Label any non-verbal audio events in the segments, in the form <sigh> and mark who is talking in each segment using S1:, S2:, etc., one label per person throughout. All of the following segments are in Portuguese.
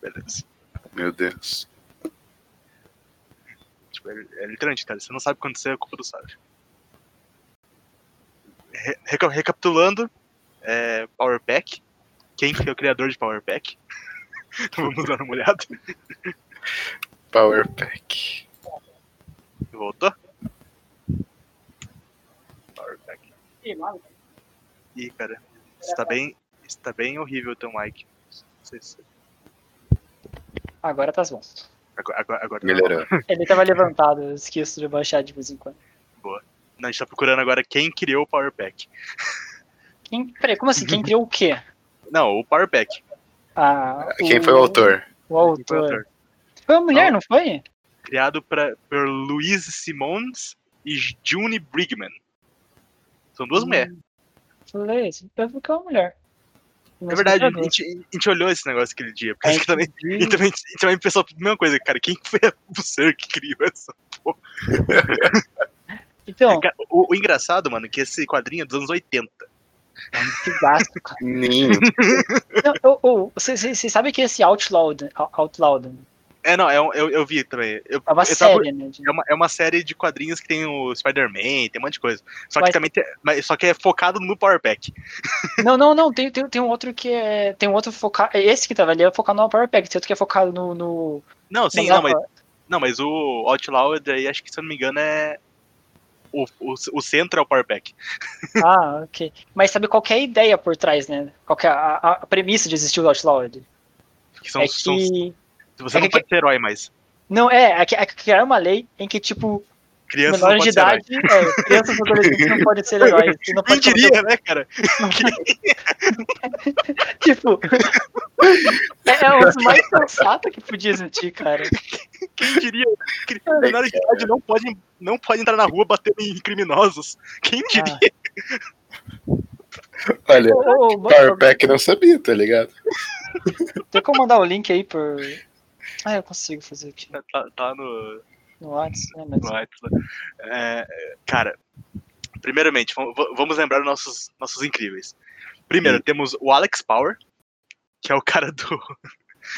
S1: beleza.
S2: Meu Deus.
S1: Tipo, é, é literalmente, cara, você não sabe o que aconteceu, é culpa do Savage. Re- reca- recapitulando, é, Power Pack. Quem foi o criador de Power Pack? <laughs> Vamos dar uma olhada.
S2: Power Pack.
S1: Voltou? Power Pack. Ih, cara, está bem, está bem horrível o teu mic. Não sei se-
S3: Agora tá bom.
S1: Agora, agora, agora tá
S2: Melhorou.
S3: Ele tava levantado, eu esqueço de baixar de vez em quando.
S1: Não, a gente tá procurando agora quem criou o Power Pack.
S3: Quem, peraí, como assim? Quem criou o quê?
S1: Não, o Power Pack.
S3: Ah,
S2: Quem
S1: Uhum.
S2: foi o autor?
S3: O
S1: Quem foi o
S3: autor.
S1: autor?
S3: Foi uma mulher, não foi?
S1: Criado pra, por Louise Simons e June Brigman. São duas
S3: Hum,
S1: mulheres.
S3: Falei, isso deve ficar uma mulher.
S1: É verdade, a <laughs> gente, a gente olhou esse negócio aquele dia. Porque
S3: É,
S1: a gente também, e também, e também pensou a mesma coisa, cara. Quem foi o <laughs> ser que criou essa? <laughs> É,
S3: Então,
S1: Cara, O, o engraçado, mano, é que esse quadrinho é dos anos 80.
S3: é um desastre, cara.
S2: Nin.
S3: Não, eu- eu- Você você- você sabe que esse Outlaud, Outlaud
S1: É, não, é um- eu, eu vi também. Eu,
S3: é uma
S1: eu tava-
S3: série, né? de-
S1: é, uma, é uma série de quadrinhos que tem o Spider-Man, tem um monte de coisa. Só que
S3: Mas-
S1: também tem, mas- só que é focado no Power Pack.
S3: Não, não, não, tem, tem, tem um outro que é. Tem um outro focado. Esse que tava ali é focado no Power Pack, tem outro que é focado no. no
S1: Não, sim,
S3: no-
S1: não, mas, não, mas o Outlaw, daí acho que se eu não me engano, é. O, o, o centro é o Power Pack.
S3: Ah, ok. Mas sabe qual que é a ideia por trás, né? Qual que é a, a- a premissa de existir o Outlawed?
S1: Que são,
S3: é
S1: Então, são-
S3: que.
S1: você
S3: é
S1: não
S3: que-
S1: pode ser herói mais.
S3: Não, é, é, que- é que criar uma lei em que, tipo,
S1: Crianças não
S3: menores de
S1: pode ser herói.
S3: idade, é, crianças e adolescentes não podem ser heróis. Não
S1: Quem
S3: pode
S1: diria, né, cara? <laughs>
S3: tipo. É, é o mais sensato que podia existir, cara.
S1: Quem diria?
S3: <laughs>
S1: Cri- Menores de idade não podem não pode entrar na rua batendo em criminosos. Quem diria?
S3: Ah,
S2: <laughs> Olha,
S3: ô, ô, ô,
S2: Power Pack não sabia, tá ligado?
S3: tem como mandar o link aí por. Ah, eu consigo fazer aqui
S1: <laughs> Tá- tá no,
S3: no WhatsApp, né? Mas...
S1: no Atlas. É, cara, primeiramente, vam- va- vamos lembrar os nossos, nossos incríveis. Primeiro, temos o Alex Power, que é o cara do. <laughs>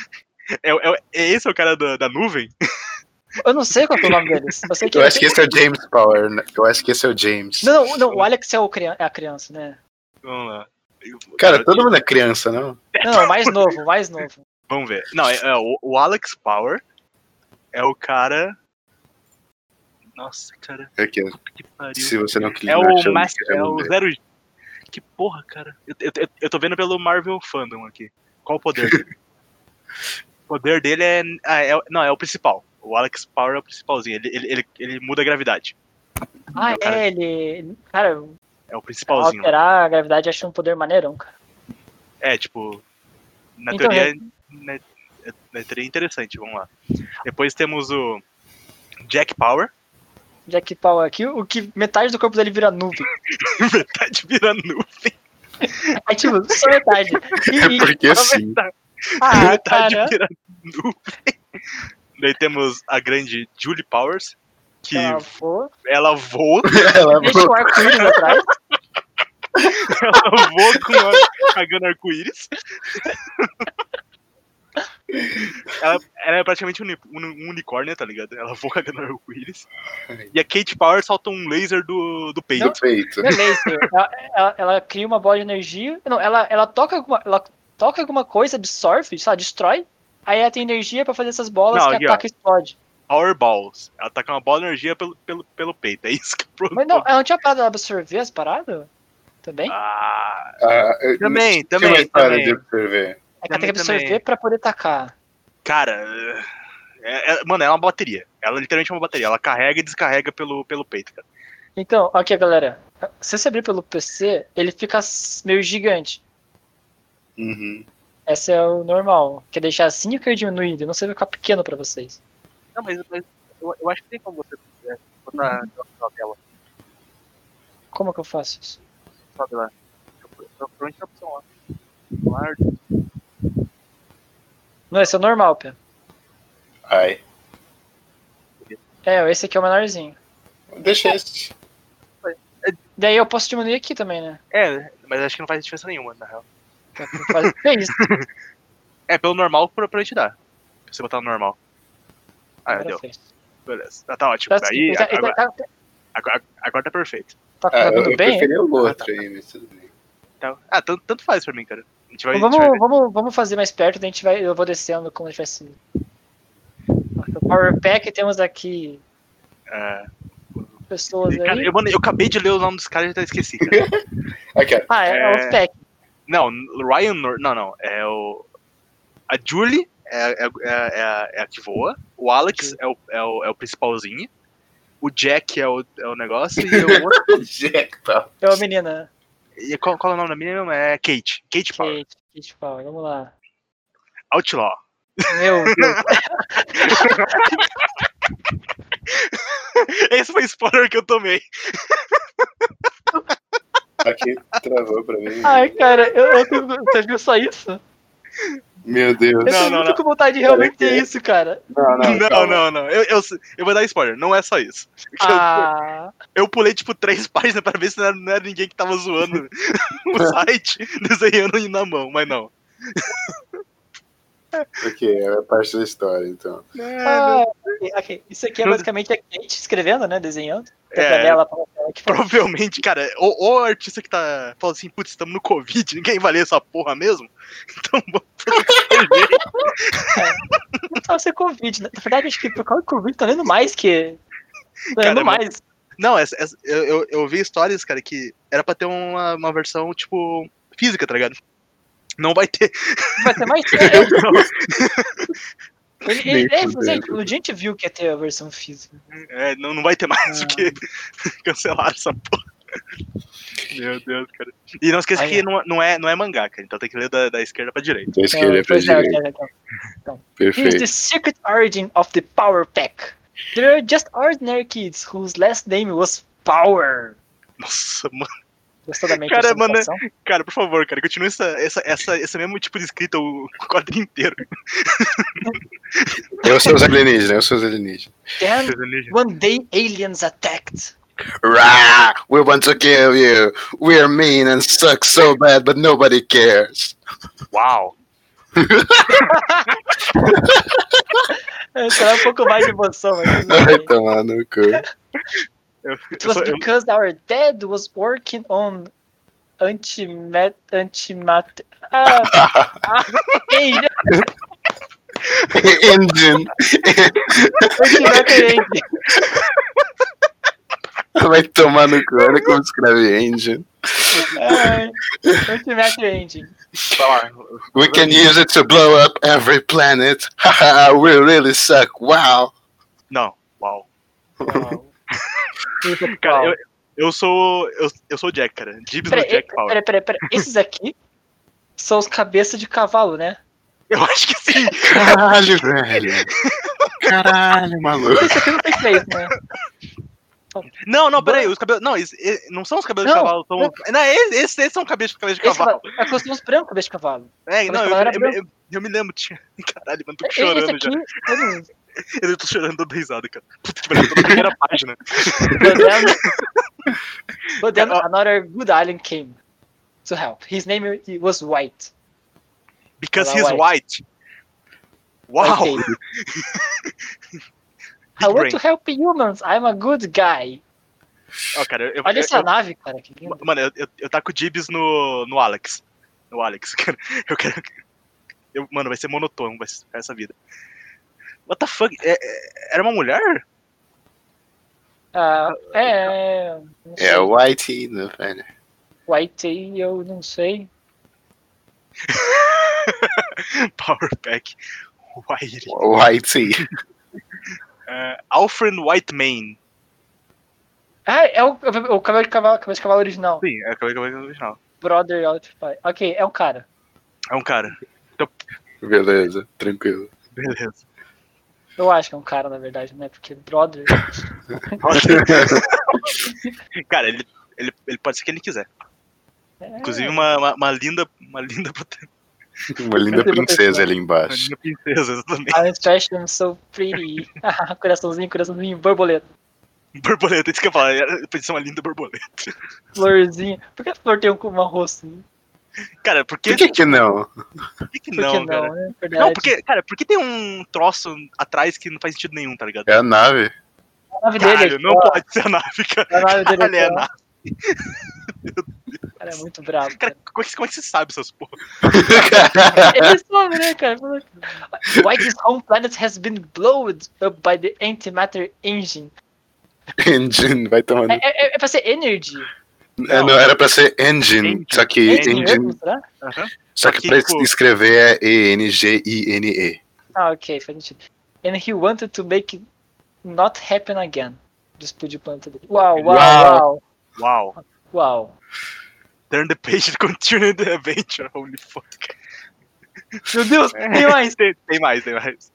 S1: É, o- é, o- é esse é o cara da, da nuvem?
S3: Eu não sei qual que é o nome deles. Eu sei que
S2: Eu acho que esse é o James Power, né? Eu acho que esse é o James.
S3: Não, não, não, o Alex é, o crian- é a criança, né?
S1: Vamos lá. Eu-
S2: Cara, todo mundo é criança, não?
S3: Não, não, o mais novo, o mais novo.
S1: Vamos ver. Não, é, é o, o Alex Power é o cara. Nossa, cara,
S2: É que
S1: que pariu.
S2: se você não
S1: É
S2: clicar, acho que
S1: o
S2: eu
S1: Max,
S2: quero
S1: é o
S2: <laughs> ver.
S1: Zero. Que porra, cara. Eu, eu, eu- eu tô vendo pelo Marvel Fandom aqui. Qual o poder
S2: <laughs>
S1: dele? o poder dele é, ah, é- Não, é o principal. O Alex Power é o principalzinho. Ele, ele, ele, ele muda a gravidade.
S3: Ah,
S1: Cara.
S3: é, ele. Cara,
S1: É o principalzinho.
S3: alterar a gravidade acho um poder maneirão, cara.
S1: É, tipo. Na
S3: Então,
S1: teoria. Na, na teoria é interessante, vamos lá. Depois temos o. Jack Power. <laughs>
S3: Jack Paul aqui, o que metade do corpo dele vira nuvem. <laughs>
S1: Metade vira nuvem.
S3: Aí, tipo, só
S1: <laughs>
S3: metade. E, e-
S2: É Porque sim.
S1: Metade,
S3: ah,
S1: É metade
S3: cara.
S1: vira nuvem. Daí temos a grande Julie Powers. Que
S3: Ela voa.
S1: ela voa,
S2: <laughs> Ela
S3: Deixa o arco-íris atrás.
S1: <laughs> ela voa com a cagando arco-íris. Ela, ela é praticamente um, uni- um- um unicórnio, tá ligado? Ela voa cagando arco-íris. E a Kate Power solta um laser do, do peito.
S2: do peito.
S1: né?
S3: Beleza. Ela, ela- ela cria uma bola de energia. Não, ela, ela toca alguma. Ela toca alguma coisa, absorve, sei lá, destrói. Aí ela tem energia pra fazer essas bolas
S1: Não,
S3: que
S1: aqui, ó.
S3: ataca e explode.
S1: Power Balls. Ela tá com uma bola de energia pelo, pelo, pelo peito. É isso que eu
S3: Mas não, é. ela não tinha parado de absorver as paradas? Também?
S1: Ah,
S2: Ah, eu-
S1: também,
S2: tinha uma
S1: também,
S2: história
S1: também.
S2: de observar.
S3: é que ela tem
S1: também,
S3: que absorver
S1: também.
S3: pra poder tacar.
S1: Cara, é- é- mano, ela é uma bateria. Ela literalmente é uma bateria. Ela carrega e descarrega pelo, pelo peito, cara.
S3: Então, aqui, galera. Se você abrir pelo PC, ele fica s- meio gigante.
S2: Uhum.
S3: Esse é o normal. Quer deixar assim ou quer diminuído? Não sei vai ficar pequeno pra vocês.
S1: Não, mas, eu, acho que tem como você é, botar
S3: Uhum.
S1: na tela.
S3: Como que eu faço isso?
S1: sobe lá. Provavelmente tá a opção lá. Large.
S3: Não, esse é o normal, Pia.
S2: Ai.
S3: É, esse aqui é o menorzinho.
S2: Deixa esse.
S1: Tá
S3: Daí eu posso diminuir aqui também, né?
S1: <laughs> É, mas acho que não faz diferença nenhuma, na real.
S3: Pra- pra fazer- É isso.
S1: É, pelo normal pra, pra gente dar. Pra você botar no normal. Ah,
S3: Agora
S1: deu.
S3: fez.
S1: Beleza. Ah, tá ótimo.
S3: Tá assim,
S1: Daí,
S3: tá- tá-
S1: agora,
S3: tá-
S1: agora, agora tá perfeito.
S3: tá
S2: Ah, eu,
S3: jogando
S2: eu
S3: bem? hein?
S2: preferia o outro aí, mas tudo bem.
S1: Tá. Ah, tanto, tanto faz pra mim, cara. A gente vai, a gente vai
S3: Vamos,
S1: ver.
S3: vamos, vamos fazer mais perto, daí a gente vai, eu vou descendo como tivesse. O Power Pack temos aqui
S1: É.
S3: pessoas
S1: Cara,
S3: aí.
S1: eu, mano, eu acabei de ler o nome dos caras e já esqueci, cara.
S2: Aqui, ó.
S3: Ah, é, é
S1: é-
S3: o Pack.
S1: Não, Ryan Nor Não, não. É o. A Julie é, é, é, é a- é a que voa. O Alex
S3: Sim.
S1: é o, é, o, é o principalzinho. O Jack é o, é o negócio. E, o outro- <laughs>
S2: <laughs> Jack, tá.
S3: É a menina.
S1: e qual, qual é o nome da menina mesmo? É Kate. Kate Power.
S3: Kate, Kate Power, vamos lá.
S1: Outlaw. <laughs>
S3: Meu Deus.
S1: Esse foi spoiler que eu tomei.
S2: Aqui travou pra mim.
S3: Ai, cara, eu, eu tô- você viu só isso? Eu
S2: Meu Deus.
S1: Não,
S3: tô
S1: não,
S3: muito
S1: não.
S3: com vontade de realmente ter
S2: Peraí.
S1: <laughs>
S3: isso, cara.
S2: Não,
S1: Não, não,
S2: calma.
S1: não. Eu, eu, eu vou dar spoiler. Não é só isso.
S3: Ah,
S1: Eu pulei, tipo, três <laughs> páginas pra ver se não era, não era ninguém que tava zoando
S2: <laughs>
S1: o site, <laughs> desenhando na mão, mas não.
S2: Ok, é a parte da história, então.
S3: ah, ok, ok. Isso aqui é
S1: Não-
S3: basicamente a Kate escrevendo, né? Desenhando.
S1: É.
S3: Tagarela pra ela que faz.
S1: Provavelmente, cara, ou, ou o artista que tá falando assim, putz, estamos no Covid, <laughs> ninguém vai ler essa porra mesmo. <laughs> Então, bom,
S3: Não só ser Covid, né? Na verdade, acho que por causa do Covid tá lendo mais que. Tá
S1: Cara,
S3: lendo mais.
S1: não, essa, essa- eu, eu, eu vi histórias, cara, que era pra ter uma, uma versão, tipo, física, tá ligado? Não vai ter.
S3: Vai ter
S1: <laughs>
S3: mais. É, ele, ele,
S2: Nem
S3: é,
S2: fudendo.
S3: gente, o gente viu que ia ter a versão física.
S1: É, não, não vai ter mais,
S3: Ah.
S1: <laughs> porque cancelaram essa porra. Meu Deus, cara. E não esqueça
S3: Aí,
S1: que
S3: ó.
S1: não, não, é, não é mangá, cara, então tem que ler da, da esquerda pra direita.
S2: Da esquerda pra
S3: Pois é,
S2: direita.
S3: é, então. Here's
S2: Perfeito.
S3: the secret origin of the Power Pack. They are just ordinary kids whose last name was Power.
S1: Nossa, mano.
S3: Gostou da minha
S1: Cara, mano,
S3: personificação?
S1: Cara, por favor, cara, continua essa, essa, essa, esse mesmo tipo de escrita o quadro inteiro.
S2: Eu sou os alienígenas, eu sou os alienígenas.
S1: <laughs>
S3: Then, one day aliens attacked.
S2: Rah! We want to kill you. We are mean and suck so bad, but nobody cares.
S1: Uau!
S3: Será um pouco mais de emoção aqui.
S1: <laughs>
S2: Ai,
S3: né?
S2: tomar no cu. <laughs>
S1: Eu,
S3: It
S1: eu
S3: was
S1: só- eu-
S3: because our dad was working on antimat antimat ah, <laughs> ah, ei, né?
S2: Engine. <laughs>
S3: antimaterial.
S2: Vai tomar no cu. Olha como escreve engine.
S3: <laughs> Ai, antimatter engine.
S2: We can use it to blow up every planet. <laughs> Haha, we really suck. Wow.
S1: Não, uau.
S3: Uau.
S1: Cara, eu, eu sou. Eu, eu sou o Jack, cara. Dibs no
S3: Peraí,
S1: Jack Power.
S3: é, peraí, peraí, peraí. Esses aqui são os cabeças de cavalo, né?
S1: Eu acho que sim.
S2: Caralho, velho. Caralho, maluco.
S3: Isso aqui não tem
S1: <laughs>
S3: três, né?
S1: Não, não, peraí. Os cabelos. Não, eles, eles- não são os cabelos de
S3: Não,
S1: cavalo. São, não, é
S3: não.
S1: esses, esses- esses são cabelos de, cabelos de
S3: Esse
S1: cavalo.
S3: é que são os brancos, cabeça de cavalo.
S1: É,
S3: cabelos
S1: não,
S3: de
S1: eu,
S3: cavalo era
S1: eu, eu- eu me lembro. Tinha... <laughs> Caralho, mano, tô
S3: E- Esse
S1: Tá chorando
S3: aqui,
S1: já.
S3: hum,
S1: <laughs> Eu tô chorando toda risada, cara. Puta que pariu, tô na primeira <laughs> página.
S3: But then, but then
S1: É,
S3: another good alien came to help. His name i- was White.
S1: Because
S3: Olha
S1: he's
S3: lá,
S1: white. Uau! <laughs>
S3: Okay. I
S1: Big
S3: want
S1: brain.
S3: to help humans. I'm a good guy.
S1: Ó, cara, eu, eu,
S3: Olha
S1: É, eu-
S3: essa nave, cara. Que linda.
S1: Mano, eu, eu, eu taco dibs no, no Alex. No Alex, <laughs> cara. Eu quero. eu- mano, vai ser monotônico vai ser essa vida. What the fuck? É- é- era uma mulher? <laughs>
S3: Ah, é. não sei.
S2: É o Whitey do velho.
S3: White aí, eu não sei.
S1: Power Pack. Wiley.
S2: Whitey.
S1: É, Alfred Whiteman.
S3: Ah, é o, o cabelo de cavalo, cabelo de cavalo original.
S1: Sim, é o cabelo cabelo original.
S3: Brother Outfit. Ok, é um cara.
S1: É um cara.
S2: Beleza, tranquilo.
S1: Beleza. <laughs>
S3: Eu acho que é um cara, na verdade, né? Porque brother.
S1: cara, ele, ele, ele pode ser quem ele quiser.
S3: é-
S1: Inclusive, um uma, uma, uma linda. Uma linda, prote-
S2: Uma linda princesa ali
S1: uma
S2: embaixo.
S1: é linda princesa, exatamente.
S3: I'm fresh and so
S1: <laughs>
S3: pretty. <laughs> coraçãozinho, coraçãozinho, borboleta.
S1: Borboleta, isso que eu ia falar. Era- Podia ser uma linda borboleta.
S3: Florzinha. Por que a flor tem um, um rosto?
S1: Cara, porque.
S2: Por que que não?
S1: Por que que
S3: Por
S1: não,
S3: que
S1: cara?
S3: não, né? Verdade.
S1: Não, porque, cara, porque tem um troço atrás que não faz sentido nenhum, tá ligado?
S2: É a
S1: <laughs>
S2: nave.
S3: A nave dele
S1: Caralho,
S3: aqui,
S1: não
S3: ó,
S1: pode ser a nave, cara.
S3: a nave dele
S1: Caralho, é a
S3: aqui, ó.
S1: nave.
S3: Cara, é muito brabo.
S1: Cara, <laughs> como é que, como é que você sabe essas porra?
S3: Ele sabe, né, cara? Falou, Why this home planet has been blown up by the antimatter engine.
S2: engine, vai tomando.
S3: É, é, é pra ser energy.
S2: É, não, era pra ser engine.
S1: Engine.
S2: Só que
S1: Engine.
S2: engine.
S3: mesmo, será?
S1: Aham.
S2: Só
S1: Só
S2: que
S1: que,
S2: pra
S1: tipo-
S2: escrever é E-N-G-I-N-E.
S3: Ah, ok, faz sentido. And he wanted to make it not happen again. De explodir o planeta dele. Uau, uau,
S2: Uau.
S3: uau,
S1: Uau.
S3: uau.
S1: Turn the page to continue the adventure. Holy fuck.
S3: Meu
S1: <laughs>
S3: Deus,
S1: É.
S3: tem mais.
S1: Tem, tem mais, tem mais.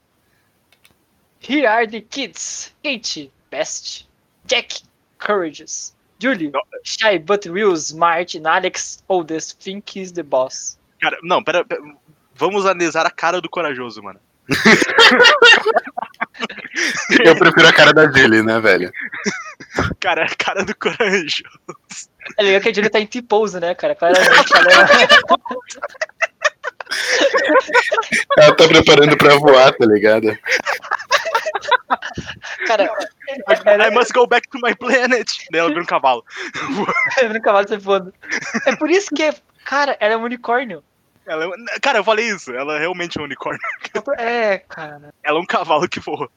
S3: Here are the kids. Kate, best. Jack, courageous. Julie,
S1: No.
S3: shy but real smart. And Alex, oh, oldest, think he's the boss.
S1: Cara, não, pera. pera vamos analisar a cara do corajoso, mano.
S2: Eu prefiro a cara da Dilly, né, velho?
S1: <laughs> Cara, a cara do corajoso.
S3: É legal que a Julie tá em T-pose, né, cara? Claramente, ela é <laughs>
S2: Ela tá preparando pra voar, tá ligado?
S3: Cara, é
S1: I must go back to my planet. Daí ela vira um cavalo.
S3: no cavalo sai voando. É por isso que, cara, ela é um unicórnio.
S1: Ela é um- Cara, eu falei isso. Ela é realmente um unicórnio.
S3: É, cara.
S1: Ela é um cavalo que voa.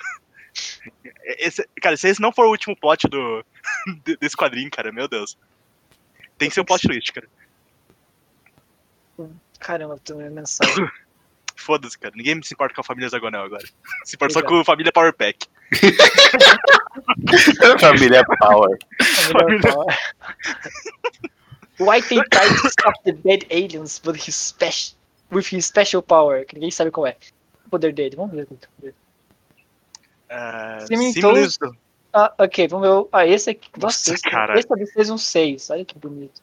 S1: Esse- cara, se esse não for o último plot do, <laughs> de- desse quadrinho, cara, meu Deus. Tem que ser um plot twist, cara.
S3: Caramba, tem uma mensagem.
S1: Foda-se, cara. Ninguém se importa com a família Zagonel agora. <laughs> Se importa só
S3: Exato.
S1: com a família Power Pack.
S2: Família Power.
S1: Família-
S3: <laughs> Why they tried to stop the bad aliens with his special, with his special power, que ninguém sabe qual é. O poder dele, vamos ver. qual que é o poder.
S1: Ah,
S3: Simultaneous-
S1: Simultaneous-
S3: Ah, ok, vamos ver. o- Ah, esse aqui. Nossa,
S1: Nossa,
S3: esse,
S1: cara.
S3: esse talvez seja um 6. Olha que bonito.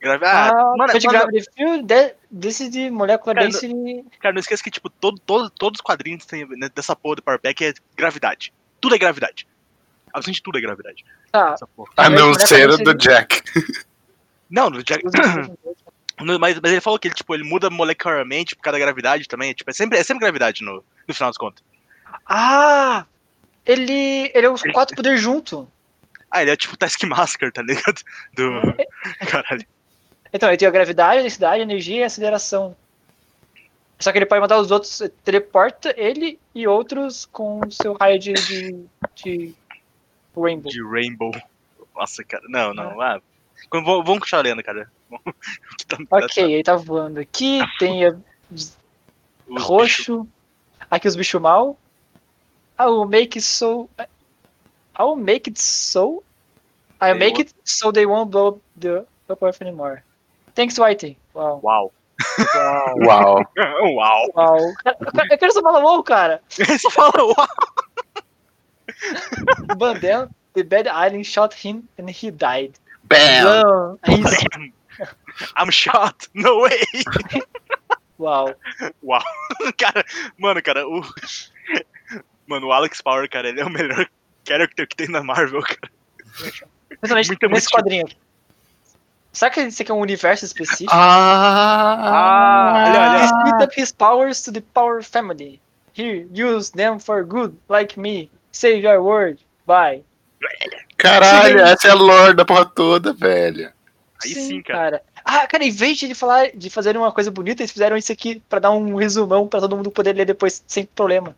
S1: Grave-
S3: Ah,
S1: Ah, mano,
S3: Fate
S1: mano,
S3: Gravity Field, de- Decide Molecular
S1: Cara,
S3: Density.
S1: cara, não esqueça que, tipo, todo, todo- todos os quadrinhos tem, né, dessa porra do Power Pack é gravidade. Tudo é gravidade. Absolutamente tudo é gravidade.
S3: Tá,
S1: Essa porra.
S2: A não
S3: Parece
S2: ser
S3: parece-
S2: do Jack.
S1: Não, no Jack- <clears throat>
S3: Os-
S1: No, Mas, mas ele falou que ele, tipo, ele muda molecularmente por causa da gravidade também. Tipo, é sempre, é sempre gravidade no, no final das contas.
S3: Ah! Ele, ele é os quatro poderes junto.
S1: Ah, ele é tipo o Task Masker, tá ligado? <laughs> Do. Caralho.
S3: Então, ele tem a gravidade, a densidade, a energia e a aceleração. Só que ele pode mandar os outros, teleporta ele e outros com o seu raio de, de, de Rainbow.
S1: De Rainbow. Nossa, cara. Não, não.
S3: É.
S1: Ah, quando- vamos, vamos continuar lendo, cara. <laughs> Que tá-
S3: Ok, ele tá voando aqui, tem a
S1: os bichos-
S3: roxo. Aqui os bichos mal. I'll make it so. I'll make it so. I'll
S1: They
S3: make
S1: won't-
S3: it so they won't blow up the up earth anymore. Thanks, Whitey. Uau.
S1: Uau.
S3: Uau.
S2: Uau.
S1: <laughs> Uau. <laughs>
S3: Uau. Cara, eu quero- <laughs> Eu quero só falar uau, cara.
S1: Ele só fala uau.
S3: But then the bad alien shot him and he died.
S2: Bam!
S3: Uau. É isso.
S1: <laughs> I'm shot. No way.
S3: Uau.
S1: Uau. <laughs> Cara, mano, cara, o. <laughs> Mano, o Alex Power, cara, ele é o melhor character que tem na Marvel, cara.
S3: Principalmente
S1: Muito
S3: nesse
S1: emotivo.
S3: quadrinho aqui. Será que esse aqui é um universo específico?
S2: Ah!
S1: olha, olha.
S3: He split up his powers to the power family. Here, use them for good, like me. Save your world. Bye.
S2: Caralho, essa é a lore da porra toda, velho.
S1: Aí sim, cara.
S3: Ah, cara, em vez de ele falar de fazer uma coisa bonita, eles fizeram isso aqui pra dar um resumão pra todo mundo poder ler depois sem problema.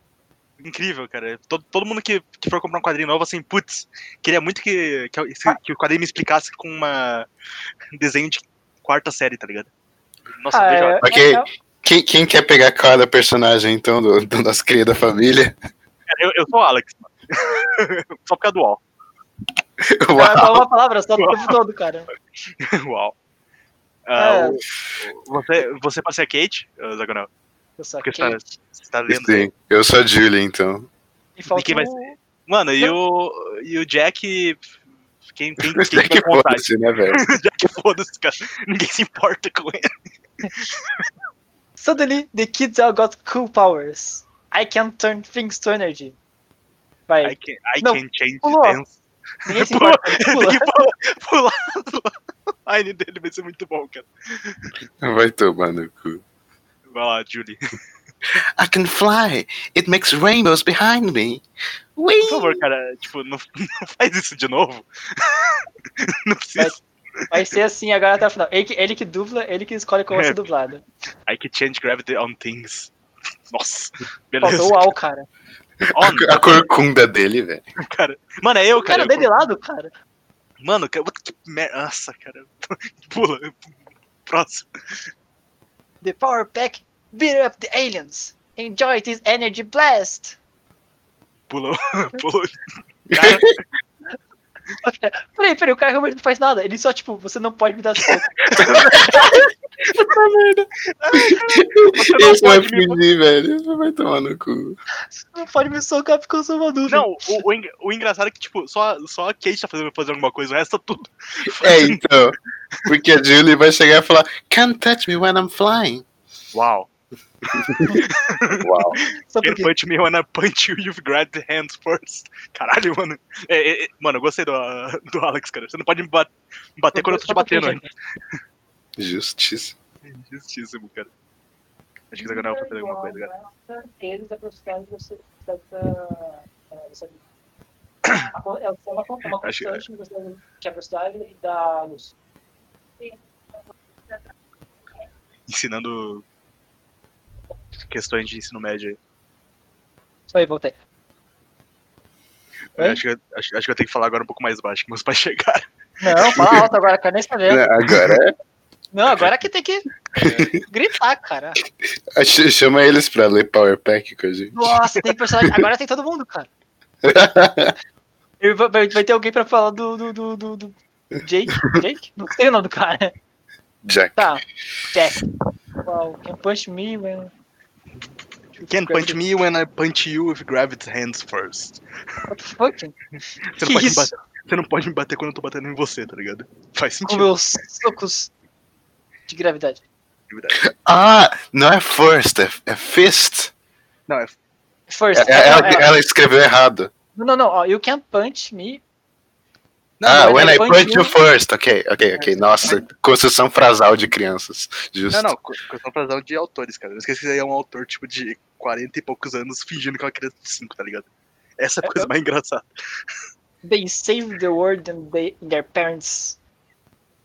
S1: Incrível, cara. Todo, todo mundo que, que for comprar um quadrinho novo, assim, putz, queria muito que, que, eu- se- que o quadrinho me explicasse com uma <laughs> um desenho de quarta série, tá ligado? Nossa,
S3: Ah,
S1: veja,
S3: é,
S2: Ok.
S3: é, é,
S2: Quem, quem quer pegar cada personagem, então, do, do nosso querido família? <laughs>
S1: cara, eu, eu sou o Alex, mano. <laughs> Só por causa do UOL. <laughs>
S3: é
S2: Uau!
S3: uma palavra só o tempo todo, cara.
S1: UOL. Ah,
S3: É.
S1: o- o- você, você pode ser a Kate, ô, Zagonel?
S3: Eu só
S1: Porque
S3: que
S1: você tá, você tá lendo.
S2: Sim, eu sou a Julie, então.
S3: e falta
S1: quem vai
S3: um-
S1: Mano, e o, e o Jack. Quem,
S3: <laughs>
S1: quem, quem
S2: Até que
S1: tiver vontade?
S2: foda-se, né, velho?
S1: <laughs> Jack, foda-se, cara. Ninguém se importa com ele.
S3: Suddenly, the kids all got cool powers. I can turn things to energy. Vai,
S1: I can, I
S3: É, Não,
S1: can change
S3: pulou.
S1: things.
S3: ninguém se
S1: pulou.
S3: importa.
S1: Tem
S3: Pula.
S1: que pular, pular. design dele vai ser muito bom, cara.
S2: Vai tomar no cu.
S1: Vai lá, Julie.
S2: I can fly. It makes rainbows behind me. Whee!
S1: Por favor, cara, tipo, não, <laughs> não faz isso de novo. <laughs> Não precisa.
S3: Vai ser assim agora até o final. Ele, que- ele que dubla, ele que escolhe como vai
S1: É.
S3: ser dublado.
S1: I can change gravity on things. Nossa, beleza.
S3: Faltou o Al, cara.
S2: A,
S1: On,
S2: cu- a corcunda dele, velho.
S1: cara. Mano, é eu,
S3: O cara
S1: cara.
S3: deu de lado, cara.
S1: Mano, cara, what que merda. Nossa, cara. <laughs> Pula. Próximo.
S3: The power pack beat up the aliens. Enjoy this energy blast. <laughs>
S1: Pulou. <laughs> Pulou. <laughs>
S2: <laughs>
S3: Peraí, peraí, o cara realmente não faz nada. Ele só, tipo, você não pode me dar soco.
S1: Você não
S2: Esse é vai
S1: pode me
S2: fugir, velho. Vai tomar no cu.
S3: Você não pode me socar porque eu sou uma dúvida.
S1: Não, o, o, eng- o engraçado é que, tipo, só, só a Kate tá fazendo, fazendo alguma coisa, o resto tá tudo.
S2: É, então. Porque a Julie vai chegar e falar: Can't touch me when I'm
S1: <laughs>
S2: flying.
S1: Uau.
S2: Uau.
S3: Só
S1: Can't
S3: porque
S1: punch me when I punch you, you've grabbed the hands first. Caralho, mano. É, é, é, mano, eu gostei do, ah, do Alex, cara. Você não pode me bat- me bater quando eu tô te
S3: Só porque-
S1: batendo ainda.
S2: Justiça.
S1: Justíssimo, cara. Acho que o Zagonal vai fazer alguma coisa, cara.
S3: Eles aproximaram dessa. dessa- dessa- a co- É uma, é uma
S1: Acho-
S3: constante que é a velocidade da luz.
S1: Ensinando questões de ensino médio aí.
S3: Isso aí, voltei.
S1: Eu
S3: Oi?
S1: Acho que, eu- acho, acho que eu tenho que falar agora um pouco mais baixo, que meus pais <laughs> chegaram.
S3: Não, fala alto agora, quero nem saber.
S2: Né, Agora
S3: Não, agora que tem que gritar, cara.
S2: é- ch- chama eles pra ler Power Pack com a gente.
S3: Nossa, tem personagem. Agora tem todo mundo, cara. E vai- Vai, vai ter alguém pra falar do. do, do, do- do Jake? Jake? Não sei o nome do cara.
S2: <laughs> Jack.
S3: Tá. Jack. Wow, can punch me when.
S1: You can't punch me when I punch you with grabbed hands first.
S3: What the fuck?
S1: Você
S3: Que
S1: não, pode me
S3: isso?
S1: bater, você não pode me bater quando eu tô batendo em você, tá ligado? Faz
S3: Com
S1: sentido.
S3: meus socos de gravidade.
S1: de verdade.
S2: Ah, não é first, é, é fist.
S1: Não, é
S3: First.
S2: É- é-
S3: não,
S2: ela,
S3: é-
S2: ela escreveu errado.
S3: não, não, não. ó, you can punch me. Não,
S2: ah,
S3: when
S2: when
S3: I
S2: I
S3: punch
S2: punch
S3: you-
S2: you first. Ok, ok, ok. Nossa, construção frasal de crianças. Justo.
S1: Não, não, co- questão frasal de autores, cara. Eu esqueci que é um autor, tipo, de 40 e poucos anos fingindo que é uma criança de 5, tá ligado? Essa é a coisa mais engraçada.
S3: They saved the world and they, their parents.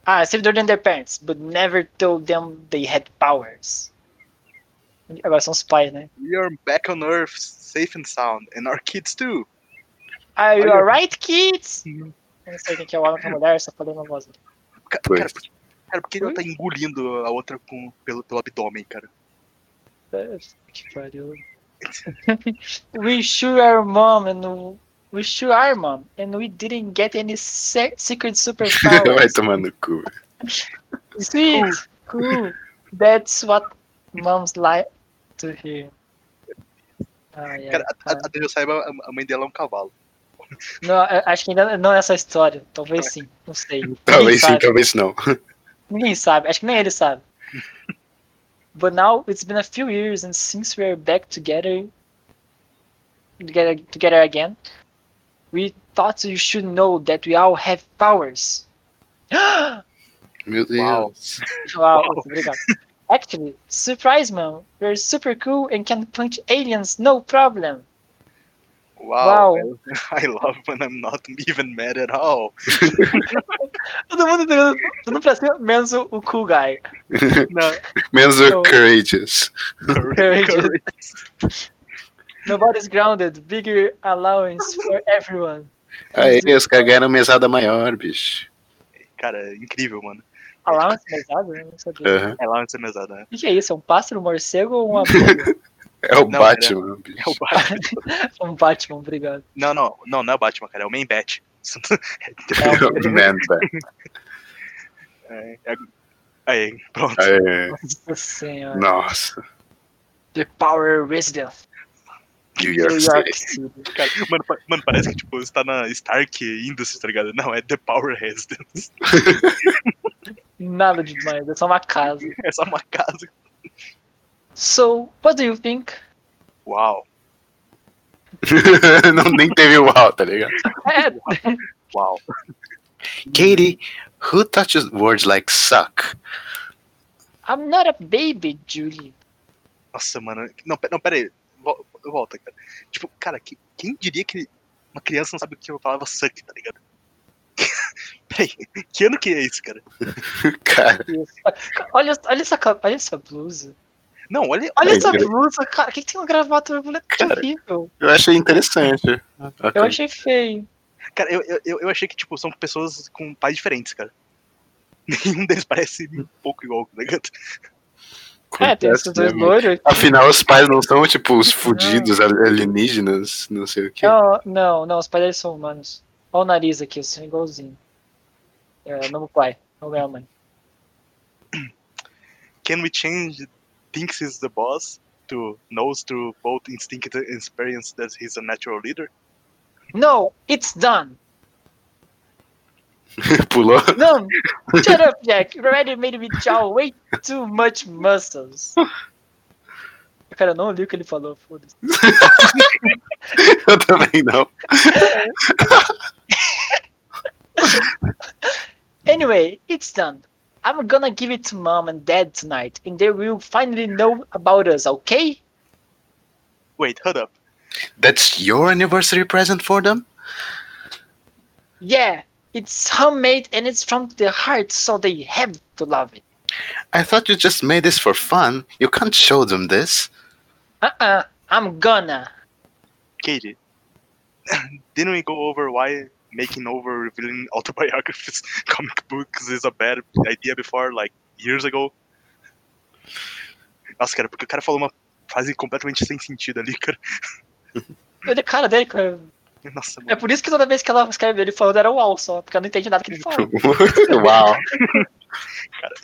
S3: Ah, saved the world and their parents, but never told them they had powers. Agora são os pais, né?
S1: We are back on Earth, safe and sound, and our kids too.
S3: Are you
S1: Olha.
S3: alright, kids?
S1: Sim.
S3: Eu não sei quem que é o homem que é a mulher, só falei uma voz.
S1: Ca-
S2: Pois.
S1: Cara, por que- cara, por que ela tá engolindo a outra com, pelo, pelo abdômen, cara?
S3: Que pariu. <laughs> we sure are mom and we sure are mom and we didn't get any se
S2: <laughs>
S3: secret
S2: Vai
S3: superpowers.
S2: tomar no cu.
S3: Sweet, cool. That's what moms like to hear. Ah, yeah.
S1: É, Cara, a, a, a Deus saiba, a- a mãe dela é um cavalo.
S3: Ah, Não, eu acho que ainda não é essa história. Talvez sim, não sei. Ninguém
S2: Talvez sim,
S3: sabe.
S2: talvez não.
S3: Ninguém sabe, acho que nem ele sabe. But now it's been a few years and since we're back together together together again, we thought you should know that we all have powers. <gasps> wow,
S2: Meu Deus.
S1: Uau.
S3: obrigado. Actually, surprise mom, we're super cool and can punch aliens no problem.
S1: Uau!
S3: Uau.
S1: <laughs> I love when I'm not even mad at <laughs> all.
S3: Todo mundo todo mundo pra cima, menos o, o cool guy.
S2: <laughs>
S1: Não,
S2: Menos
S3: Então-
S2: o Courageous.
S1: correct, correct.
S3: Nobody's grounded, bigger allowance for everyone.
S2: Aí, eles cagaram mesada maior, bicho.
S1: Cara, é incrível, mano.
S3: Allowance pesado? Eu não sabia.
S2: Aham.
S1: É lá onde você mesada, né?
S3: O que, que é isso? É um pássaro, um morcego ou uma abelha?
S2: <laughs> É o
S1: Não,
S2: Batman, bicho.
S1: É o Batman.
S3: um Batman, obrigado.
S1: Não, não, não, não é o Batman, cara, é o Man Bat.
S2: <laughs>
S3: É,
S2: Man, Bat.
S1: É, é- Aí, pronto.
S2: Aí,
S3: nossa senhora.
S2: É. Nossa,
S3: The Power Residence,
S2: New
S3: New
S2: York
S3: York
S2: City.
S3: City.
S1: Cara, mano, pa- mano, parece que tipo, você tá na Stark Industries, tá ligado? Não, é The Power Residence.
S3: Nada de demais, é só uma casa.
S1: <laughs> É só uma casa.
S3: So, what do you think?
S1: Uau,
S2: <laughs> Não, nem teve o uau, tá ligado?
S3: É,
S1: uau.
S2: <laughs> Katie, Who touches words like suck?
S3: I'm not a baby, Julie.
S1: Nossa, mano. Não, pe- não pera aí. Vol- Volta, cara. Tipo, cara, que- quem diria que uma criança não sabe o que eu falava suck, tá ligado? <laughs> Peraí, que ano que é isso, cara?
S2: Cara,
S3: Olha, olha, essa, ca- olha essa blusa.
S1: Não, olha.
S3: Olha
S2: Ai,
S3: essa
S2: cara.
S3: blusa, cara. O que, que tem uma gravata? Uma mulher
S2: Cara,
S3: horrível.
S2: eu achei interessante.
S3: Eu achei feio.
S1: Cara, eu, eu- eu, eu achei que, tipo, são pessoas com pais diferentes, cara. <laughs> Nenhum deles parece um pouco igual, tá ligado?
S3: É, tem esses dois loiros.
S2: Afinal, os pais não são, tipo, os fudidos alienígenas, não sei o que.
S3: Não, não, não, os pais deles são humanos. Olha o nariz aqui, assim, igualzinho. É, o mesmo pai, não mesma mãe.
S1: Can we change thinks he's the boss to knows through both instinct and experience that he's a natural leader?
S3: No, it's done.
S2: <laughs> Pulou.
S3: No, shut up, Jack. You already made me chow way too much muscles. Cara, eu não li o que ele falou, foda-se.
S2: Eu também não.
S3: Anyway, it's done. I'm gonna give it to mom and dad tonight, and they will finally know about us, okay?
S1: Wait, hold up.
S2: That's your anniversary present for them?
S3: Yeah, it's homemade and it's from the heart, so they have to love it.
S2: I thought you just made this for fun. You can't show them this.
S3: Uh-uh, I'm gonna.
S1: Katie, <laughs> didn't we go over why making over revealing <laughs> autobiographies, comic books is a bad idea before, like years ago? Nossa, cara, porque o cara falou uma frase completamente sem sentido ali, cara.
S3: Eu dei cara dele, cara.
S1: Nossa, mano.
S3: É por isso que toda vez que ela escreve ele falando era uau só, porque ela não entende nada que
S2: <laughs>
S3: ele fala.
S2: Uau.
S1: <laughs>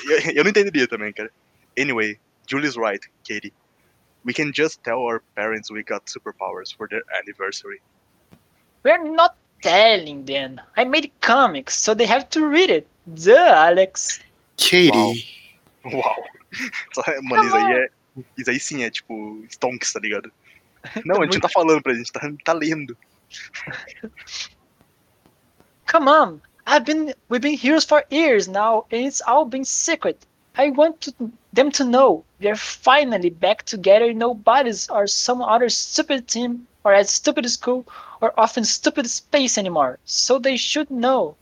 S1: Eu, eu não entenderia também, cara. Anyway, Julie's right, Katie. We can just tell our parents we got superpowers for their anniversary. <laughs>
S3: We're not telling them. I made comics, so they have to read it. Duh, Alex.
S2: Katie.
S1: Uau. Uau! <laughs> Só- Mano, isso aí é. Isso aí sim é tipo stonks, tá ligado? Não, a gente não tá falando pra gente, tá, tá lendo.
S3: Come on. I've been we've been here for years now, and it's all been secret. I want to, them to know we're finally back together in nobody's or some other stupid team or at stupid school or often stupid space anymore. So they should know.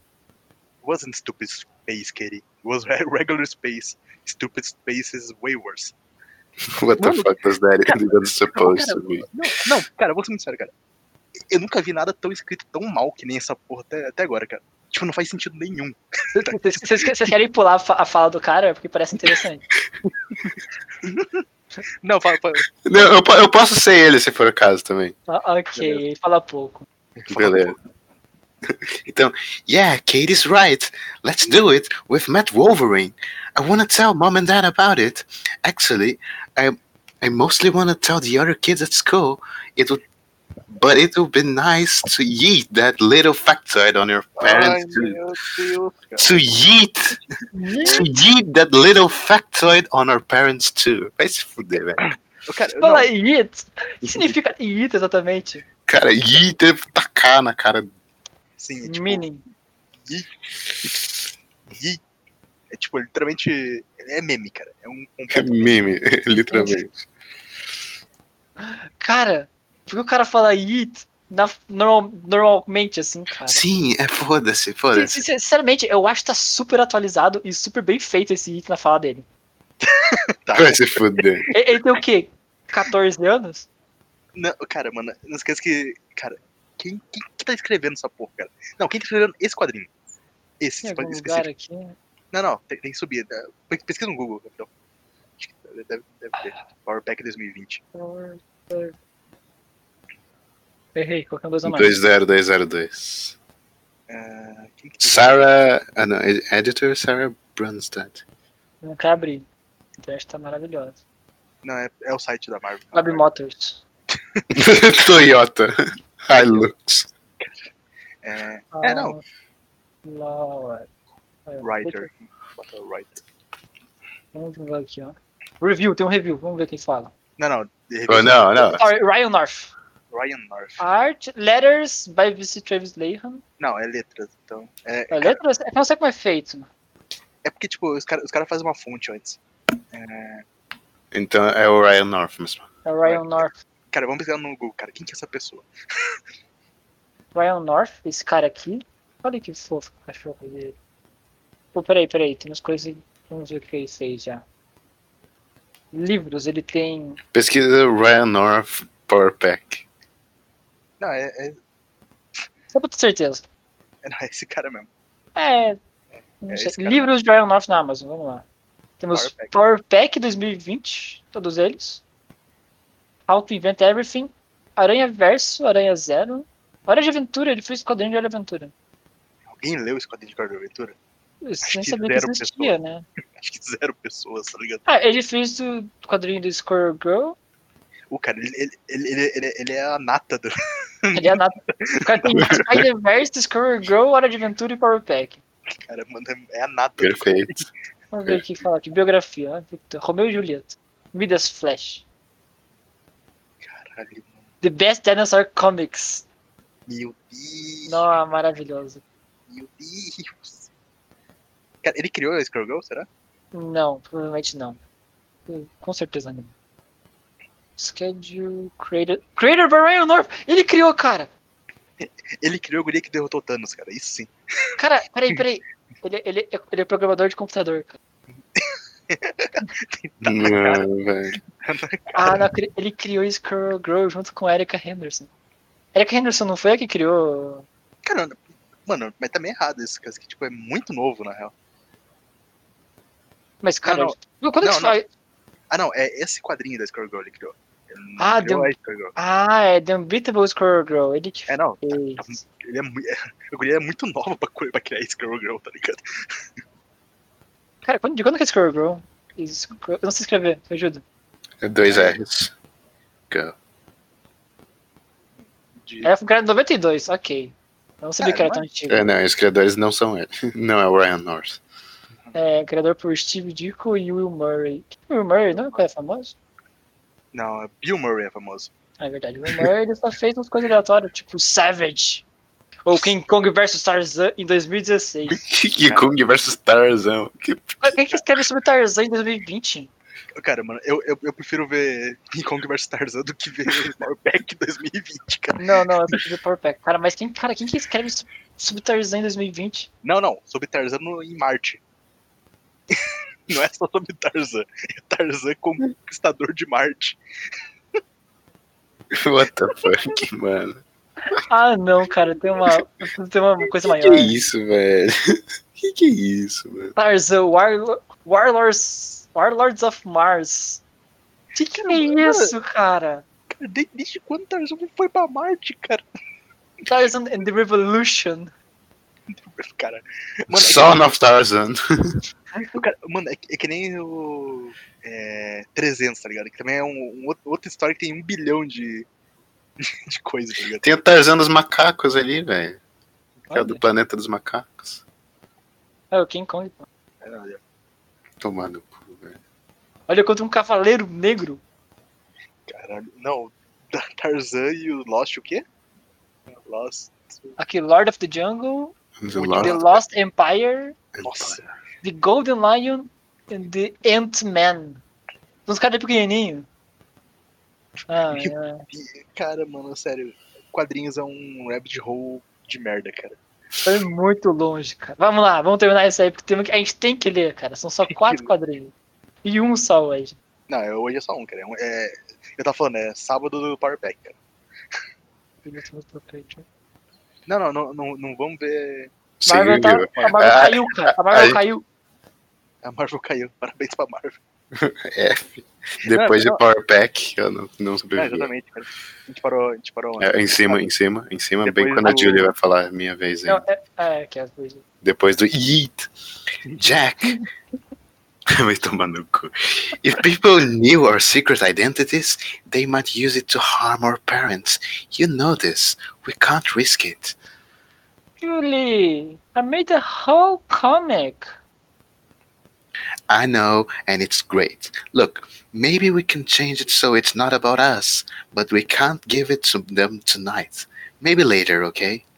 S1: Wasn't stupid space, Katie. Was re- regular space. Stupid space is way worse.
S2: What the fuck was that even supposed to be?
S1: Não, não, cara, eu vou ser muito sério, cara. Eu nunca vi nada tão escrito tão mal que nem essa porra até, até agora, cara. Tipo, não faz sentido nenhum.
S3: Vocês, vocês- vocês querem pular a fa- a fala do cara? Porque parece interessante.
S1: Não, fala, fala,
S2: Não, eu, po- eu posso ser ele se for o caso também.
S3: <laughs> Ah, ok, fala pouco.
S2: Beleza. Então, yeah, Katie's right. Let's do it. We've met Wolverine. I want to tell mom and dad about it. Actually, I I mostly want to tell the other kids at school. It would, but it would be nice to yeet that little factoid on your
S1: Ai,
S2: parents too.
S1: meu Deus, cara.
S2: To yeet, to yeet that little factoid on our parents too. Vai se fuder, velho.
S1: Eu, Cara, eu, não,
S3: Fala it. O que significa it exatamente?
S2: Cara, yeet deve tacar na cara.
S1: sim, tipo,
S3: Meaning.
S1: Yi é tipo, literalmente, é meme, cara. É um
S2: É
S1: completo
S2: meme, <laughs> literalmente.
S3: Cara, por que o cara fala it na, normal- normalmente assim, cara?
S2: Sim, é foda-se,
S3: Sin-
S2: foda-se.
S3: sin- Sinceramente, eu acho que tá super atualizado e super bem feito esse it na fala dele.
S1: tá.
S2: Vai se fuder.
S3: E- Ele tem o quê? 14 anos?
S1: Não, cara, mano, não esquece que. Cara, quem, quem que tá escrevendo essa porra, cara? Não, quem tá escrevendo esse quadrinho? Esse,
S3: Tem algum
S1: específico.
S3: lugar aqui?
S1: Não, não, tem, tem que subir. né? Pe- Pesquisa no Google, então. Acho que Deve, deve deve ter. Power Pack 2020.
S3: Errei, coloquei um dois a mais.
S2: 20202.
S1: Ah, quem que tá-
S2: Sarah. Ah, não, ed- editor Sarah Brunstad. <laughs>
S3: Não quer abrir. A internet tá maravilhosa.
S1: Não, é, é o site da Marvel.
S3: Lab Motors.
S2: Toyota. Hilux.
S1: É, é, não.
S3: Lord. Ah, é.
S1: Writer. Bota o Writer.
S3: Vamos ver aqui, ó. Review, tem um review, vamos ver quem fala.
S1: Não, não. de
S2: Oh,
S1: repente-
S2: não, não.
S3: Sorry, Ryan North.
S1: Ryan North.
S3: Art, Letters by VC Travis Lahan.
S1: Não, é letras, então. É,
S3: É, letras? Eu não sei como é feito.
S1: é porque, tipo, os caras os cara fazem uma fonte antes. É,
S2: Então é o Ryan North mesmo.
S3: É o Ryan North.
S1: cara, vamos pesquisar no Google, cara. Quem que é essa pessoa?
S3: Ryan North, esse cara aqui. Olha que fofo o cachorro dele. Pô, peraí, peraí. Tem umas coisas. Vamos ver o que ele fez já. Livros, ele tem.
S2: Pesquisa Ryan North Power Pack.
S1: Não, é, é,
S3: Só pra ter certeza.
S1: é- não, é esse cara mesmo.
S3: É. não
S1: É
S3: sei.
S1: esse cara.
S3: Livros de Ryan North na Amazon, vamos lá. Temos
S1: Power Pack.
S3: Power Pack 2020, todos eles. How to Invent Everything, Aranha Verso, Aranha Zero. Hora de Aventura, ele fez quadrinho de Hora de Aventura.
S1: Alguém leu esse quadrinho de Guarda Aventura?
S3: Eu
S1: Acho
S3: nem
S1: que
S3: sabia que
S1: zero
S3: existia,
S1: pessoas.
S3: né?
S1: Acho que zero pessoas, tá ligado?
S3: Ah, ele fez o quadrinho do Squirrel Girl.
S1: O cara, ele, ele, ele, ele, ele- ele é a nata do. <laughs>
S3: Ele é nada. O cara tem Aranha Verso, Squirrel Girl, Hora de Aventura e Power Pack.
S1: Cara, mano, é- é a nata do
S2: Perfeito.
S3: Vamos ver aqui, fala aqui. Biografia, ó, Victor. Romeu e Julieta. Midas Flash.
S1: caralho. mano.
S3: The Best Dinosaur Comics.
S1: Meu Deus.
S3: Não, maravilhoso.
S1: Meu Deus. Cara, ele criou a Skullgirl, será?
S3: Não, provavelmente não. Com certeza não. Schedule Creator. Creator by Ryan North! Ele criou, cara!
S1: Ele criou a guria que derrotou o Thanos, cara. Isso sim.
S3: Cara, peraí, peraí. Ele, ele, ele é programador de computador, cara.
S2: Não, velho.
S3: Ah, não, cri- ele criou Squirrel Girl junto com Erika Henderson. Erika Henderson não foi a que criou.
S1: Cara, mano, mas tá meio errado esse caso, que tipo, é muito novo, na real.
S3: Mas, cara.
S1: Não, não.
S3: eu- Quando
S1: Não,
S3: que isso
S1: não.
S3: faz?
S1: Ah, não, é esse quadrinho da Skullgirl ele criou. Ele não
S3: Ah,
S1: criou a
S3: deu-
S1: Skullgirl.
S3: Ah, é The Unbeatable Squirrel Girl. Ele que
S1: É, não,
S3: fez.
S1: ele é <laughs> muito... A guria é muito nova pra, cu- pra criar a Skullgirl, tá ligado?
S3: Cara, quando, de quando que é Squirrel Girl? Squirrel- Eu não sei escrever, me ajuda.
S2: É dois R's. Go.
S1: De...
S3: Ela foi criada em 92, ok. Eu não sabia
S1: Cara,
S3: que era
S1: não
S3: tão antigo.
S2: É, não, os criadores não são ele. <laughs> Não é o Ryan North. <laughs>
S3: É, criador por Steve Ditko e Will Murray. Que Will Murray, não é qual é famoso?
S1: Não, é Bill Murray é famoso.
S3: Ah, é verdade. Will Murray ele só fez umas coisas aleatórias, tipo Savage. Ou King Kong vs Tarzan em 2016.
S2: King Kong versus Tarzan. Que
S3: Mas Quem que escreve sobre Tarzan em 2020?
S1: Cara, mano, eu, eu, eu prefiro ver <laughs> King Kong vs Tarzan do
S3: <laughs>
S1: que ver Power Pack 2020, cara.
S3: Não, não, eu só tive Power Pack. Cara, mas quem, cara, quem que escreve so- sobre Tarzan em 2020?
S1: Não, não, sobre Tarzan no- em Marte. <laughs> Não é só sobre Tarzan. É Tarzan conquistador de Marte.
S2: <laughs> What the fuck, mano?
S3: Ah, não, cara, tem uma, tem uma
S2: Que,
S3: coisa maior.
S2: que é isso, velho? <laughs> Que que é isso, mano?
S3: Tarzan, Warlo- Warlords, Warlords of Mars. Que que é isso, cara?
S1: Cara, de- desde quando Tarzan foi pra Marte, cara?
S3: Tarzan and the Revolution.
S1: Cara, mano, é
S2: Son of Tarzan.
S1: que, cara, mano, é que- é que nem o é, 300, tá ligado? Que também é um, um outro- outra história que tem um bilhão de, <laughs> de coisas, tá ligado?
S2: Tem o Tarzan dos macacos ali, velho. Que é o
S3: Olha.
S2: do planeta dos macacos.
S3: É o King Kong. pô.
S1: É, não, é-
S2: Tomando cu, velho.
S3: Olha contra um cavaleiro negro.
S1: Caralho, não, Tar- Tarzan e o Lost o quê? Lost,
S3: Aqui, Lord of the Jungle,
S2: The
S3: The
S2: Lost
S3: Lost Empire,
S1: nossa,
S3: The Golden Lion and The Ant-Man. Uns caras pequenininhos. <laughs> Ah, é.
S1: E, Cara, mano, sério, quadrinhos é um rabbit hole de merda, cara.
S3: foi muito longe, cara. Vamos lá, vamos terminar isso aí, porque temos que- a gente tem que ler, cara. São só quatro quadrinhos. E um só hoje.
S1: Não, é- hoje é só um, cara. É um- é- eu tava falando, é sábado do Power Pack, cara. Não, não, não, não, não vamos ver.
S2: Sim,
S3: Marvel tá,
S2: viu?
S3: a Marvel
S2: Ah,
S3: caiu, cara. A Marvel
S2: ah,
S3: caiu.
S1: A Marvel caiu. <laughs> Parabéns pra Marvel.
S2: F. Depois
S1: Não,
S2: de Power Pack, eu não, não
S1: Não,
S2: sobrevivi.
S1: exatamente, cara. A gente parou, a gente parou antes.
S2: É, em cima, em cima, em cima, bem
S1: Depois
S2: quando a
S1: do-
S2: Julia vai falar a minha vez. Aí.
S3: Não, é, é, que é as coisas.
S2: Depois do Yeet, Jack. <laughs> Vai tomar no cu. If people knew our secret identities, they might use it to harm our parents. You know this. We can't risk it.
S3: Julie, I made a whole comic.
S2: I know, and it's great. Look, maybe we can change it so it's not about us, but we can't give it to them tonight. Maybe later, okay? <laughs>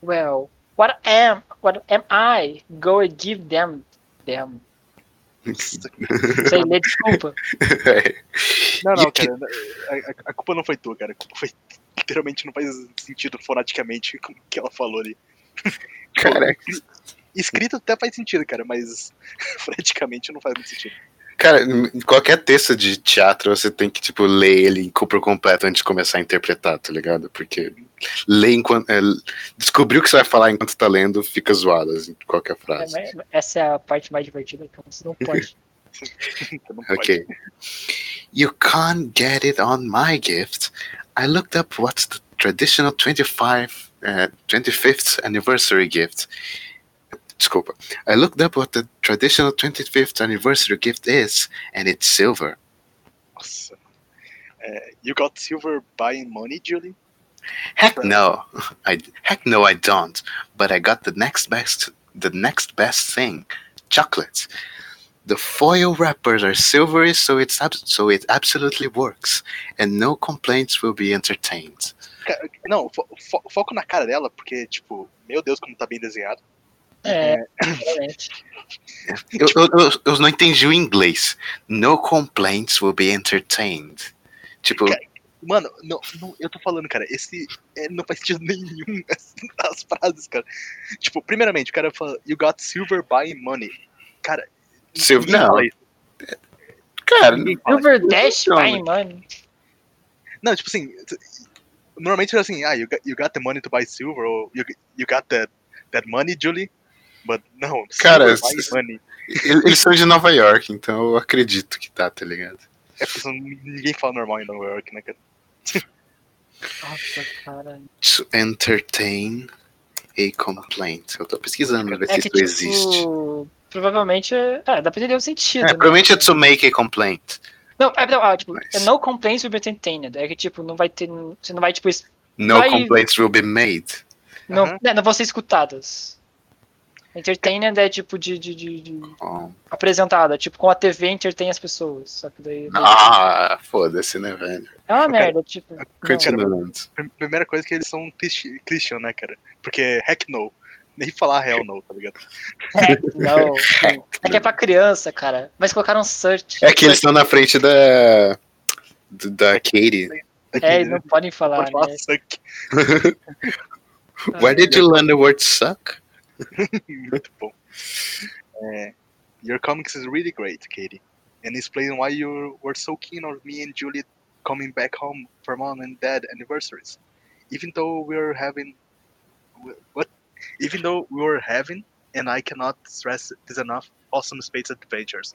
S3: Well, what am what am I going to give them? Them. Sei
S2: <laughs>
S3: lá, desculpa.
S1: Não,
S2: E
S1: não,
S2: que-
S1: cara. A, a- a culpa não foi tua, cara. A culpa foi. <laughs> Literalmente não faz sentido <laughs> fonaticamente com o que ela falou ali.
S2: Cara,
S1: Escrito até faz sentido, cara, mas <laughs> foneticamente não faz muito sentido.
S2: cara, em qualquer texto de teatro você tem que, tipo, ler ele por completo antes de começar a interpretar, tá ligado? Porque ler enquanto. É, descobrir o que você vai falar enquanto tá lendo fica zoado assim, em qualquer
S3: É,
S2: frase.
S3: mas essa é a parte mais divertida, então você
S2: <laughs>
S3: não pode.
S1: Então não pode.
S2: Okay. You can't get it on my gift. I looked up what's the traditional 25, uh, 25th anniversary gift. Desculpa. I looked up what the traditional 25th anniversary gift is, and it's silver.
S1: Nossa. É, you got silver buying money, Julie?
S2: Heck no, <laughs> I heck no, I don't. But I got the next best, the next best thing, chocolate. The foil wrappers are silvery, so it's ab- so it absolutely works, and no complaints will be entertained.
S1: Ca- Não, fo- fo- foco na cara dela, porque, tipo, meu Deus, como tá bem desenhado.
S3: É, realmente.
S2: Eu, eu, eu- eu não entendi o inglês. No complaints will be entertained. Tipo,
S1: Mano, não, não, eu tô falando, cara, esse é, não faz sentido <laughs> nenhum as, as frases, cara. Tipo, primeiramente, o cara fala, you got silver buying money. Cara,
S2: Silver-
S1: ninguém
S2: não.
S1: fala isso,
S2: cara,
S1: ninguém fala isso.
S3: Silver Dash,
S2: Não,
S3: vai, mano.
S1: Não, tipo assim, t- normalmente era assim, ah, you got, you got the money to buy silver, ou you, you got that, that money, Julie? But não,
S2: Cara,
S1: silver buying
S2: s-
S1: money.
S2: eles são de Nova York, então eu acredito que tá, tá ligado?
S1: É porque são- ninguém fala normal em Nova York, né, cara?
S3: Nossa, cara.
S2: to entertain a complaint. Eu tô pesquisando pra ver
S3: É
S2: se
S3: que,
S2: isso
S3: tipo,
S2: existe.
S3: provavelmente. É, ah, dá pra entender o sentido.
S2: É,
S3: né?
S2: provavelmente é to make a complaint.
S3: Não, é, não, ah, tipo,
S2: Mas-
S3: é no complaints will be entertained. É que, tipo, não vai ter. Você não vai, tipo, es-
S2: No
S3: Vai-
S2: complaints will be made.
S3: não,
S1: Aham.
S3: né, não vão ser escutadas. Entertained é, tipo, de, de, de- de-
S2: Oh.
S3: apresentada. Tipo, com a TV entretém as pessoas. Só que daí.
S2: Ah, foda-se, né, velho?
S3: É uma merda, tipo. não.
S2: Continuando.
S1: Prim- Primeira coisa é que eles são cristi- Christian, né, cara? Porque heck no. Nem falar hell no, tá ligado?
S3: É, não. É que é pra criança, cara. Mas colocaram um search.
S2: É que eles estão na frente da. do- da Katie.
S3: É, eles não podem falar.
S1: Pode falar
S3: né?
S1: suck.
S2: Why did you learn the word suck?
S1: Muito bom. É, Eh, Your comics is really great, Katie. And explain why you were so keen on me and Julie coming back home for mom and dad anniversaries. Even though we are having. What? Even though we were having, and I cannot stress this enough, awesome space adventures.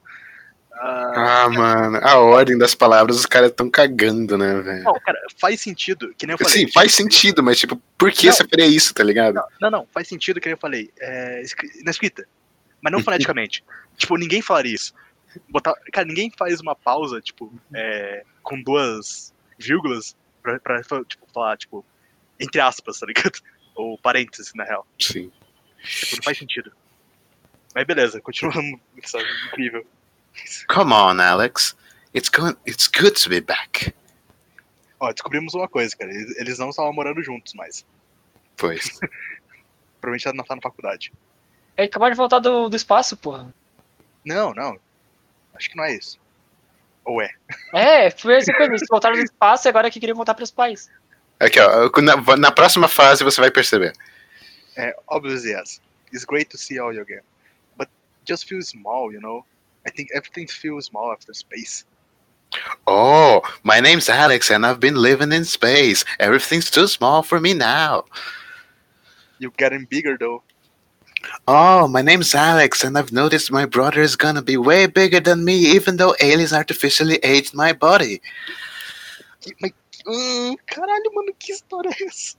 S1: Ah,
S2: Ah, mano, a ordem das palavras os caras estão cagando, né, velho?
S1: Não, oh, cara, faz sentido, que nem eu falei.
S2: Sim, faz sentido, mas tipo, por que
S1: Não.
S2: você faria isso, tá ligado?
S1: Não, não, faz sentido que nem eu falei. É, escri- na escrita. Mas não foneticamente. tipo, ninguém falaria isso. Botar, cara, ninguém faz uma pausa, tipo, é, com duas vírgulas pra, pra, tipo, falar, tipo, entre aspas, tá ligado? <laughs> Ou parênteses, na real.
S2: Sim.
S1: Tipo, não faz sentido. Mas beleza, continuando. <laughs> Isso é incrível.
S2: Come on, Alex. It's going it's good to be back.
S1: Ó, descobrimos uma coisa, cara. Eles eles não estavam morando juntos mais.
S2: Pois.
S1: Provavelmente ela não tá na faculdade.
S3: Ele acabou de voltar do, do espaço, porra.
S1: Não, não. Acho que não é isso. Ou é?
S3: É, foi assim coisa. Eles voltaram do espaço e agora que queriam voltar pros pais.
S2: Aqui, ó. Na, na próxima fase você vai perceber.
S1: É, obviously, yes. It's great to see all you again. But just feel small, you know? I think everything feels small after space.
S2: Oh, my name's Alex and I've been living in space. Everything's too small for me now.
S1: You're getting bigger, though.
S2: Oh, my name's Alex and I've noticed my brother is gonna be way bigger than me even though aliens artificially aged my body.
S1: Que- mas- hum, caralho, mano, que história é essa?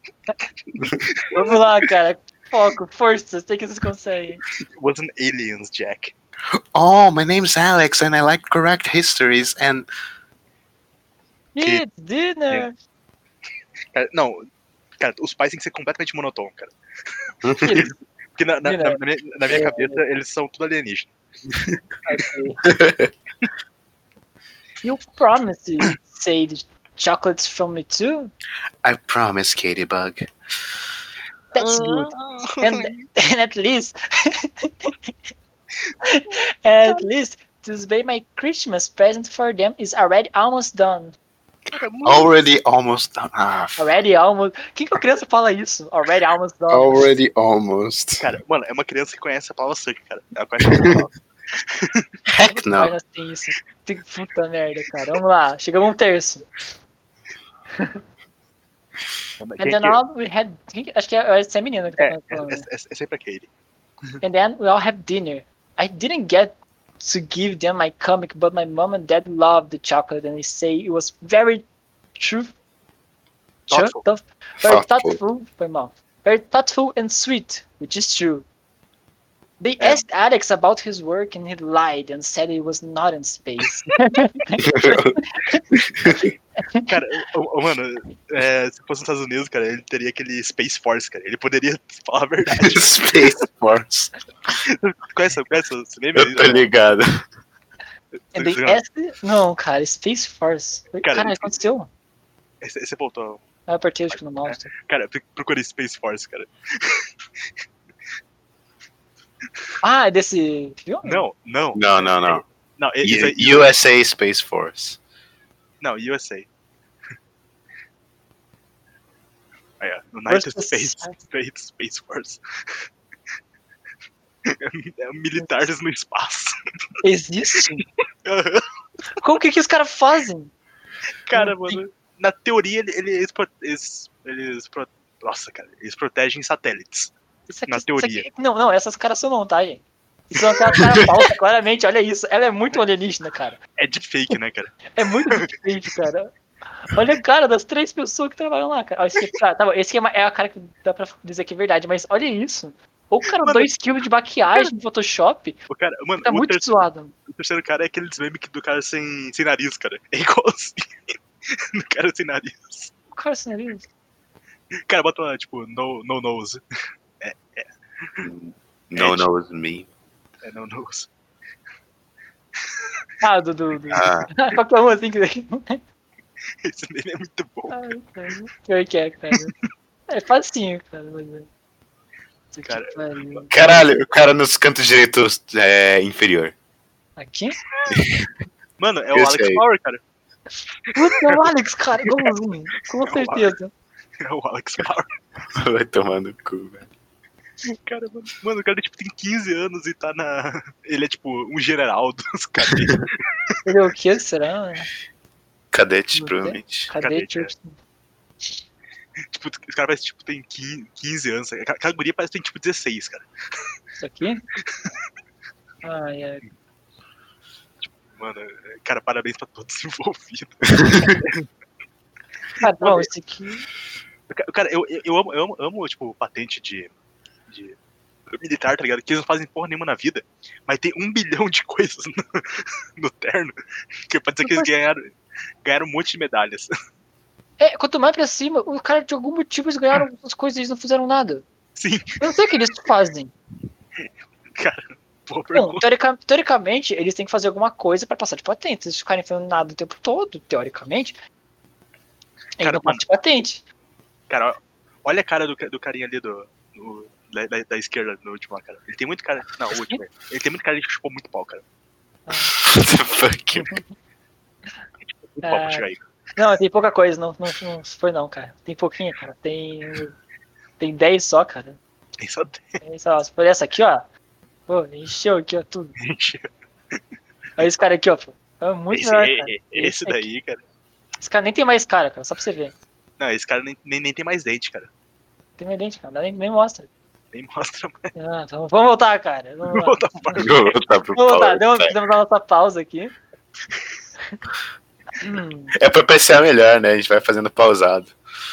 S3: Vamos lá, cara. Foco, força, tem que vocês conseguem.
S1: It wasn't aliens, Jack.
S2: Oh, my name's Alex and I like correct histories and
S1: Que-
S3: It's dinner!
S1: Cara, É, não, cara, os pais têm que ser completamente monotônicos, cara.
S3: Eles-
S1: Porque na, na- na- na minha, na minha
S3: É.
S1: cabeça eles são tudo alienígena.
S3: <laughs> you promised to say the chocolates from me too?
S2: I promise, Katie Bug.
S1: Ah,
S3: That's good.
S1: <laughs>
S3: And, <laughs> and at least, at least Tuesday, my Christmas present for them is already almost done.
S1: é
S2: Already almost done. Ah, f-
S3: Already almost. Quem que a criança fala isso? Already almost done.
S2: already
S1: <laughs>
S2: almost.
S1: Cara, mano, é uma criança que conhece a palavra suck, cara. É a parte normal.
S3: <laughs>
S2: Heck
S3: Mas
S2: no.
S3: nós tem isso. Tem- Puta merda, cara. Vamos lá. Chegamos a um terço. And
S1: Quem é
S3: then
S1: que-
S3: all we had. quem que- Acho que é essa menina que
S1: é,
S3: tá falando.
S1: é, é- é sempre a Katie.
S3: And then we all have dinner. I didn't get to give them my comic, but my mom and dad loved the chocolate and they say it was very truth,
S1: Thoughtful.
S3: truth- very
S2: Thoughtful.
S3: thoughtful. foi mal. very thoughtful and sweet, which is true. They
S1: É.
S3: asked Alex about his work and he lied and said he was not in space.
S1: <laughs> Cara, ô- ô, mano, é, se fosse nos Estados Unidos, cara, ele teria aquele Space Force, cara. Ele poderia <laughs> falar a verdade.
S2: <laughs> Space Force.
S1: conhece, conhece esse meme?
S2: Eu tô ligado.
S3: and they asked. Não, cara, Space Force.
S1: Cara,
S3: Cara, aconteceu.
S1: Esse, esse voltou.
S3: Eu apertei acho que no
S1: É.
S3: mouse.
S1: Cara, pro- procura Space Force, cara.
S3: Ah, é desse filme?
S1: Não, não.
S2: Não, não, não. é
S1: Não, e- isso aí-
S2: U- USA Space Force.
S1: Não, USA. <laughs> Aí, ó, United
S3: Versus-
S1: States, <laughs> States Space Force. <laughs> É Militares no espaço. <laughs>
S3: Existe? Como que, que os caras fazem?
S1: Cara,
S3: Não tem-
S1: mano, na teoria ele- ele- eles, pro- eles, eles pro- nossa, cara, eles protegem satélites.
S3: Isso aqui-
S1: Na
S3: isso aqui- é,
S1: teoria.
S3: não, não, essas caras são montagem. Isso é uma cara, cara falsa, <laughs> claramente, olha isso. Ela é muito alienígena, cara.
S1: É de fake, né, cara?
S3: É muito diferente, cara. Olha a cara das três pessoas que trabalham lá, cara. Ó, Esse, tá, tá bom, esse aqui é, uma- é a cara que dá pra dizer que é verdade, mas olha isso. Ou o cara,
S1: Mano.
S3: dois quilos de maquiagem no Photoshop,
S1: O cara, mano,
S3: tá
S1: o,
S3: muito
S1: ter-
S3: zoado.
S1: o terceiro cara é aquele meme que do cara sem, sem nariz, cara. É igualzinho. <laughs> do cara sem nariz.
S3: O cara sem nariz.
S1: O cara bota lá, tipo, no, no nose.
S2: No knows me.
S1: É, no nose. <laughs>
S3: Ah, do. do, do.
S2: Ah,
S3: <laughs> Qualquer um assim que.
S1: Esse meme é muito bom.
S3: Ai, cara. Pior que é, cara. É facinho, cara. Mas... é. Puta que
S1: Cara,
S3: pariu.
S2: caralho, o cara nos cantos direitos é, inferior. <laughs>
S3: Aqui?
S1: Mano, é o
S2: Esse
S1: Alex
S2: aí.
S1: Power, cara.
S3: Puta, é o Alex, cara, igualzinho. Com certeza.
S1: É o Alex Power. <laughs>
S2: Vai tomar no cu, velho.
S1: Cara, mano, mano, o cara tipo, tem 15 anos e tá na. Ele é tipo um general <laughs> dos caras.
S3: Ele é o que será?
S2: Cadete,
S3: Você?
S2: provavelmente.
S3: Cadê
S1: Cadete, é.
S3: Church?
S1: tipo, os caras parecem tipo, tem 15 15 anos. Aquela aquela guria parece que tem tipo 16, cara.
S3: Isso aqui? Ai, ai.
S1: Mano, é- cara, parabéns pra todos <laughs> envolvidos.
S3: Cara, bom, Ah, esse aqui.
S1: Ca- Cara, eu, eu, eu amo, eu amo, amo, tipo, patente de, de militar, tá ligado? Que eles não fazem porra nenhuma na vida, mas tem um bilhão de <laughs> coisas no, no terno. Que pode dizer que eles ganharam, ganharam um monte de medalhas. <laughs>
S3: É, quanto mais pra cima, o cara, de algum motivo, eles ganharam as coisas e eles não fizeram nada.
S1: Sim,
S3: Eu não sei o que eles fazem.
S1: boa
S3: Não,
S1: pergunta.
S3: teorica- teoricamente, eles têm que fazer alguma coisa pra passar de patente. Se eles ficarem fazendo nada o tempo todo, teoricamente, eles
S1: Cara,
S3: não passam de patente.
S1: Cara, ó- olha a cara do, ca- do carinha ali do. do- da, da- da esquerda no último lá, cara. Ele tem muito cara. Não, o último. Ele tem muito cara de que chupou muito pau, cara.
S2: <laughs> What the fuck?
S1: Muito pau pra
S3: Ah,
S1: chegar aí.
S3: Não, tem pouca coisa, não, não, não foi não, cara. Tem pouquinha, cara. Tem. Tem 10 só, cara.
S1: Tem só <laughs>
S3: Tem, sei lá, se for essa aqui, ó. Pô, encheu aqui, ó, tudo.
S1: dente.
S3: Olha esse cara aqui, ó. pô. É muito
S1: Esse,
S3: melhor, cara.
S1: esse
S3: Esse aqui.
S1: daí, cara.
S3: Esse cara nem tem mais cara, cara, só pra você ver.
S1: Não, esse cara nem, nem, nem tem mais dente, cara.
S3: Tem mais dente, cara. Nem, nem mostra.
S1: Nem mostra mais.
S3: Ah, então, vamos voltar, cara. <laughs> Vamos voltar.
S1: Outra parte.
S2: Vou voltar pro
S3: Vamos voltar.
S2: Power
S3: Deu,
S2: Tech.
S3: demos a nossa pausa aqui. Hum,
S2: É pra pensar melhor, né? A gente vai fazendo pausado.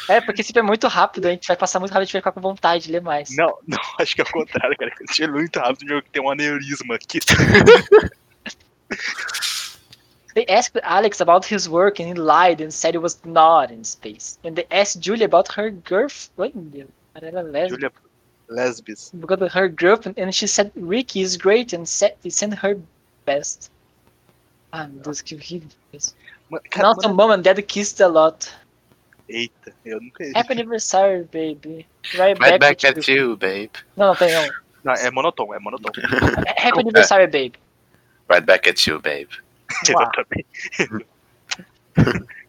S3: É, porque se é muito rápido, a gente vai passar muito rápido, a gente vai ficar com vontade de ler mais.
S1: Não, não, <laughs> acho que é o contrário, cara. Eu tirei muito rápido, meu, que tem um aneurisma aqui.
S3: They asked Alex about his work and he lied and said he was not in space. And they asked Julia about her girlfriend. Cara, ela é lésbica.
S1: Julia, Lesbies.
S3: got her group and she said Ricky is great and se- they sent her best. Ah, meu Deus, que horrível. isso.
S1: Mano, cara,
S3: Nossa,
S1: mano,
S3: mom and dad kissed a lot.
S1: eita, eu nunca.
S3: Happy anniversary, baby. Right,
S2: Right back
S3: with
S2: at you, babe.
S3: Não, não, tem um.
S1: Não, é monotom, é monotom.
S2: <laughs>
S3: Happy anniversary, baby.
S2: Right back at you, <laughs> babe.
S1: <laughs> Exatamente.
S3: <laughs>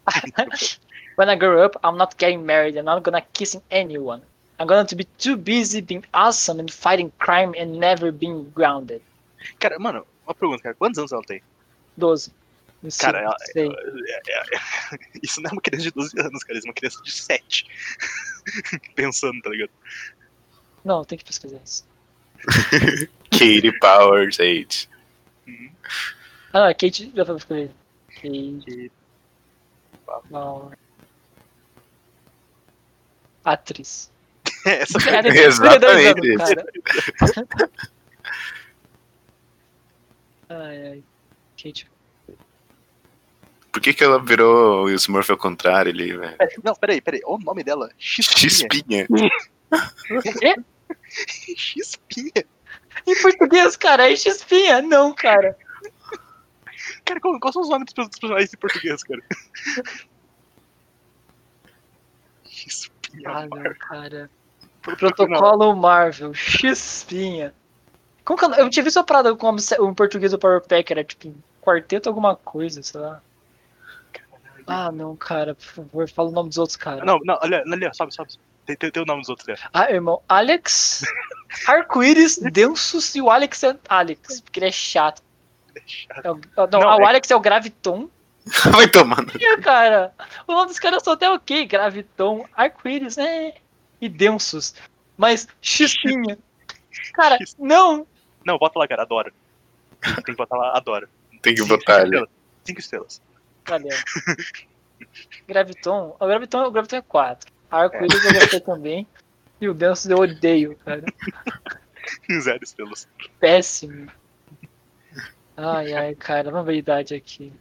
S3: When I grow up, I'm not getting married. I'm not gonna kissing anyone. I'm going to be too busy being awesome and fighting crime and never being grounded.
S1: Cara, mano, uma pergunta, cara. Quantos anos ela tem?
S3: 12. Não sei,
S1: Cara,
S2: uh,
S1: ela-
S3: não sei.
S1: <laughs> É, é, é. Isso não é uma criança de 12 anos, cara. Isso é uma criança de 7. <laughs> Pensando, tá ligado? <laughs>
S3: Não, tem que pesquisar isso.
S2: Katie Powers age.
S3: Ah, não, é Kate. Já foi escrever. Kate.
S1: Kate-
S3: Não. Atriz.
S1: É <laughs>
S3: <laughs>
S1: Essa foi
S3: Ela tem 32 anos,
S2: Exatamente.
S3: cara. <laughs> ai, ai. Kate.
S2: Por que, que ela virou o Smurf ao contrário ali, velho?
S1: Peraí, Não, peraí, peraí. Olha o nome dela. é Xpinha.
S2: Chispinha. <laughs>
S3: Quê?
S1: Xpinha.
S3: É, Em português, cara, é Xpinha? Não, cara.
S1: Cara, qual, qual são os nomes dos personagens em português, cara? <laughs> Xpinha.
S3: Ah, não, cara.
S1: Protocolo.
S3: Protocolo Marvel, Xpinha. Como que eu, eu tinha visto uma parada com um português do Power Pack, era tipo quarteto alguma coisa, sei lá. Ah, não, cara, por favor, fala o nome dos outros, cara.
S1: Não, não, olha, olha, sobe, sobe. sobe. Tem, tem, tem o nome dos outros, cara.
S3: Ah, irmão, Alex, Arco-Íris, Densus e o Alex é Alex, porque ele é chato. É o- não,
S1: Não,
S3: ah, o
S1: é-
S3: Alex é o Graviton. <laughs>
S2: Vai tomando.
S3: Ih, cara, o nome dos caras são até ok, Graviton, Arco-Íris, é, e Densus. Mas, Xpinha. Cara,
S1: X-
S3: não,
S1: Não, bota lá, cara, adoro. Tem que botar lá, adoro.
S2: Tem que botar ali.
S1: estrelas. Cinco estrelas. <laughs>
S3: Valeu. Graviton. O Graviton, o Graviton é 4. Arco-íris eu gostei também. E o Denso eu odeio, cara.
S1: Zero estrelas.
S3: Péssimo. Ai, ai, cara. Vamos ver a idade aqui.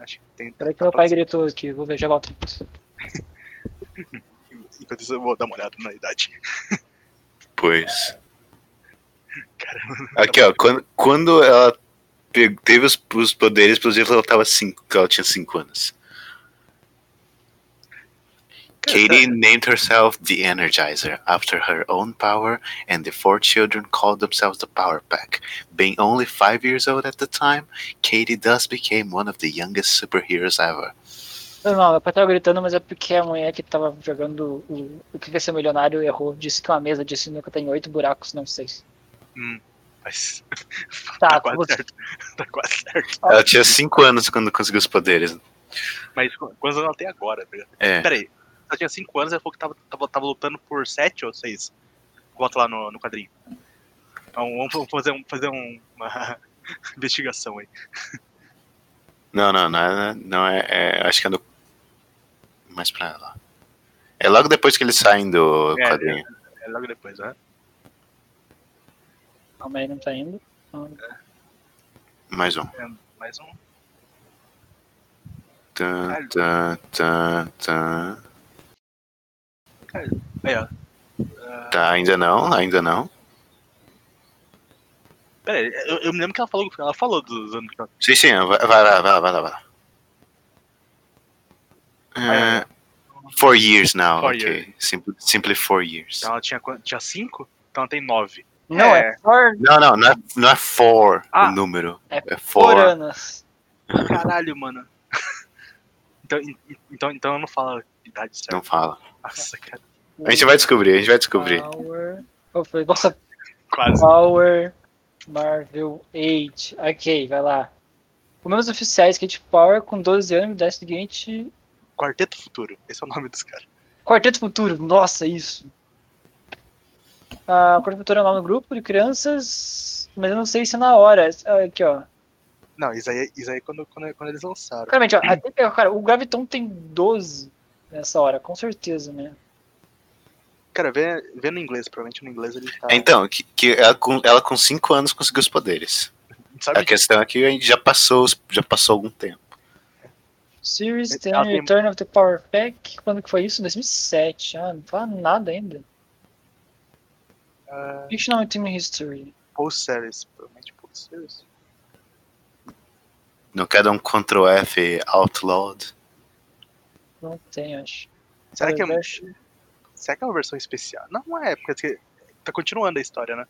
S1: Acho que tem.
S3: Peraí que meu pai gritou aqui. Vou ver, já volto.
S1: Enquanto isso, eu vou dar uma olhada na idade.
S2: Pois.
S1: Caramba.
S2: Aqui, Ah, ó. Quando, quando ela pe- teve os, os poderes explosivos, ela tava cinco, que ela tinha 5 anos. Katie named herself the Energizer after her own power, and the four children called themselves the Power Pack. Being only five years old at the time, Katie thus became one of the youngest superheroes ever.
S3: Não, não, meu pai tava gritando, mas é porque a mulher que tava jogando o, o que quer ser milionário errou. Disse que uma mesa de sinuca tem oito buracos, não sei.
S1: Mas
S3: Tá,
S1: tá quase
S3: você-
S1: certo. <laughs> Tá quase certo.
S2: Ela tinha 5 anos quando conseguiu os poderes.
S1: Mas qu- quantos anos ela tem agora? tá ligado?
S2: É.
S1: Peraí. Ela tinha 5 anos, ela falou que tava, tava, tava lutando por 7 ou 6. Bota lá no, no quadrinho. Então, vamos vamos fazer, um, fazer um- uma <laughs> investigação aí.
S2: Não, não, não, é- não é, é- Acho que é no. Mais pra lá. É logo depois que eles saem do
S1: É,
S2: quadrinho.
S1: É logo depois, né?
S3: Calma aí, não tá indo.
S2: É. Mais um.
S1: Mais um.
S2: Tã,
S1: Caralho.
S2: tã, tã, tã.
S1: Aí, ó.
S2: Tá, ainda não, ainda não.
S1: Peraí, eu, eu me lembro que ela falou, ela falou dos anos que ela
S2: Sim, sim, vai, vai lá, vai lá, vai lá. Vai lá. É, four years now,
S1: Four
S2: ok.
S1: years.
S2: Simpl- simply four years.
S1: Então ela tinha, quan- tinha cinco, então ela tem nove.
S3: Não, é,
S1: É.
S3: for,
S2: Não, não, não é, não é four
S1: Ah.
S2: o número.
S3: É
S2: É
S3: for
S2: four.
S3: anos.
S1: Caralho, mano. <laughs> Então, en- então, então eu não falo idade certa.
S2: Não fala.
S1: Nossa, cara,
S2: A gente vai descobrir, a gente vai descobrir.
S3: Power. Qual foi? Nossa,
S1: quase.
S3: Power Marvel Age. Ok, vai lá. Números oficiais, Kate Power com 12 anos, da seguinte.
S1: Quarteto Futuro, esse é o nome dos caras.
S3: Quarteto Futuro, nossa, isso. Ah, Quarteto Futuro é o nome do grupo de crianças, mas eu não sei se é na hora. Ah, Aqui, ó.
S1: Não, isso aí, isso aí é quando, quando, quando eles lançaram.
S3: Claramente, ó, até- cara, o Graviton tem 12 nessa hora, com certeza, né?
S1: Cara, vê, vê no inglês, provavelmente no inglês ele tá.
S2: Então, que, que ela, com, ela com cinco anos conseguiu os poderes.
S1: sabe é
S2: é A questão é que a gente já passou, os- já passou algum tempo.
S3: Series tem
S1: Ela tem-
S3: Return of the Power Pack. Quando que foi isso? 2007. Ah, não fala nada ainda.
S1: Ah,
S3: Fictional Team History.
S1: tipo post series, provavelmente post series.
S2: Não quer dar um Ctrl F outlawed?
S3: Não tem, acho.
S1: Será que, é,
S3: Reverse-
S1: será que é uma versão especial? Não é, porque tá continuando a história, né?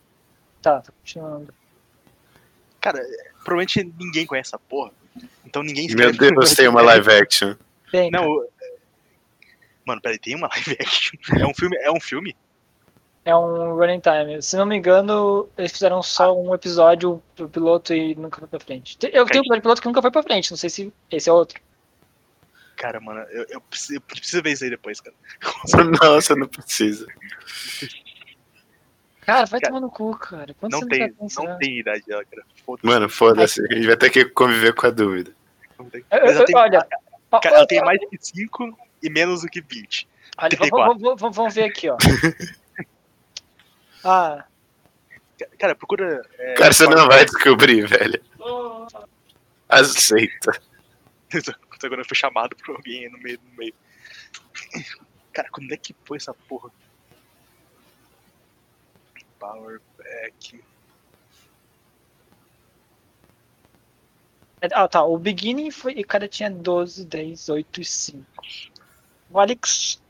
S3: Tá, tá continuando.
S1: Cara, é, provavelmente ninguém conhece essa porra. Então ninguém
S2: Meu Deus, tem uma live action. <laughs>
S3: Tem,
S1: Não, o- Mano, peraí, tem uma <laughs> live action. É um filme? É um filme?
S3: É um running time. Se não me engano, eles fizeram só um episódio do piloto e nunca foi pra frente. Te- Eu tenho um episódio piloto que nunca foi pra frente, não sei se esse é outro.
S1: Cara, mano, eu, eu preciso, eu preciso ver isso aí depois, cara.
S2: Nossa, não precisa.
S3: Cara, vai
S1: Cara,
S3: tomar no cu, cara. Quanto
S1: Não
S3: você
S1: tem,
S3: tá pensando?
S1: não tem idade dela, cara. Foda-se.
S2: Mano, foda-se. A gente vai ter que conviver com a dúvida.
S1: não tem.
S3: Eu- eu-
S1: Mas ela tem-
S3: olha,
S1: Cara, ela tem
S3: olha,
S1: mais que 5 e menos do que 20.
S3: olha, vamos-
S1: 34.
S3: vamos, vamos- vamos ver aqui, ó. ah,
S1: Ca- Cara, procura. é,
S2: Cara, você
S1: Power-
S2: não vai descobrir, velho. Aceita.
S1: Agora eu fui chamado por alguém aí no meio, no meio. Cara, quando é que foi essa porra? Power Pack.
S3: é- ah, tá. O beginning foi. O cara tinha 12, 10, 8 e 5. O Alex.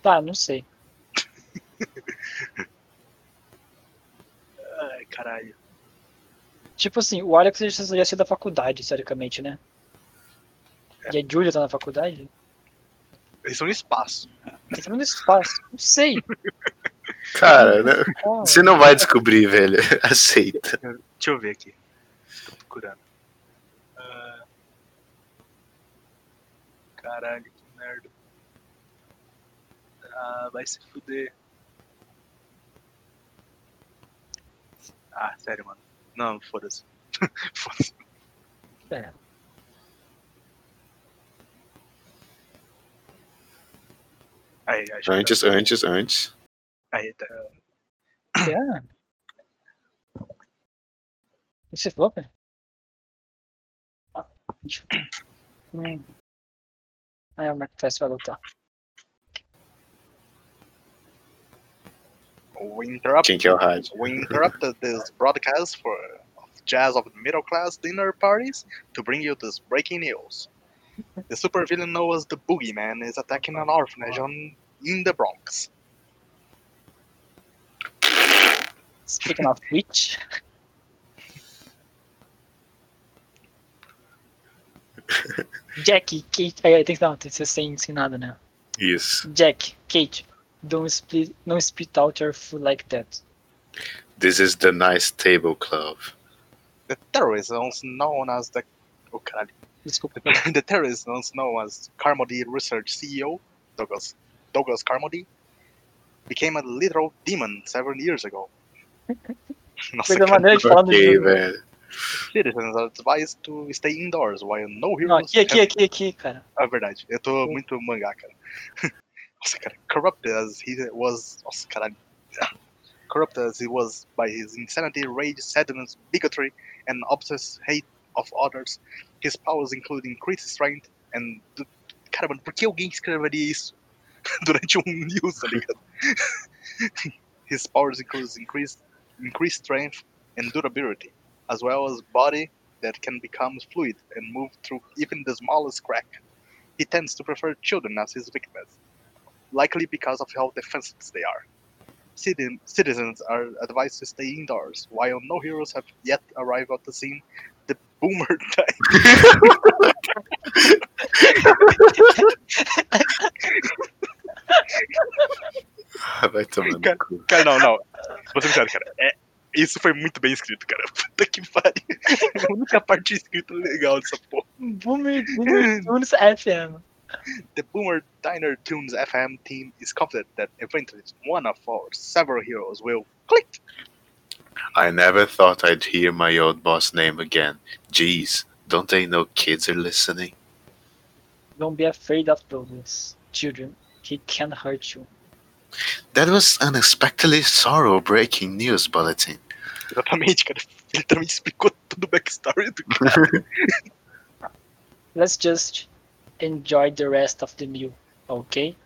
S3: Tá, não sei.
S1: Ai, caralho.
S3: Tipo assim, o Alex já já saiu da faculdade, teoricamente, né? E a Julia tá na faculdade?
S1: Eles são no espaço.
S3: Tem que ir no espaço. Não sei.
S2: Cara, né?
S3: Como?
S2: você não vai descobrir, velho. <laughs> Aceita.
S1: Deixa eu ver aqui. Tô procurando. Ah. Caralho, que merda. Ah, vai se fuder. Ah, sério, mano. Não, foda-se. foda-se.
S3: É.
S1: Aí, acho que
S2: Antes, antes, antes.
S1: tá. Aí, tá.
S3: É. E você falou, cara? Hum. Aí o Mark Fest vai lutar.
S1: We interrupt-
S2: Quem que é o rádio?
S1: We interrupted this broadcast for Jazz of the Middle Class Dinner Parties to bring you this breaking news. The supervillain known as the Boogeyman is attacking an orphanage on, in the Bronx.
S3: Speaking of which, Jack, Kate. Aí, tem que não, tem que ser sem, sem nada, né?
S2: Isso.
S3: Jack, Kate, don't split, don't spit out your food like that.
S2: This is the nice table club.
S1: The terrorism known as the oh, caralho.
S3: Desculpa.
S1: <laughs> the terrorist is known as Carmody Research CEO, Douglas, Douglas Carmody, became a literal demon several years ago. Nossa,
S3: Coisa maneira de falar no
S2: Ok,
S3: jogo.
S2: velho.
S1: citizens are advised to stay indoors while no
S3: Não,
S1: heroes...
S3: aqui, aqui, aqui, aqui, cara.
S1: É verdade, eu tô muito mangá, cara. <laughs> Nossa, cara, corrupted as he was... Nossa, caralho. Corrupted as he was by his insanity, rage, sadness, bigotry, and obsessed hate of others, his powers include increased strength and... d- Cara, mano, por que alguém escreveria isso <laughs> durante um news, tá ligado? <laughs> his powers include increased, increased strength and durability, as well as body that can become fluid and move through even the smallest crack. He tends to prefer children as his victims, likely because of how defenseless they are. Citi- Citizens are advised to stay indoors, while no heroes have yet arrived at the scene. The boomer <laughs> dies.
S2: Ah, Vai tomar no
S1: Cara.
S2: cu.
S1: Cara, não, não. Vou ser sincero, cara. É, isso foi muito bem escrito, cara. <laughs> Puta que pariu. A única parte escrita legal dessa porra.
S3: Boomer Junior Tunes FM.
S1: The Boomer Diner Tunes FM team is confident that eventually one of our several heroes will click
S2: I never thought I'd hear my old boss name again. Jeez, don't they know kids are listening?
S3: Don't be afraid of Douglas. Children, he can't hurt you.
S2: That was unexpectedly sorrow breaking news bulletin.
S1: Exatamente, cara. Ele também explicou todo o backstory do cara.
S3: Let's just enjoy the rest of the meal, ok?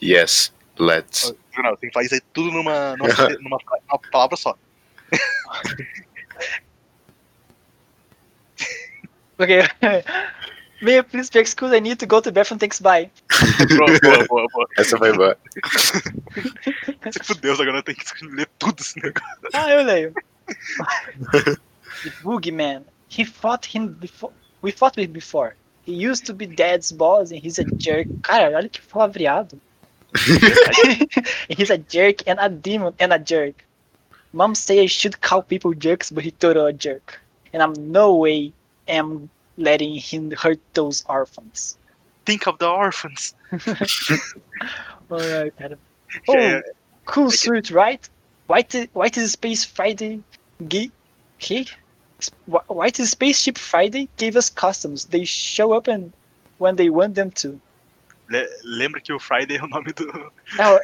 S2: Yes,
S1: Oh,
S2: let's.
S1: Não, tem que fazer isso aí tudo <laughs> numa, numa, numa, numa palavra só.
S3: Ok. <laughs> May I please be excused? I need to go to the bathroom. Thanks, bye.
S1: Boa,
S2: <laughs>
S1: boa, boa, boa.
S2: Essa foi boa.
S1: <laughs> Se fudeu, agora eu tenho que ler tudo esse negócio.
S3: Ah, eu leio. the boogeyman. He fought him before. We fought with before. He used to be dad's boss and he's a jerk. Cara, olha que palavreado. he's a jerk and a demon and a jerk. Mom say I should call people jerks, but he total a jerk. And I'm no way am letting him hurt those orphans.
S1: Think of the orphans.
S3: Alright, cara.
S1: Que
S3: Oh,
S1: é-
S3: cool
S1: que-
S3: suit, right? White, white is Space Friday. Ge- Ge- Wh- White is Spaceship Friday gave us customs. They show up and when they want them to.
S1: le- lembra que o Friday é o nome do.
S3: Ah,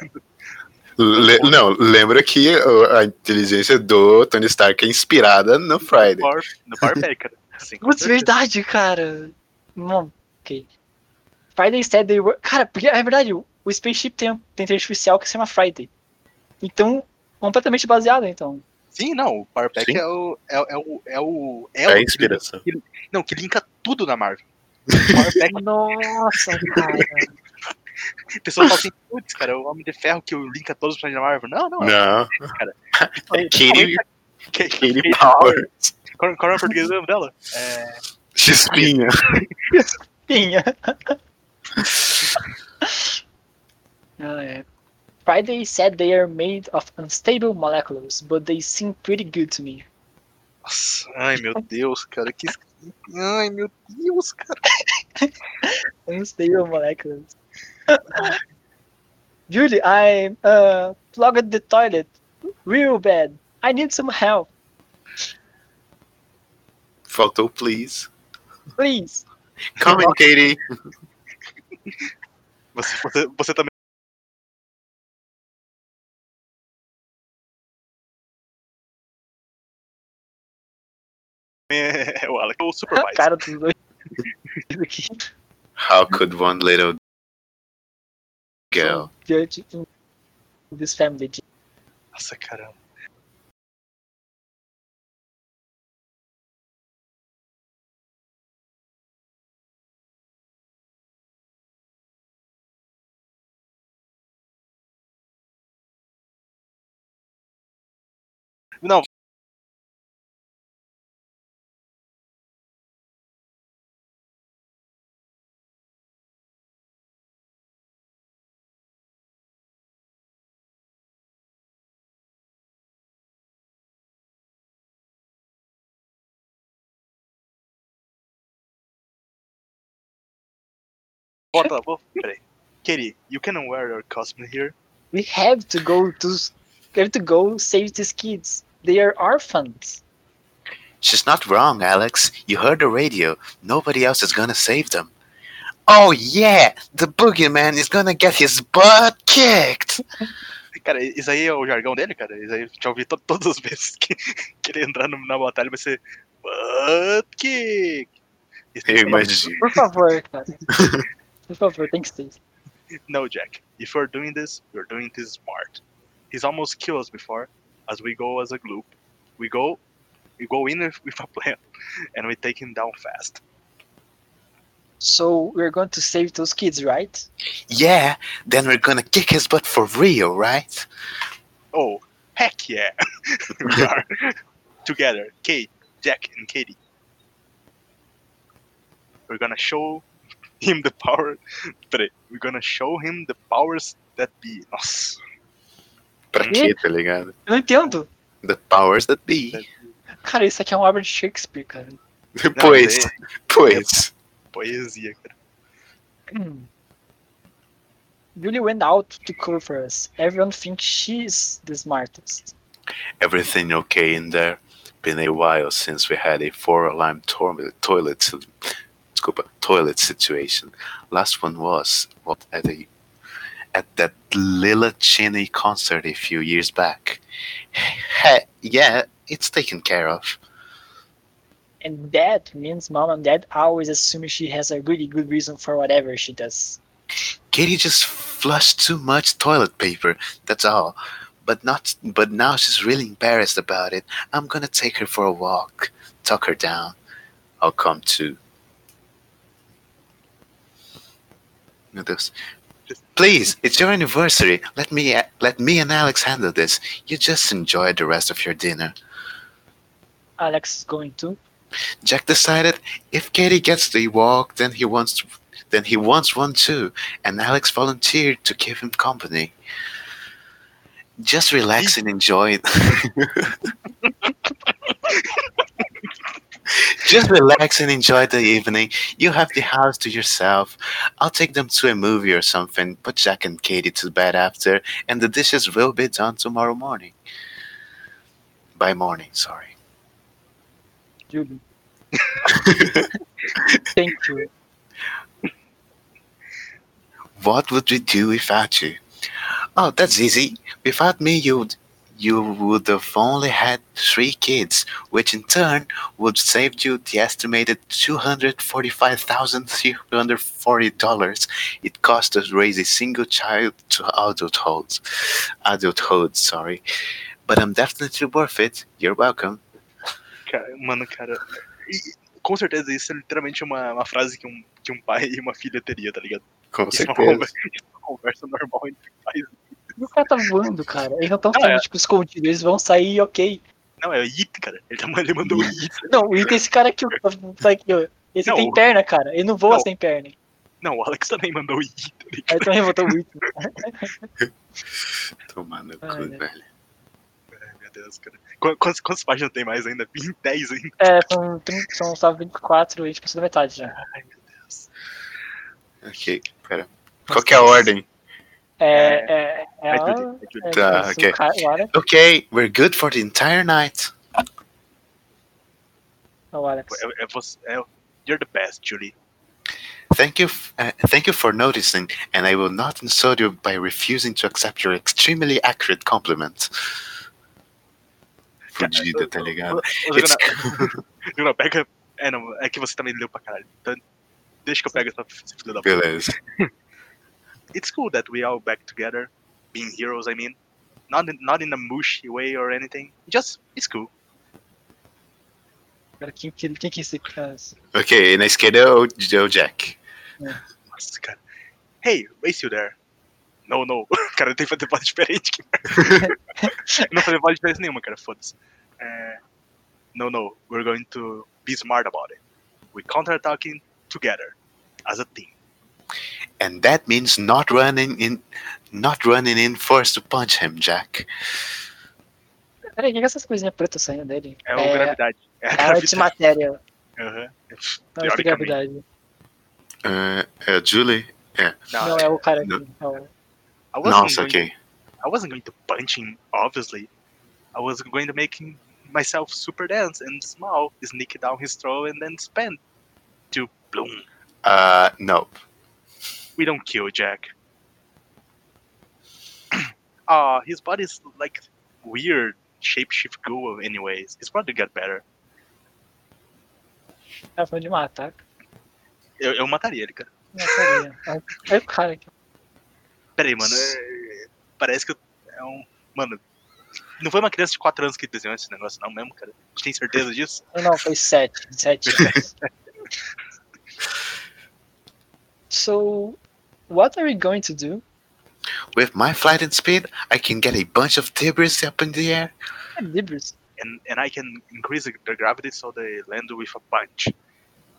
S2: Le- não, lembra que o- a inteligência do Tony Stark é inspirada no Friday.
S1: Bar, no Barbeck, cara. Assim, com
S3: Putz,
S1: certeza.
S3: verdade, cara. Bom, ok. Friday said they were. Cara, porque é verdade, o o Spaceship tem um tem inteligência artificial que se chama Friday. Então, completamente baseado, então.
S1: Sim, não, o Barbeck
S2: Sim.
S1: é o. É, é o. É, o, é,
S2: É
S1: o
S2: a
S1: que-
S2: inspiração.
S1: não, que linka tudo na <laughs> Marvel. O Barbeck,
S3: Nossa, cara.
S1: a pessoa fala assim, putz, cara, é o Homem de Ferro que linka todos os personagens da Marvel. Não, não. é-
S2: Não.
S1: Cara.
S2: É <laughs> Katie,
S1: Que, que,
S2: Katie Power.
S1: qual, qual é o português do nome dela? É,
S2: Chispinha.
S3: Pinha. Ah, é. Friday said they are made of unstable molecules, but they seem pretty good to me.
S1: nossa, ai, meu Deus, cara, que esquisito. Ai, meu Deus, cara.
S3: Unstable molecules. <laughs> Julie, I uh, plugged the toilet real bad. I need some help,
S2: Faltou please.
S3: please.
S2: Come in, Katie.
S1: Você, você, você também. É, o Alex, o
S3: <laughs>
S1: Supervisor.
S3: Cara dos dois. Aqui,
S2: How could one little girl?
S3: <laughs> Judge in this family.
S1: Nossa, caramba. Não. Volta, vou. Peraí. Katie, you can wear your costume here.
S3: We have to go to we have to go save these kids. They are orphans.
S2: She's not wrong, Alex. You heard the radio. Nobody else is gonna save them. Oh yeah, the boogeyman is gonna get his butt kicked.
S1: Cara, isso aí é o jargão dele, cara. Isso aí eu já ouvi to- todas as vezes que, que ele entrar no- na batalha vai ser. Butt kick! Isso é tem que falar,
S3: Por favor,
S1: <laughs>
S3: cara. Por favor, tem que ser. isso.
S1: No, Jack. If you're doing this, you're doing this smart. He's almost killed us before, as we go as a group. We go, we go in with with a plan, and we take him down fast.
S3: So we're going to save those kids, right?
S2: Yeah, then we're gonna kick his butt for real, right?
S1: Oh, heck yeah! <laughs> we are <laughs> together, Kate, Jack, and Katie. We're gonna show him the power. <laughs> Peraí, we're gonna show him the powers that be. Nossa.
S2: Pra
S3: quê,
S2: tá ligado?
S3: Eu não entendo.
S2: The powers that be.
S3: Cara, isso aqui é uma obra de Shakespeare, cara.
S1: Não,
S2: Pois,
S1: é
S2: pois.
S1: Poesia, cara.
S3: Hum. Julie went out to cover for us. Everyone thinks she's the smartest.
S2: Everything okay in there? Been a while since we had a four-alarm tor- toilet, si- desculpa, toilet situation. Last one was what, at a at that Lila Cheney concert a few years back. He- yeah, it's taken care of.
S3: And that means mom and dad always assume she has a really good reason for whatever she does.
S2: Katie just flushed too much toilet paper. That's all. But not. But now she's really embarrassed about it. I'm gonna take her for a walk, tuck her down. I'll come too. Meu Deus. Please, it's your anniversary. Let me let me and Alex handle this. You just enjoy the rest of your dinner.
S3: Alex is going to.
S2: Jack decided if Katie gets the walk, then he wants to, then he wants one too, and Alex volunteered to keep him company. Just relax and enjoy. <laughs> Just relax and enjoy the evening. You have the house to yourself. I'll take them to a movie or something, put Jack and Katie to bed after, and the dishes will be done tomorrow morning. By morning, sorry.
S1: <laughs>
S3: Julie. Thank you.
S2: What would we do without you? Oh, that's easy. Without me, you'd you would have only had three kids, which in turn would save you the estimated $245,340 it cost to raise a single child to adulthood. Adulthood, sorry. But I'm definitely worth it. You're welcome.
S1: Cara, mano, cara. e- Com certeza isso é literalmente uma, uma frase que um, que um pai e uma filha teria, tá ligado?
S2: Com
S1: Isso é uma
S2: certeza.
S1: conversa- isso é uma conversa normal entre pais.
S3: E o cara tá voando, cara. Eles não estão
S1: Ah,
S3: ficando,
S1: é.
S3: tipo, escondidos. Eles vão sair, ok.
S1: Não, é o It, cara. Ele, tá, ele mandou o It.
S3: Não, o item esse cara aqui, o- tá aqui, ó. Esse
S1: Não,
S3: tem
S1: o-
S3: perna, cara. Ele não voa
S1: Não.
S3: sem perna.
S1: Não, o Alex também mandou o It. Tá ligado?
S3: Aí também botou o item.
S2: Tomar no
S3: Ai,
S2: cu,
S3: né?
S2: velho.
S1: Meu Deus, cara. Qu- Quantas, quantas páginas tem mais ainda? 20, 10 ainda.
S3: É, são, 30, são só 24, a gente passou da metade já.
S2: Ok, pera. Qual que é a ordem?
S3: É, é,
S1: Vai,
S3: é, ela-
S1: Julie, vai, Julie.
S3: é,
S2: Tá,
S3: mas o
S2: ok.
S3: cara- o Alex-
S2: Ok, we're good for the entire night.
S3: é o Alex.
S1: É, é você. É, you're the best, Julie.
S2: Thank you, f- uh, thank you for noticing, and I will not insult you by refusing to accept your extremely accurate compliment. Fudida, tá ligado?
S1: Ô,
S2: It's-
S1: Jogana, Jogana, pega. É, não, é que você também leu pra caralho. Então, deixa que eu pego essa essa filha da puta.
S2: Beleza.
S1: It's cool that we all back together, being heroes, I mean. Not in, not in a mushy way or anything. Just, it's cool.
S3: Cara, quem, que- quem que é esse cara?
S2: Ok, e na esquerda é o, é o Jack.
S1: Nossa, cara. Hey, wait you there. No, no. <laughs> Cara, tem que fazer voz diferente. <laughs> que merda. não fazer voz diferente nenhuma, cara. Foda-se. É, Uh, No, no. We're going to be smart about it. We counter-attacking together. As a team.
S2: And that means not running in, not running in first to punch him, Jack.
S3: Peraí, o que que é essas coisinhas pretas saindo dele?
S1: É, o gravidade. É a
S3: é a
S1: gravidade.
S3: antimatéria.
S1: Aham.
S3: Não, é de
S1: Teoricamente.
S3: gravidade.
S2: Uh, é o Julie?
S1: Ah, Não,
S3: Não, é o cara
S2: Não.
S3: aqui. é o-
S1: I wasn't
S2: Nossa,
S1: going-
S2: ok.
S1: I wasn't going to punch him, obviously. I was going to make him, myself super dance and smile, sneak down his throat, and then spend. To bloom.
S2: Uh, no.
S1: We don't kill Jack. <clears throat> Ah, his body's like weird shapeshift ghoul anyways. It's probably got better.
S3: Tá falando de matar. cara.
S1: Eu, eu mataria ele, cara.
S3: Não, é peraí. Olha o cara aqui.
S1: Pera aí, mano. é- Parece que eu- é um. Mano, não foi uma criança de 4 anos que desenhou esse negócio, não mesmo, cara? A gente tem certeza disso?
S3: Não, Não, foi sete. Sete anos. so, what are we going to do?
S2: With my flight and speed, I can get a bunch of debris up in the air. <laughs>
S3: É Libras.
S1: And, and I can increase the gravity so they land with a punch.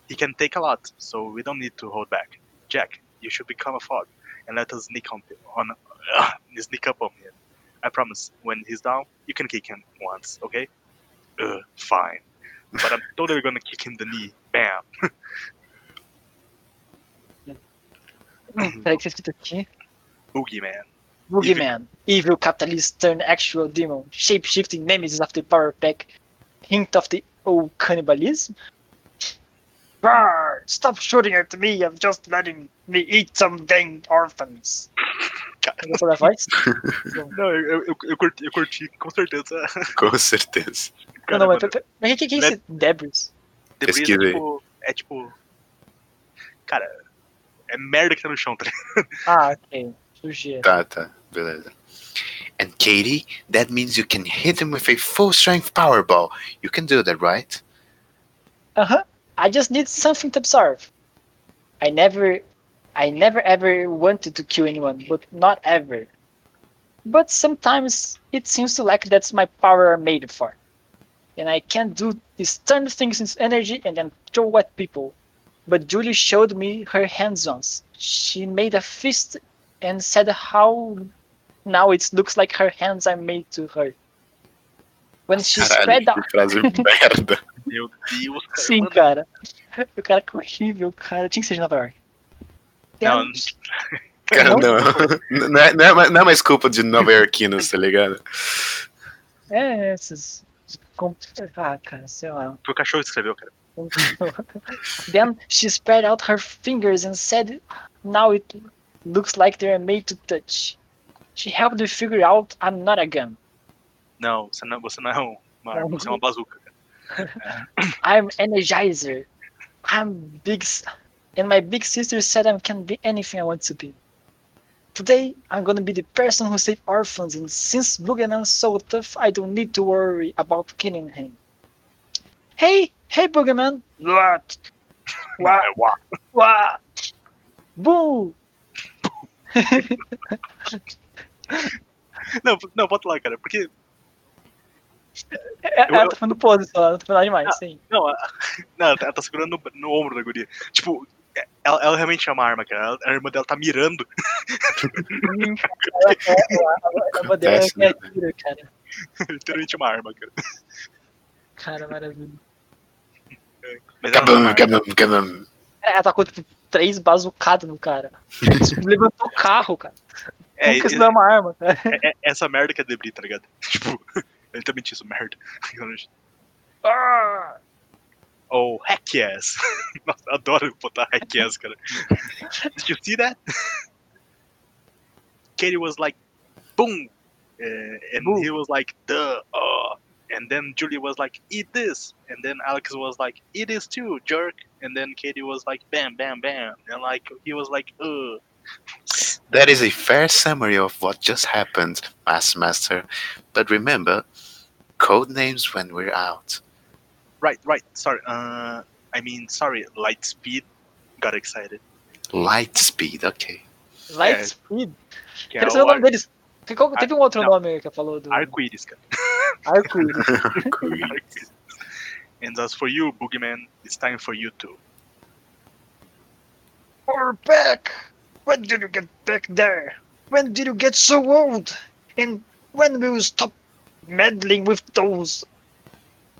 S1: He can take a lot, so we don't need to hold back. Jack, you should become a fog and let us sneak on, on uh, <laughs> sneak up on him. I promise, when he's down, you can kick him once, okay? Uh, fine. But I'm totally gonna kick him the knee. Bam.
S3: Peraí, que tá escrito aqui.
S1: Boogeyman.
S3: Boogeyman. Evil capitalist turned actual demon. Shape-shifting nemesis of the power pack. Hint of the old cannibalism. Rawr, stop shooting at me. I'm just letting me eat some dang orphans. Não gostou da voz?
S1: Não, eu, eu, eu, curti, eu curti, com certeza. <laughs>
S2: Com certeza.
S3: Não,
S1: Cara,
S3: não, mas
S1: mano,
S3: pe- pe- mas o que que é esse Debris?
S1: The Breeze
S2: pesquisa
S1: é
S2: aí.
S1: tipo, é tipo. Cara, é merda que tá no chão, tá ligado?
S3: Ah, ok. Sujeira.
S2: Tá, tá. Beleza. And Katie, that means you can hit him with a full strength powerball. You can do that, right?
S3: Uh-huh. I just need something to absorb. I never I never ever wanted to kill anyone, but not ever. But sometimes it seems to lack that's my power are made for. And I can do these turn things into energy and then throw at people. But Julie showed me her hands-ons. She made a fist and said how now it looks like her hands are made to her. When she spread out
S2: que frase merda.
S1: Meu Deus, cara.
S3: Sim,
S1: mano,
S3: cara. O cara que é horrível, cara. Tinha que ser de Nova York.
S1: Não,
S3: Tem-
S2: Cara,
S3: <laughs> Não?
S2: não. Não é, não, é, mais- não é mais culpa de Nova Yorkinos, tá ligado?
S3: É, esses. com- Ah, cara, sei lá.
S1: Foi o cachorro que escreveu, cara.
S3: <laughs> Then she spread out her fingers and said, Now it looks like they're made to touch. She helped me figure out I'm not a gun.
S1: Não, você não, você não é um- uma arma,
S3: Não.
S1: você é uma bazuca. cara.
S3: I'm energizer. I'm big, s- and my big sister said I can be anything I want to be. Today I'm gonna be the person who saved orphans, and since Buganan's so tough, I don't need to worry about killing him. Hey, hey, Boogeyman! What? What?
S1: Não, é uá.
S3: What? Boo!
S1: Não, não, volta lá, cara. Porque.
S3: É,
S1: Eu-
S3: ela tá eh, falando pose só, ela tá falando
S1: Ah.
S3: demais, sim.
S1: Não, a- <laughs> não ela, tá, ela tá segurando no, no ombro da guria. Tipo, é- ela, ela realmente é uma arma, cara. Ela- a irmã dela tá mirando. <laughs>
S3: Ela é, ela, ela, ela, ela,
S2: Acontece, né?
S3: atira, cara.
S1: Literalmente é uma arma, cara.
S3: Cara, maravilha.
S1: Mas
S3: Tá
S1: ela não é uma
S2: Cabum,
S1: arma.
S2: cabum, cabum.
S3: Ela tacou, tipo, três bazucadas
S2: <laughs>
S3: no cara. Tipo, levantou o carro, cara.
S1: É,
S3: Nunca se
S1: e-
S3: dá uma arma, cara.
S1: é- é essa merda que é debris, tá ligado? <laughs> Tipo, ele também tinha isso, merda. <laughs>
S3: Ah!
S1: Ou hack Oh, yes. <laughs> Nossa, eu adoro botar hack yes, cara. Did you see that? <laughs> Katie was like, boom! Uh, and
S3: Boom.
S1: he was like, duh, uh. And then Julie was like, eat this. And then Alex was like, eat this too, jerk. And then Katie was like, bam, bam, bam. And like, he was like, uh.
S2: That is a fair summary of what just happened, Mass Master. But remember, code names when we're out.
S1: Right, right, sorry. Uh, I mean, sorry, light speed. Got excited.
S2: Light speed, <laughs> okay.
S3: Light
S1: É,
S3: Speed.
S1: Que é
S3: Quero saber o
S1: o
S3: nome deles. Porque qual- teve um outro
S1: não.
S3: nome que falou do
S1: arco-íris, cara.
S3: Arco-íris.
S2: Cool.
S1: And as for you, Boogeyman, it's time for you too.
S3: We're back! When did you get back there? When did you get so old? And when will you stop meddling with those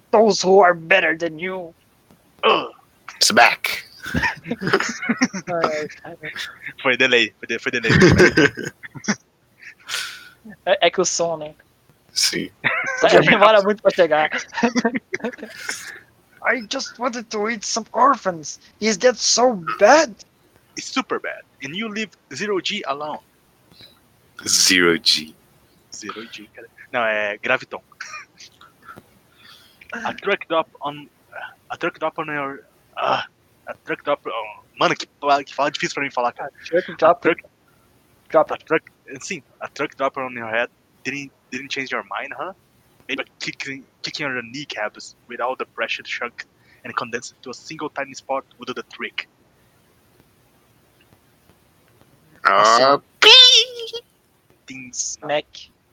S3: those who are better than you?
S1: Ugh.
S2: It's <laughs> back.
S3: Ai, cara.
S1: Foi delay, foi, de- foi delay.
S3: É, é que o som, né?
S2: Sim.
S3: Sabe, demora muito pra chegar. I just wanted to eat some orphans. Is that so bad?
S1: It's super bad. And you leave Zero G alone.
S2: Zero G.
S1: Zero G, cara. Não, é Graviton. A truck drop on. A truck drop on your. ah, a truck drop on. Mano, que, pa- que fala difícil pra mim falar, cara.
S3: Drop
S1: Truck,
S3: drop
S1: a truck. Sim, a truck drop on your head didn't, didn't change your mind, huh? Maybe kicking, kicking on your kneecaps without the pressure to shrunk and condense it to a single tiny spot would do the trick.
S2: Ah,
S1: Things
S3: Smack.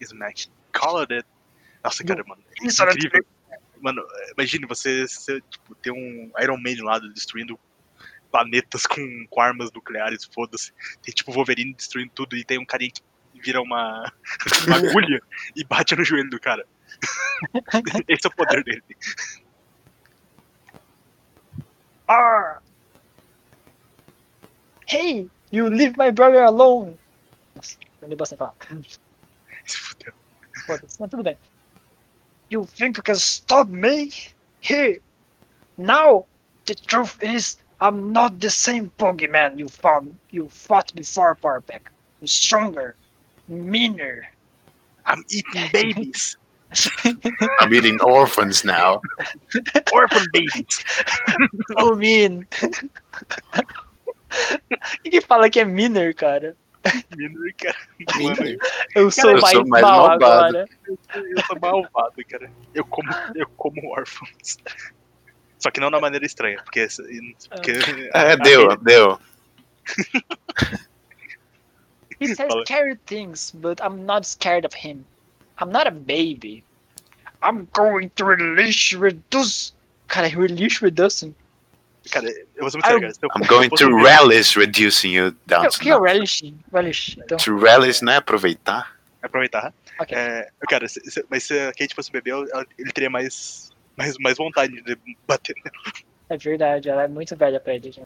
S1: Smack Colored. It. Nossa, cara, mano. é
S3: Isso era
S1: Incrível. Mano, imagine você, você tipo, ter um Iron Man lá destruindo planetas com, com armas nucleares, foda-se. Tem tipo Wolverine destruindo tudo e tem um carinha que vira uma, <laughs> uma agulha e bate no joelho do cara. <laughs> Esse é o poder dele.
S3: Arr! Hey, you leave my brother alone. Nossa, aprendi bastante a falar.
S1: Se fudeu.
S3: Foda-se, mas tudo bem. You think you can stop me? Here! Now! The truth is, I'm not the same bogeyman you found you fought before, Barbeck. I'm stronger. Miner.
S1: I'm eating babies.
S2: I'm eating orphans now.
S1: Orphan babies.
S3: Oh, <laughs> Min. Quem que fala que é Miner, cara?
S1: Menino, cara.
S2: Miner.
S3: Eu sou
S2: Eu
S3: mais,
S2: sou mais
S3: mal
S2: malvado.
S3: agora.
S1: Eu sou malvado, cara. Eu como, eu como órfãos. Só que não da maneira estranha, porque. porque
S2: É, deu, deu.
S3: He says
S1: Fala.
S3: scary things, but I'm not scared of him. I'm not a baby. I'm going to release reduce. Cara, release reduction.
S1: Cara, eu vou ser muito sério, cara. Se eu-
S2: I'm going
S1: se eu
S2: to
S1: fosse-
S2: relish reducing you down.
S3: O
S2: to
S3: que é o
S2: nothing.
S3: relish? Relish. Então,
S2: To relish não é aproveitar.
S1: Aproveitar.
S3: ok.
S1: É, cara, se- se- mas se a Kate fosse bebê, eu- ela- ele teria mais, mais, mais vontade de bater nela.
S3: É verdade, ela é muito velha pra ele já.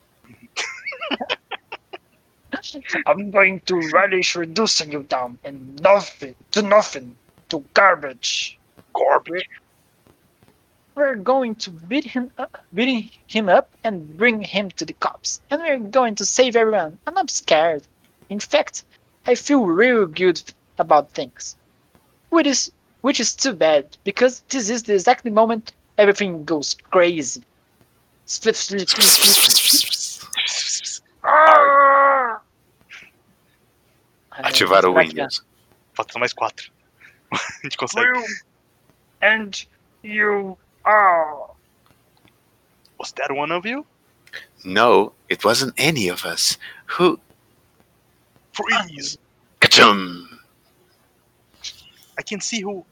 S3: I'm going to relish reducing you down and nothing to nothing to garbage.
S1: Garbage.
S3: We're going to beat him up, beating him up and bring him to the cops. And we're going to save everyone. And I'm scared. In fact, I feel real good about things. Which is which is too bad because this is the exact moment everything goes crazy. Split, split, split, split, split. Ah!
S2: Ativar o
S3: Vai
S2: Windows.
S1: Faltam mais quatro. A gente consegue.
S3: And you are.
S1: Was that one of you?
S2: No, it wasn't any of us. Who?
S1: Freeze!
S2: Kachum!
S1: I can see who.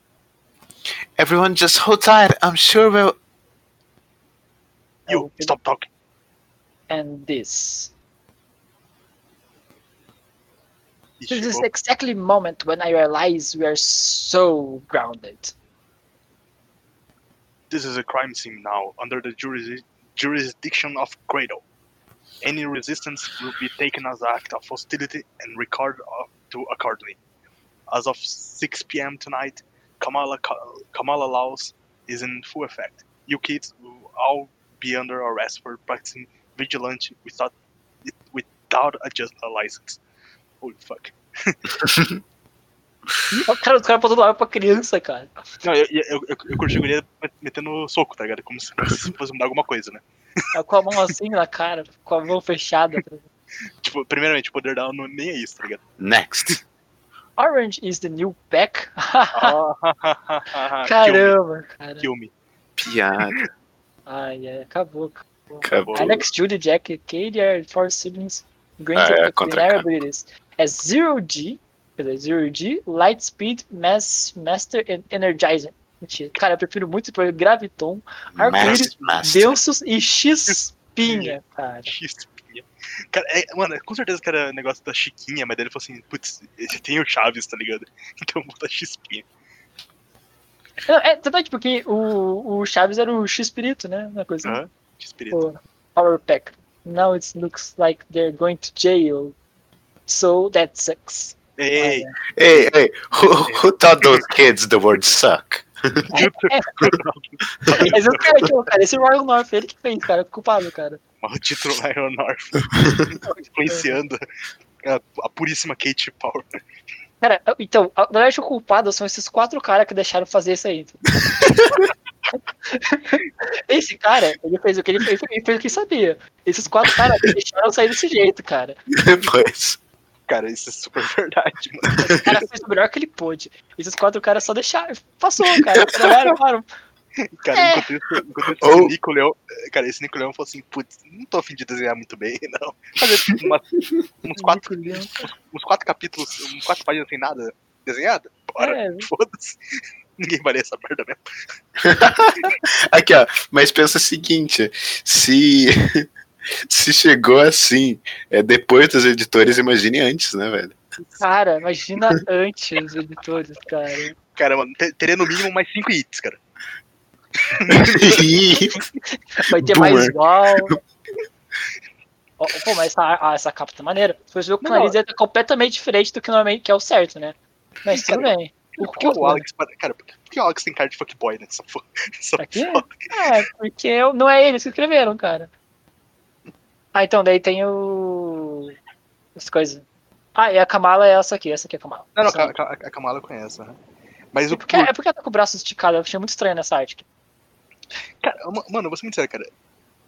S2: Everyone just hold tight. I'm sure we'll.
S1: You, stop talking.
S3: And this.
S1: Ixi,
S3: This is
S1: vou-
S3: exactly the moment when I realize we are so grounded.
S1: This is a crime scene now, under the juris- jurisdiction of Cradle. Any resistance will be taken as an act of hostility and recorded of- to accordingly. As of 6 p.m. tonight, Kamala Ka- Kamala Laws is in full effect. You kids will all be under arrest for practicing vigilante without without a just a license. Holy fuck.
S3: Cara, os caras pra todo lado pra criança, cara.
S1: Não, eu, eu, eu, eu curti a guria metendo soco, tá ligado? Como se se fosse mudar alguma coisa, né?
S3: É, Com a mão assim na cara, com a mão fechada.
S1: Tipo, primeiramente, o poder dela não, nem é isso,
S3: <laughs>
S1: tá ligado?
S2: Next.
S3: Orange is the new pack.
S2: Ah,
S1: Kill me,
S3: <laughs> Ah. Caramba, cara.
S1: kill <laughs> me.
S2: Piada.
S3: Ai, ai, acabou.
S2: Acabou.
S3: Alex, Judy, Jack, Katie are four siblings granted
S2: Ah, é,
S3: with
S2: contra
S3: binary
S2: cara.
S3: abilities as É zero G, quer dizer, zero G, light speed, mass, master and energizer. Mentira. Cara, eu prefiro muito por graviton,
S2: Master. Master.
S3: densos e X-pinha, cara.
S1: Chispinha. Cara, é, mano, com certeza que era negócio da Chiquinha, mas daí ele falou assim: putz, esse tem o Chaves, tá ligado? <laughs> Então eu vou botar Chispinha.
S3: Não, é totalmente porque o, o Chaves era o X-pirito, né? Uma coisa
S1: Aham. Chispirito.
S3: for our pack. Now it looks like they're going to jail. So that sucks.
S1: Ei,
S3: Ah, é.
S2: Hey, hey, who, who taught those kids the word suck? <laughs>
S3: Mas eu quero, tipo, cara, esse Royal North, ele que fez, cara, culpado, cara. <laughs>
S1: maldito Lion North. Influenciando a, a puríssima Kate Power.
S3: Cara, então, na verdade, o culpado são esses quatro caras que deixaram fazer isso aí. então. Esse cara, ele fez o que ele fez, ele fez o que sabia. Esses quatro caras que deixaram sair desse jeito, cara.
S2: Depois.
S1: Cara, isso é super verdade, mano.
S3: O cara fez o melhor que ele pôde. Esses quatro caras só deixaram. Passou, cara. Trabalharam, falaram,
S1: Cara,
S3: É.
S1: enquanto isso, enquanto isso
S2: Ou-
S1: o Nico Leão, cara, esse Nico Leão falou assim, putz, não tô afim de desenhar muito bem, <laughs> não. Fazer tipo, umas- uns, quatro, uns quatro capítulos, uns quatro páginas sem nada desenhada? Bora,
S3: É.
S1: foda-se. <laughs> Ninguém vai ler essa merda né? mesmo.
S2: Aqui, ó. Mas pensa o seguinte: se. <laughs> Se chegou assim, é depois dos editores, imagine antes,
S1: <laughs>
S2: né, velho?
S3: Cara, imagina antes os editores, cara.
S1: Cara, mano, te- teria no mínimo mais cinco hits, cara.
S2: Ih,
S3: Vai ter
S2: Boomer.
S3: mais igual. Ó, Pô, mas essa, ah, essa capa tá maneira. Você vê que o
S1: Não.
S3: nariz dele tá completamente diferente do que normalmente que é o certo, né? Mas tudo bem. O
S1: Por que o
S3: corpo,
S1: Alex, pare- cara, por que- por que o Alex tem cara de fuckboy nessa porra? <laughs> Essa
S3: Aqui?
S1: porra?
S3: É, porque eu- não é eles que escreveram, cara. Ah, então daí tem o. As coisas. Ah, e a Kamala é essa aqui, essa aqui é a Kamala.
S1: Não, não,
S3: Essa-
S1: a, a, a Kamala eu conheço, né? Mas
S3: é,
S1: o
S3: porque, é porque ela tá com o braço esticado, eu achei muito estranho nessa arte.
S1: Cara, ma- mano, eu vou ser muito sério, cara.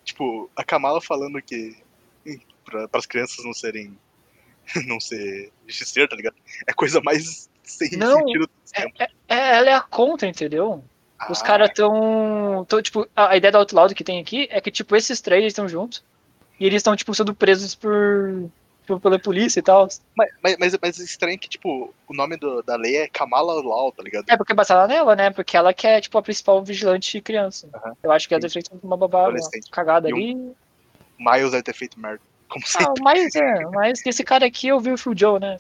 S1: Tipo, a Kamala falando que. hum, Pra, pras crianças não serem. <laughs> Não ser justiceiro, tá ligado? É coisa mais sem
S3: Não,
S1: sentido.
S3: É, é- é- ela é a contra, entendeu? Os
S1: Ah,
S3: caras tão, tão, tipo, a, a ideia do Outlaw que tem aqui é que, tipo, esses três estão juntos e eles estão, tipo, sendo presos por, tipo, pela polícia e tal.
S1: Mas, mas, mas, mas estranho que, tipo, o nome do- da lei é Kamala Law, tá ligado?
S3: É porque batalha nela, né? Porque ela que é, tipo, a principal vigilante criança.
S1: Aham.
S3: Eu acho que é ela deve ter feito uma babada, uma
S1: Adolescente.
S3: cagada
S1: E um-
S3: ali.
S1: <laughs> Miles deve ter feito merda. <laughs> Como sempre.
S3: Ah, mas, é, mas esse cara aqui eu vi o Phil Joe, né?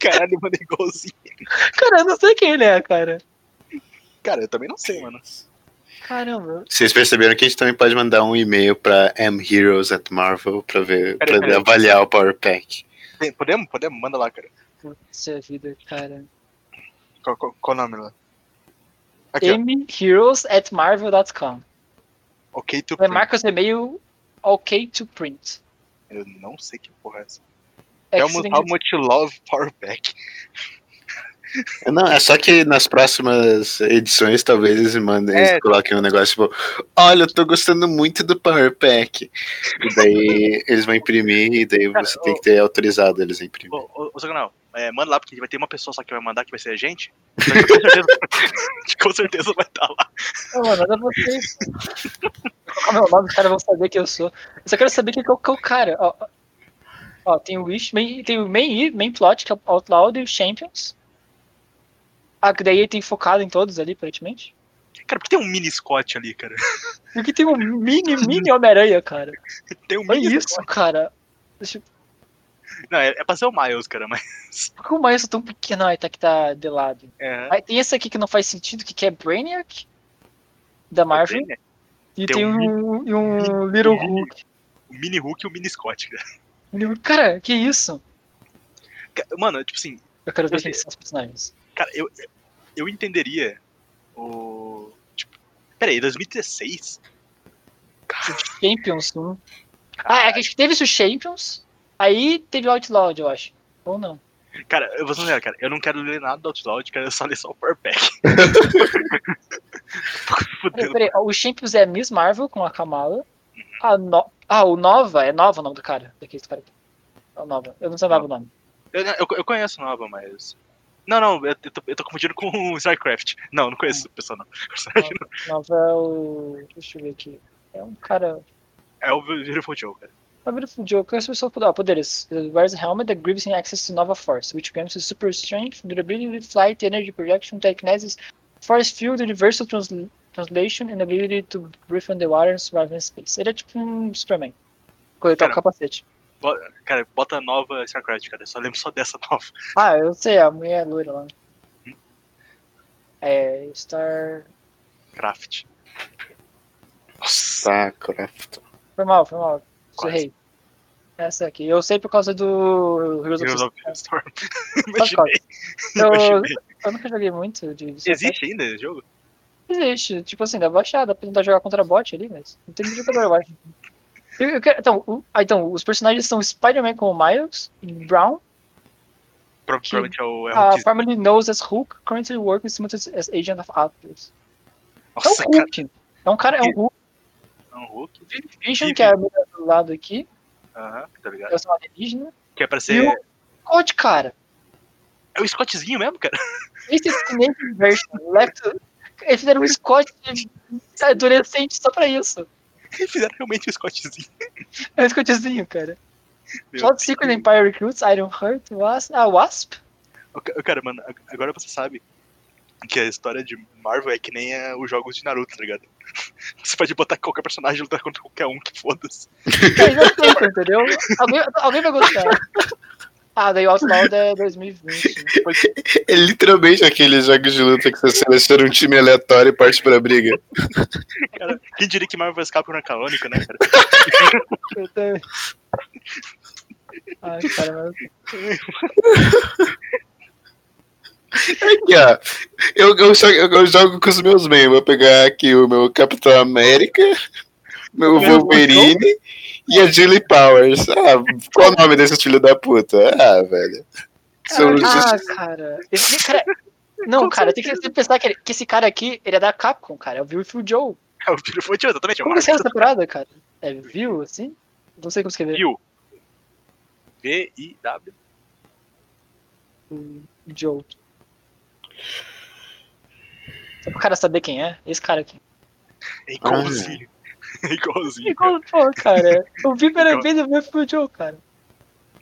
S1: Caralho, mano, é igualzinho.
S3: Cara, eu não sei quem ele é, cara.
S1: Cara, eu também não sei, mano.
S3: Caramba.
S2: Vocês perceberam que a gente também pode mandar um e-mail pra mheroes at Marvel pra ver,
S1: Peraí, peraí.
S2: pra avaliar o Power Pack.
S1: Tem- Podemos? Podemos? Manda lá, cara.
S3: Puxa vida, cara.
S1: Qual, qual, qual o nome lá? Aqui, ó.
S3: mheroes at marvel.com.
S1: Ok, tu.
S3: É marca o seu e-mail ok to print.
S1: Eu não sei que porra é essa.
S3: É
S1: É
S3: que
S1: o
S3: você tem que-
S1: Helmut Love Power Pack.
S2: Não, é só que nas próximas edições talvez eles mandem,
S1: É.
S2: eles coloquem um negócio tipo, olha, eu tô gostando muito do Power Pack. E daí eles vão imprimir e daí
S1: Cara,
S2: você tem
S1: ô-
S2: que ter autorizado eles a imprimir.
S1: Ô, ô, ô Zagonal, é, manda lá, porque vai ter uma pessoa só que vai mandar, que vai ser a <laughs> gente. Mas com certeza, com certeza vai estar lá.
S3: Não, mano, nada a
S1: <laughs>
S3: vocês. Vou colocar meu nome, os caras vão saber quem eu sou. Eu só quero saber quem que é o, que é o cara. Ó, ó. ó, tem o Wish, main, tem o main, main Plot, que é o Outlaw e o Champions. Ah, que daí tem focado em todos ali, aparentemente.
S1: Cara, por que tem um mini Scott ali, cara?
S3: E aqui tem o mini, mini Homem-Aranha, cara.
S1: Tem um
S3: Olha
S1: mini
S3: É isso, cara.
S1: Scott. Não, é, é pra ser o Miles, cara, mas.
S3: Por que o Miles é tão pequeno? Ai, tá que tá de lado.
S1: É,
S3: Aí tem esse aqui que não faz sentido, que que é Brainiac, da Marvel.
S1: tem, né?
S3: E
S1: Tem
S3: tem
S1: um
S3: um, e um Little Hulk.
S1: O mini Hulk e o mini Scott, cara.
S3: Little- Cara, que isso?
S1: Ca- Mano, tipo assim,
S3: Eu quero ver
S1: Eu sei.
S3: quem são os personagens.
S1: cara, eu, eu entenderia o. Tipo, peraí, 2016?
S3: Champions 1. Ah, é que a gente teve isso Champions, aí teve o Outlaw, eu acho. Ou não.
S1: Cara, eu vou ser sincero, cara, eu não quero ler nada do Outloud, cara, eu só ler só o Power Pack.
S3: Peraí,
S1: Fudeu.
S3: peraí, ó, o Champions é a Miss Marvel com a Kamala. A no... Ah, o Nova, é Nova o nome do cara. Daquele cara aqui. É o Nova. Eu não sabia o nome.
S1: Eu, eu, eu conheço Nova, mas. Não, não, eu, eu tô, eu tô confundindo com o StarCraft. Não, não conheço o pessoal, não.
S3: Nova é o. Deixa eu ver aqui. É um cara.
S1: É o Beautiful Joe, cara.
S3: Primeiro fudiu, um que as pessoas puderam. Poderes. Wears a helmet that gives him access to Nova Force, which grants him super strength, durability, flight, energy projection, telekinesis, force field, universal trans translation, and ability to breathe underwater and survive in space. Ele é tipo um Superman. Coletar o
S1: Cara.
S3: capacete.
S1: Cara, bota nova StarCraft, cara. Eu só lembro só dessa nova.
S3: Ah, eu sei, a mulher é loira lá. É. Star.
S1: Craft. Nossa.
S2: Sakura.
S3: Foi mal, foi mal.
S1: Quase.
S3: Errei. Essa aqui. Eu sei por causa do Heroes of
S1: Heroes
S3: Storm.
S1: of the Storm. <laughs>
S3: <laughs> Só por causa.
S1: Imaginei,
S3: Tá. Eu,
S1: imaginei.
S3: eu nunca joguei muito de. de
S1: Existe ainda esse jogo?
S3: Existe, tipo assim, dá baixada, dá pra tentar jogar contra bot ali, mas não tem muito jogador, eu acho. Eu, eu quero, então, o- ah, então, os personagens são Spider-Man com o Miles, Brown,
S1: Pro- Provavelmente é o é o
S3: a
S1: Hulk.
S3: formerly knows as Hulk, currently working simultaneously as Agent of Atlas. É
S1: Nossa,
S3: um
S1: cara,
S3: Hulk, é um cara, é um Hulk,
S1: é um Hulk.
S3: Vision, que é a mulher do lado aqui,
S1: Aham, tá ligado?
S3: eu sou alienígena,
S1: Que é pra ser.
S3: e o Scott, cara,
S1: É o Scottzinho mesmo, cara. <laughs>
S3: esse Teenage Version, left, eles fizeram um Scott de adolescente só pra isso,
S1: Fizeram realmente o Scottzinho.
S3: é um Scottzinho, cara.
S1: Meu
S3: Plot Secret Empire Recruits, Iron Heart, Wasp, ah, Wasp?
S1: O ca- Cara, mano, ag- agora você sabe que a história de Marvel é que nem é os jogos de Naruto, tá ligado? <laughs> Você pode botar qualquer personagem e lutar contra qualquer um, que foda-se.
S3: Mas não tenta, entendeu? Alguém, alguém vai gostar. Ah, daí o Outlaw é 2020. né?
S2: É literalmente aqueles jogos de luta que você seleciona um time aleatório e parte pra briga.
S1: Cara, quem diria que Marvel escapa na canônica, né, cara? <laughs>
S3: Eu também. Ai, cara, mas...
S2: Aqui, ó. Eu, eu, só- eu- eu jogo com os meus membros. Vou pegar aqui o meu Capitão América, meu
S3: Meu
S2: Wolverine E a Julie Powers. Ah, qual o nome desse filho da puta? Ah, velho. São
S1: Caralho.
S2: just-
S3: Ah, cara. Esse cara. Não,
S1: Com
S3: cara, tem que tem que pensar que, ele- que esse cara aqui, ele é da Capcom, cara. É o Viewful Joe.
S1: É o filho foi exatamente. é o
S3: Como
S1: Marcos.
S3: que saiu essa temporada, cara? É View, assim? Não sei como escrever.
S1: Viu? V-I-W.
S3: View. Hum, Joe. Só pro cara saber quem é. Esse cara aqui.
S1: É igualzinho. <laughs> É igualzinho. cara.
S3: Igual, pô, cara. Eu vi pela
S1: Igual.
S3: vez o é Viewful Joe, cara.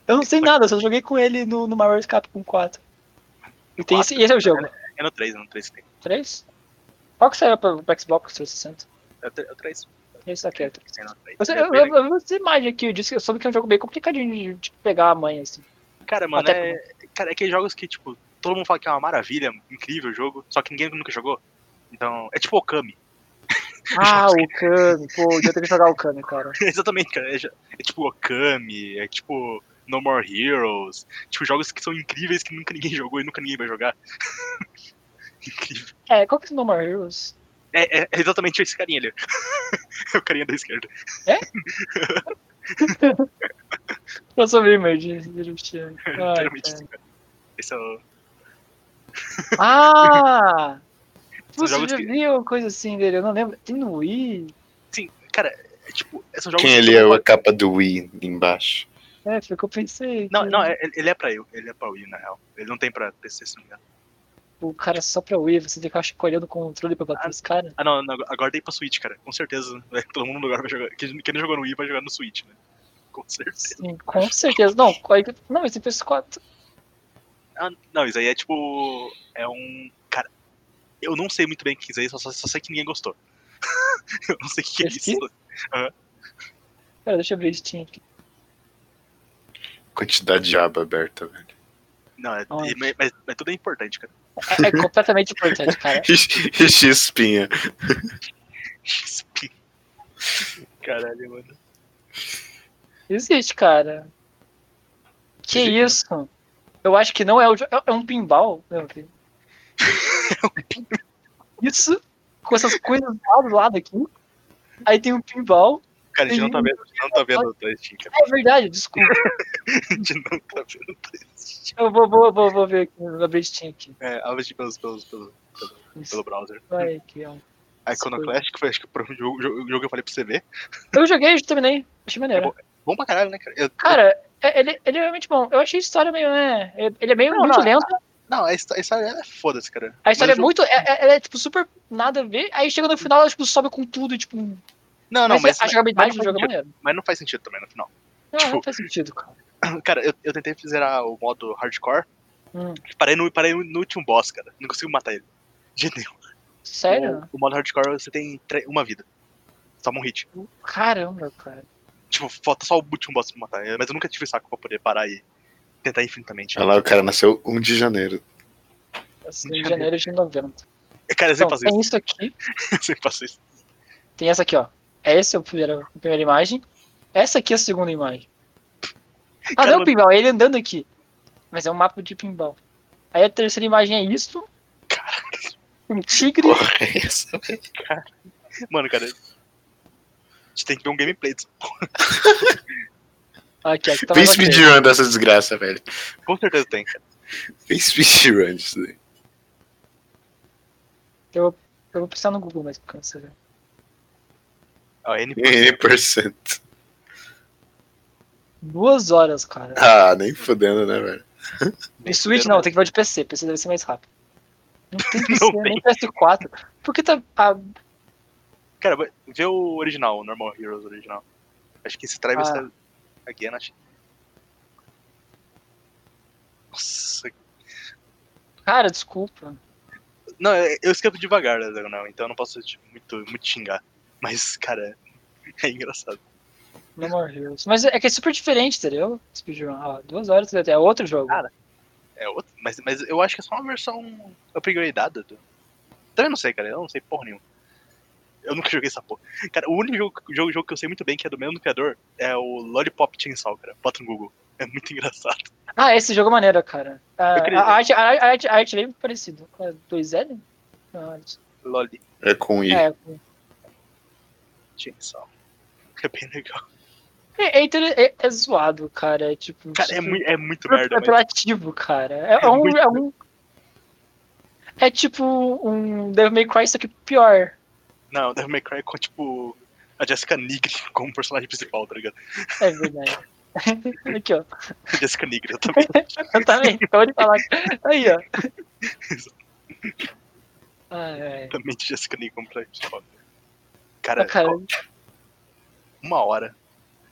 S3: Eu não sei nada, eu só joguei com ele no, no Marvel Capcom 4. E, tem esse, e esse é o jogo.
S1: É no 3, é no 3 que tem.
S3: 3? Qual que saiu pro, pro Xbox 360?
S1: É o 3. É o 3.
S3: Esse aqui é o 3.
S1: É no 3.
S3: Eu, sei- eu, eu, eu, vi essa imagem aqui, eu disse que eu soube que é um jogo bem complicadinho de, de pegar a mãe, assim.
S1: Cara, mano,
S3: Até-
S1: é, cara, é aqueles jogos que, tipo, todo mundo fala que é uma maravilha, incrível o jogo, só que ninguém nunca jogou. Então, é tipo Okami. <laughs>
S3: Ah, o Kami, pô, eu tenho que jogar o Kami, cara.
S1: Exatamente, cara. É, ja- é tipo Okami, é tipo No More Heroes. Tipo, jogos que são incríveis que nunca ninguém <laughs> jogou e nunca ninguém vai jogar. <laughs> Incrível.
S3: É, qual que é o No More Heroes?
S1: É, é- é exatamente esse carinha ali. <laughs> é o carinha da esquerda.
S3: Eu sou gamer de de <laughs> Justiça.
S1: <laughs>
S3: Ai,
S1: Literalmente
S3: cara.
S1: isso, cara. Esse é o.
S3: Ah!
S1: São
S3: Você
S1: jogos
S3: já
S1: que-
S3: viu uma coisa assim dele? Eu não lembro. Tem no Wii?
S1: Sim, cara, é tipo, esses jogos.
S2: Quem
S1: que
S2: ele
S1: todo
S2: é
S1: mundo
S2: a capa do Wii embaixo?
S3: É, foi o que eu pensei. né?
S1: Não,
S3: que
S1: não, é- ele é pra eu, ele é pra Wii, na real. Ele não tem pra PC, se não me engano.
S3: Tipo, O cara só pra Wii, você tem que ficar colhendo o controle pra bater
S1: Ah.
S3: os caras.
S1: Ah, não, não, agora tem pra Switch, cara. Com certeza. né? <laughs> Todo mundo agora vai jogar. Quem quem não jogou no Wii vai jogar no Switch, né? Com certeza.
S3: Sim, com certeza. Não, qual é que- não esse PS4.
S1: Ah, não, isso aí é tipo. É um. Cara, eu não sei muito bem o que é isso aí, só, só, só sei que ninguém gostou. <laughs> eu não sei o que é
S3: Esse
S1: isso.
S3: Pera, deixa eu ver o Steam aqui.
S2: Quantidade de aba aberta, velho. <laughs>
S1: Não, é,
S3: Onde?
S1: mas, mas- mas tudo é importante, cara. <laughs>
S3: É, é completamente importante, cara.
S2: Xi espinha.
S1: Caralho, mano.
S3: Existe, cara. Que
S2: Existe, né?
S3: isso? Eu acho que não é o jo- é- É um pinball. Meu filho. isso, com essas coisas lá do lado aqui. Aí tem um pinball.
S1: Cara, a gente não tá vendo, a gente não tá vendo o Dustin, cara.
S3: É verdade, desculpa.
S1: A gente não tá vendo o Dustin.
S3: Eu vou, vou, vou, vou ver aqui, vou abrir Steam aqui.
S1: É, abra de pelos, pelos, pelo, pelo browser.
S3: Vai aqui, ó.
S1: Iconoclast, que foi acho que o primeiro jogo, jogo- jogo que eu falei pra você ver.
S3: Eu joguei, eu terminei. Achei maneiro.
S1: É Bom pra caralho, né, cara? Eu-
S3: Cara, é- ele, ele é realmente bom. Eu achei a história meio, né? Ele é meio
S1: Não,
S3: muito
S1: não,
S3: lento.
S1: Não, a histó- a história é foda-se, cara.
S3: A história
S1: Mas
S3: é
S1: o-
S3: muito. É, é- ela é, tipo, super nada a ver. Aí chega no final, ela tipo, sobe com tudo, tipo.
S1: Não, não, mas,
S3: a jogabilidade
S1: mas não
S3: do jogo é
S1: faz
S3: maneiro.
S1: mas não faz sentido também no final. <laughs>
S3: Não,
S1: Tipo-
S3: não faz sentido, cara.
S1: Cara, eu, eu tentei zerar o modo hardcore,
S3: Hum.
S1: parei no, parei no último boss, cara. Não consigo matar ele. De jeito nenhum.
S3: Sério?
S1: O, o modo hardcore você tem tre- uma vida. Só um hit.
S3: Caramba, cara.
S1: Tipo, falta só o último boss pra matar. Mas eu nunca tive saco pra poder parar e tentar infinitamente.
S2: Olha lá, o cara nasceu 1 de janeiro.
S3: Assim, de janeiro de 90.
S1: Cara, eu
S3: Então,
S1: sempre faço <laughs>
S3: tem
S1: isso.
S3: isso aqui.
S1: Eu sempre faço isso.
S3: Tem essa aqui, ó. Essa é a primeira, a primeira imagem. Essa aqui é a segunda imagem. Ah,
S1: Cara,
S3: não é o
S1: não-
S3: pinball, é ele andando aqui. Mas é um mapa de pinball. Aí a terceira imagem é isso. Um tigre.
S2: Porra, é essa?
S1: Mano, cara. A gente tem que ver um gameplay disso.
S3: Aqui, ó. que tá
S2: Tem
S3: mais maneiro.
S2: speedrun dessa desgraça, velho.
S1: Com certeza tem, cara.
S2: Tem speedrun disso daí.
S3: Eu vou precisar no Google, mas cansa. velho.
S1: Ó, é N...
S2: N%.
S3: Duas horas, cara.
S2: Ah, nem fudendo, né, velho?
S3: E Switch não, tem que ver de PC, PC deve ser mais rápido. Não tem PC,
S1: Não
S3: nem PS4. Por que tá. ah,
S1: Cara, vai- vê o original, o Normal Heroes original. Acho que esse Travis
S3: Ah.
S1: tá. Again, acho. Nossa.
S3: cara, desculpa.
S1: Não, é, eu eu escrevo devagar, né, Diagonal? Então eu não posso tipo, muito, muito xingar. Mas, cara, <laughs> é engraçado.
S3: No More Heroes. Mas é que é super diferente, entendeu? Speedrun. Ah, duas horas até é outro jogo.
S1: Ah, É outro, mas, mas eu acho que é só uma versão upgradeada. Do... Então eu não sei, cara. Eu não sei porra nenhuma. Eu nunca joguei essa porra. Cara, o único jogo, jogo, jogo que eu sei muito bem que é do mesmo criador é o Lollipop Chainsaw, cara. Bota no Google. É muito <laughs> engraçado.
S3: Ah, esse jogo é maneiro, cara. Ah,
S1: Eu queria-
S3: a, arte, a, arte- a arte, a arte é bem parecida. É 2L? Não, arte-
S1: Lolli
S2: <laughs> É com I.
S3: é,
S1: Chainsaw. É bem legal.
S3: É, é, inter- é- é zoado, cara. É
S1: <laughs>
S3: tipo.
S1: Cara, é, mui- é muito
S3: super
S1: merda, velho.
S3: apelativo, cara. É,
S1: É
S3: é um,
S1: muito-
S3: é um. É tipo um Devil May Cry, só que pior.
S1: Não, Devil May Cry com, tipo, a Jessica Nigri <laughs> como personagem principal, tá ligado? <laughs>
S3: É verdade. <laughs> Aqui, ó.
S1: Jessica Nigri,
S3: <laughs>
S1: exatamente.
S3: Eu também,
S1: <laughs>
S3: acabou de falar. Aí, ó. Ai, ai. Ah,
S1: exatamente Jessica Nigri como personagem principal. Cara,
S3: cara, é
S1: uma hora.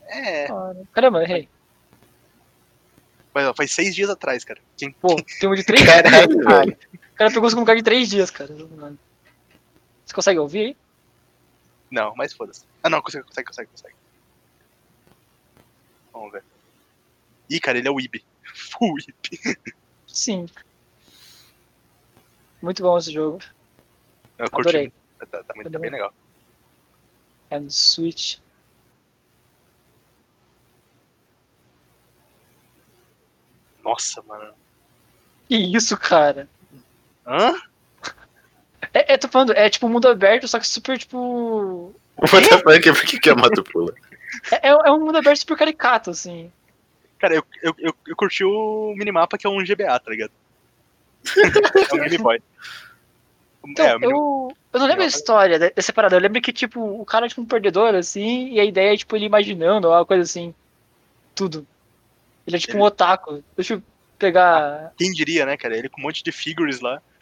S1: É,
S3: cara. Caramba, errei.
S1: mas ó, faz seis dias atrás, cara.
S3: <laughs>
S1: Quem-
S3: Pô, tem um de três dias.
S2: Caralho, velho.
S3: O cara pegou isso com um cara de três dias, cara. Você consegue ouvir aí?
S1: Não, mas foda-se. Ah, não, consegue, consegue, consegue, consegue. Vamos ver. Ih, cara, ele é o Ibi. <laughs> Full Ibi.
S3: Sim. Muito bom esse jogo.
S1: Eu curti.
S3: Adorei.
S1: Tá, tá- tá muito- tá bem legal.
S3: É no Switch.
S1: Nossa, mano.
S3: Que isso, cara?
S1: Hã?
S3: É, é, tô falando, é tipo um mundo aberto, só que super, tipo.
S2: What the fuck? Por que, que a moto pula?
S3: É, é- é um mundo aberto super caricato, assim.
S1: Cara, eu, eu, eu, eu curti o minimapa que é um GBA, tá ligado? é um Game
S3: <laughs>
S1: Boy.
S3: Então,
S1: é, o mini-
S3: eu, eu não lembro a
S1: Minimapa.
S3: história de- dessa parada. Eu lembro que, tipo, o cara é tipo um perdedor, assim, e a ideia é, tipo, ele imaginando ou alguma coisa assim. Tudo. Ele é tipo um otaku. Deixa eu pegar.
S1: quem diria, né, cara? Ele com um monte de figures lá.
S3: <laughs>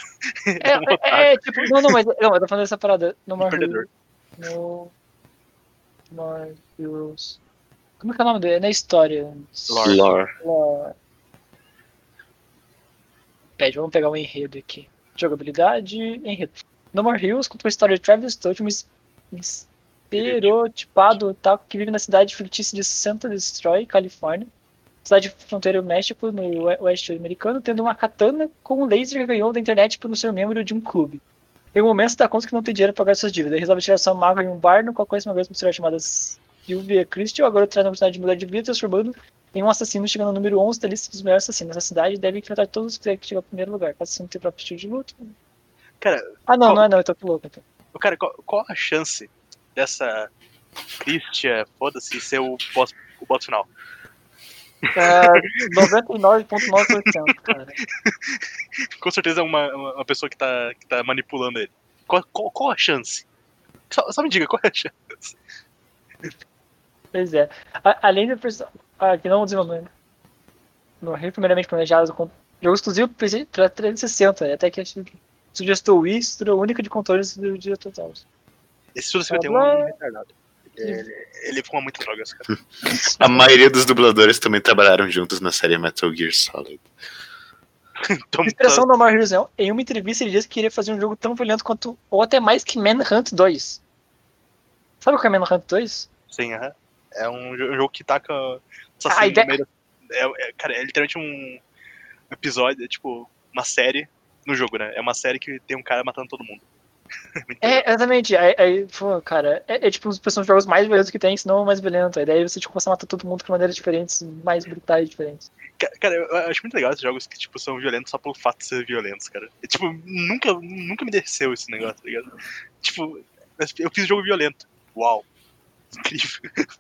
S3: É,
S1: um otaku.
S3: é, é, tipo. Não, não, mas. Não, eu tô falando dessa parada. No
S1: Um
S3: More
S1: perdedor.
S3: No. More Heroes. Como é que é o nome dele? É na história.
S1: Lore.
S2: Lore.
S3: Ó. Pede, vamos pegar um enredo aqui. Jogabilidade, enredo. No More Heroes conta a história de Travis Toad, um es- estereotipado otaku que vive na cidade fictícia de Santa Destroy, Califórnia. Cidade fronteira do México, no oe- oeste americano, tendo uma katana com um laser que ganhou da internet por ser membro de um clube. Em um momento, se dá conta que não tem dinheiro para pagar suas dívidas. Ele resolve tirar sua mágoa em um bar, no qual conhece uma grande mulher chamada Sylvia Christie, agora traz a oportunidade de mudar de vida, transformando tem um assassino chegando ao número 11 da lista dos melhores assassinos da cidade e deve enfrentar todos os que chegam ao primeiro lugar. Cada assassino tem o próprio estilo de luta.
S1: Cara,
S3: Ah, não,
S1: Qual-
S3: não é não, eu tô louco. Então.
S1: Cara, qual, qual a chance dessa Christian, foda-se, ser o boss, o boss final?
S3: É, 99,9%, cara.
S1: Com certeza é uma, uma- uma pessoa que tá, que tá manipulando ele. Qual, qual, qual a chance? Só, só me diga, qual é a chance?
S3: Pois é. A- além da pessoa. Ah, que não desenvolvendo. No Rio, primeiramente planejado com jogo exclusivo para 360, né? até que acho que sugestou o Wii, estrutura única de controles do dia total.
S1: Esse Suda 51 é um retardado. Ele, ele fuma muito drogas, cara.
S2: A maioria dos dubladores também trabalharam juntos na série Metal Gear Solid.
S1: Então,
S3: A expressão do Omar Heroes, em uma entrevista ele disse que queria fazer um jogo tão violento quanto, ou até mais que Manhunt 2. Sabe o que é Manhunt 2?
S1: Sim, aham. é um jo- jogo que taca
S3: Ah,
S1: assassino
S3: ideia-
S1: no meio da... é, é, Cara, é literalmente um episódio, é tipo, uma série no jogo, né? É uma série que tem um cara matando todo mundo. Muito legal.
S3: É, exatamente. Aí, aí, pô, cara, é, é tipo um dos jogos mais violentos que tem, se não o mais violento. Aí daí você tipo, começa a matar todo mundo de maneiras diferentes, mais brutais diferentes.
S1: Ca- Cara, eu eu acho muito legal esses jogos que, tipo, são violentos só pelo fato de ser violentos, cara. E, tipo, nunca, nunca me desceu esse negócio, tá ligado? Tipo, eu fiz jogo violento. Uau. Incrível. <laughs>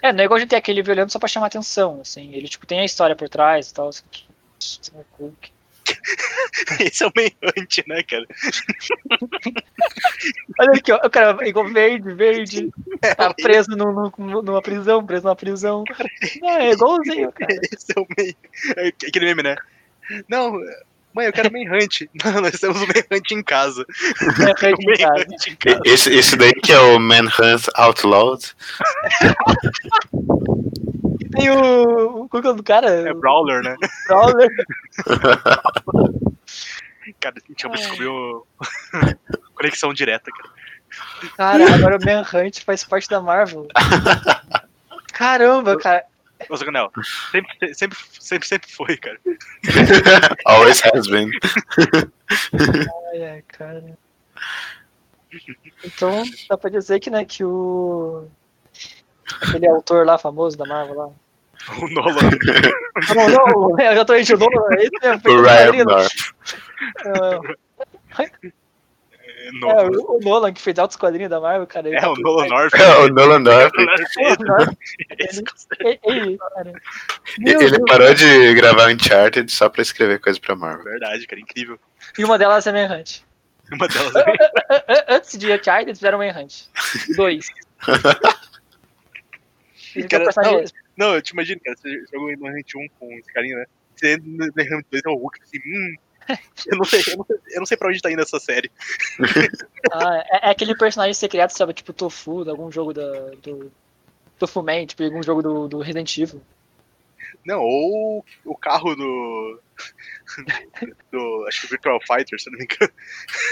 S3: É, não é igual a gente ter aquele violento só pra chamar atenção, assim. Ele, tipo, tem a história por trás e tal. assim, que-
S1: Esse é o meiante, né, cara?
S3: Olha aqui, ó, o cara igual verde, verde, tá preso num- num- numa prisão, preso numa prisão. Não, é igualzinho, cara.
S1: Esse é o meio. É aquele meme, né? Não, mãe, eu quero meiante. <laughs> Não, nós temos um meiante em casa.
S3: É verde,
S1: O
S3: cara.
S1: meiante em casa.
S2: Esse, esse daí que é o Manhunt Outlawed.
S3: Tem o. o- Qual que é o do cara?
S1: <laughs> É Brawler, né?
S3: Brawler.
S1: Cara, a gente
S3: Ai.
S1: descobriu <laughs> conexão direta, cara.
S3: Cara, agora o Manhunt faz parte da Marvel. Caramba, cara.
S1: Ô, Zaganel, sempre, sempre, sempre, sempre foi, cara.
S2: <laughs> Always has been.
S3: Ai, ai, cara. Então, dá pra dizer que, né, que o. Aquele autor lá famoso da Marvel lá.
S1: O Nolan.
S3: Ah, Não, não, eu já tô indo de novo. Esse é
S2: O
S3: o
S2: Ryan North.
S3: Ah,
S1: No-
S3: É, o, o Nolan, que fez altos quadrinhos da Marvel, cara. ele- tá
S1: é, o Nolan North.
S2: o Nolan North.
S3: O Nolan,
S1: Esse conceito.
S3: ele- ele, cara. Meu
S2: Ele
S3: Deus.
S2: parou de gravar Uncharted só pra escrever coisa pra Marvel.
S1: é
S2: <laughs>
S1: Verdade, cara, incrível.
S3: E uma delas é Manhunt.
S1: Uma delas é-
S3: An- an- an- Antes de Uncharted, eles fizeram Manhunt. Dois.
S1: <laughs>
S3: Eles
S1: Cara, tá
S3: fizeram personagem-
S1: Não, eu te imagino, cara, você jogou em Manhunt 1 com esse carinha, né? Você entra no Manhunt 2 é o Hulk, assim, hum. Eu não, sei, eu, não sei, eu não sei pra onde tá indo essa série.
S3: Ah, é, é aquele personagem secreto, sabe? Tipo Tofu, de algum jogo da, do. Tofu Man, tipo, algum jogo do, do Resident Evil.
S1: Não, ou o carro do. do acho que Virtual Fighter, se eu não me engano.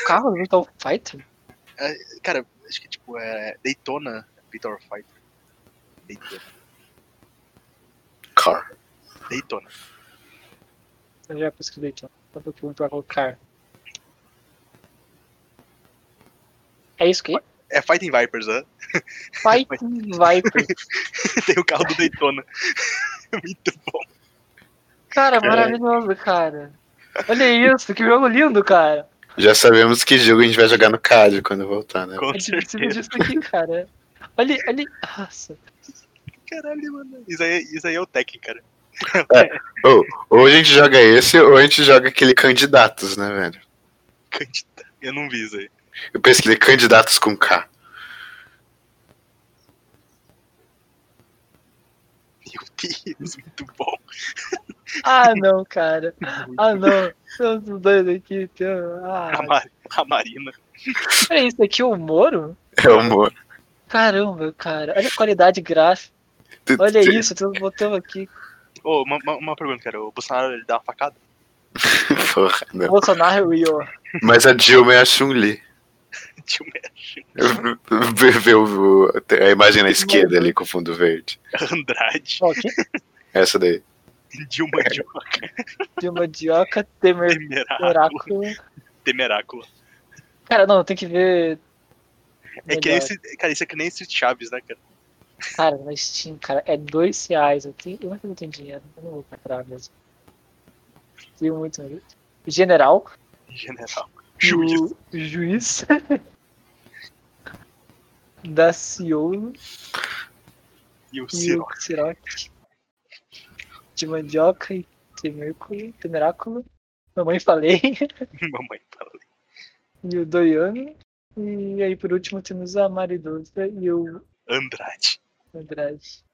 S3: O carro do Virtual Fighter?
S1: Cara, acho que tipo, é Daytona Virtual Fighter. Daytona.
S2: Car.
S1: Daytona.
S3: Eu já pesquisei, então. Só pra perguntar qual car. É isso que?
S1: É Fighting Vipers, né? <laughs>
S3: Fighting Viper.
S1: Tem o carro do Daytona. <laughs> Muito bom.
S3: Cara, maravilhoso, cara. Olha isso, que jogo lindo, cara.
S2: Já sabemos que jogo a gente vai jogar no CAD quando voltar, né?
S1: Com
S3: É difícil
S1: certeza.
S3: disso aqui, cara. Olha, olha. Nossa.
S1: Caralho, mano. Isso aí, isso aí é o Tekken, cara.
S3: É.
S2: Ou, ou a gente joga esse, ou a gente joga aquele candidatos, né, velho?
S1: <laughs> Candida- Eu não vi isso aí. <laughs>
S2: Eu pesquisei candidatos com K.
S1: Meu Deus, muito bom.
S3: Ah,
S1: <laughs>
S3: não, cara. Ah, não. Todos os dois aqui. tem-
S1: A,
S3: Ah,
S1: Mar- a Marina.
S3: Olha isso aqui, o Moro?
S2: É o amor.
S3: Caramba, cara. Olha a qualidade gráfica. Olha isso, tu botou aqui.
S1: Ô, uma, uma- uma pergunta, cara. O Bolsonaro ele dá uma facada?
S2: <laughs>
S1: <laughs>
S2: Porra, não.
S3: Bolsonaro e o.
S2: Mas a Dilma é a Chun-Li.
S1: Tio Mestre
S2: Vê- vê o- o- a imagem na esquerda ali com o fundo verde.
S1: Andrade.
S3: Ó, que
S2: Essa daí.
S1: Dilma
S3: <laughs>
S1: Dilma
S3: Dilma Dioca, Temer
S1: Temeráculo.
S3: Oráculo.
S1: Temeráculo.
S3: Cara, não, tem que ver.
S1: É que nem esse. Cara, isso é que nem esse Chaves, né, cara?
S3: Cara, na Steam, cara, é dois reais aqui. Eu não tenho dinheiro, eu não vou comprar mesmo. Tenho muito medo. General.
S1: Em general. Juiz.
S3: Juiz. Juiz. <laughs> da Ciolo
S1: E o
S3: e
S1: <laughs>
S3: o
S1: Ciro.
S3: Ciroc. De mandioca e temérculo, temeráculo. Mamãe falei. <laughs>
S1: Mamãe fala. assim,
S3: E o Doiano. E aí, por último, temos a Maridosa e o
S1: Andrade.
S3: Andrade.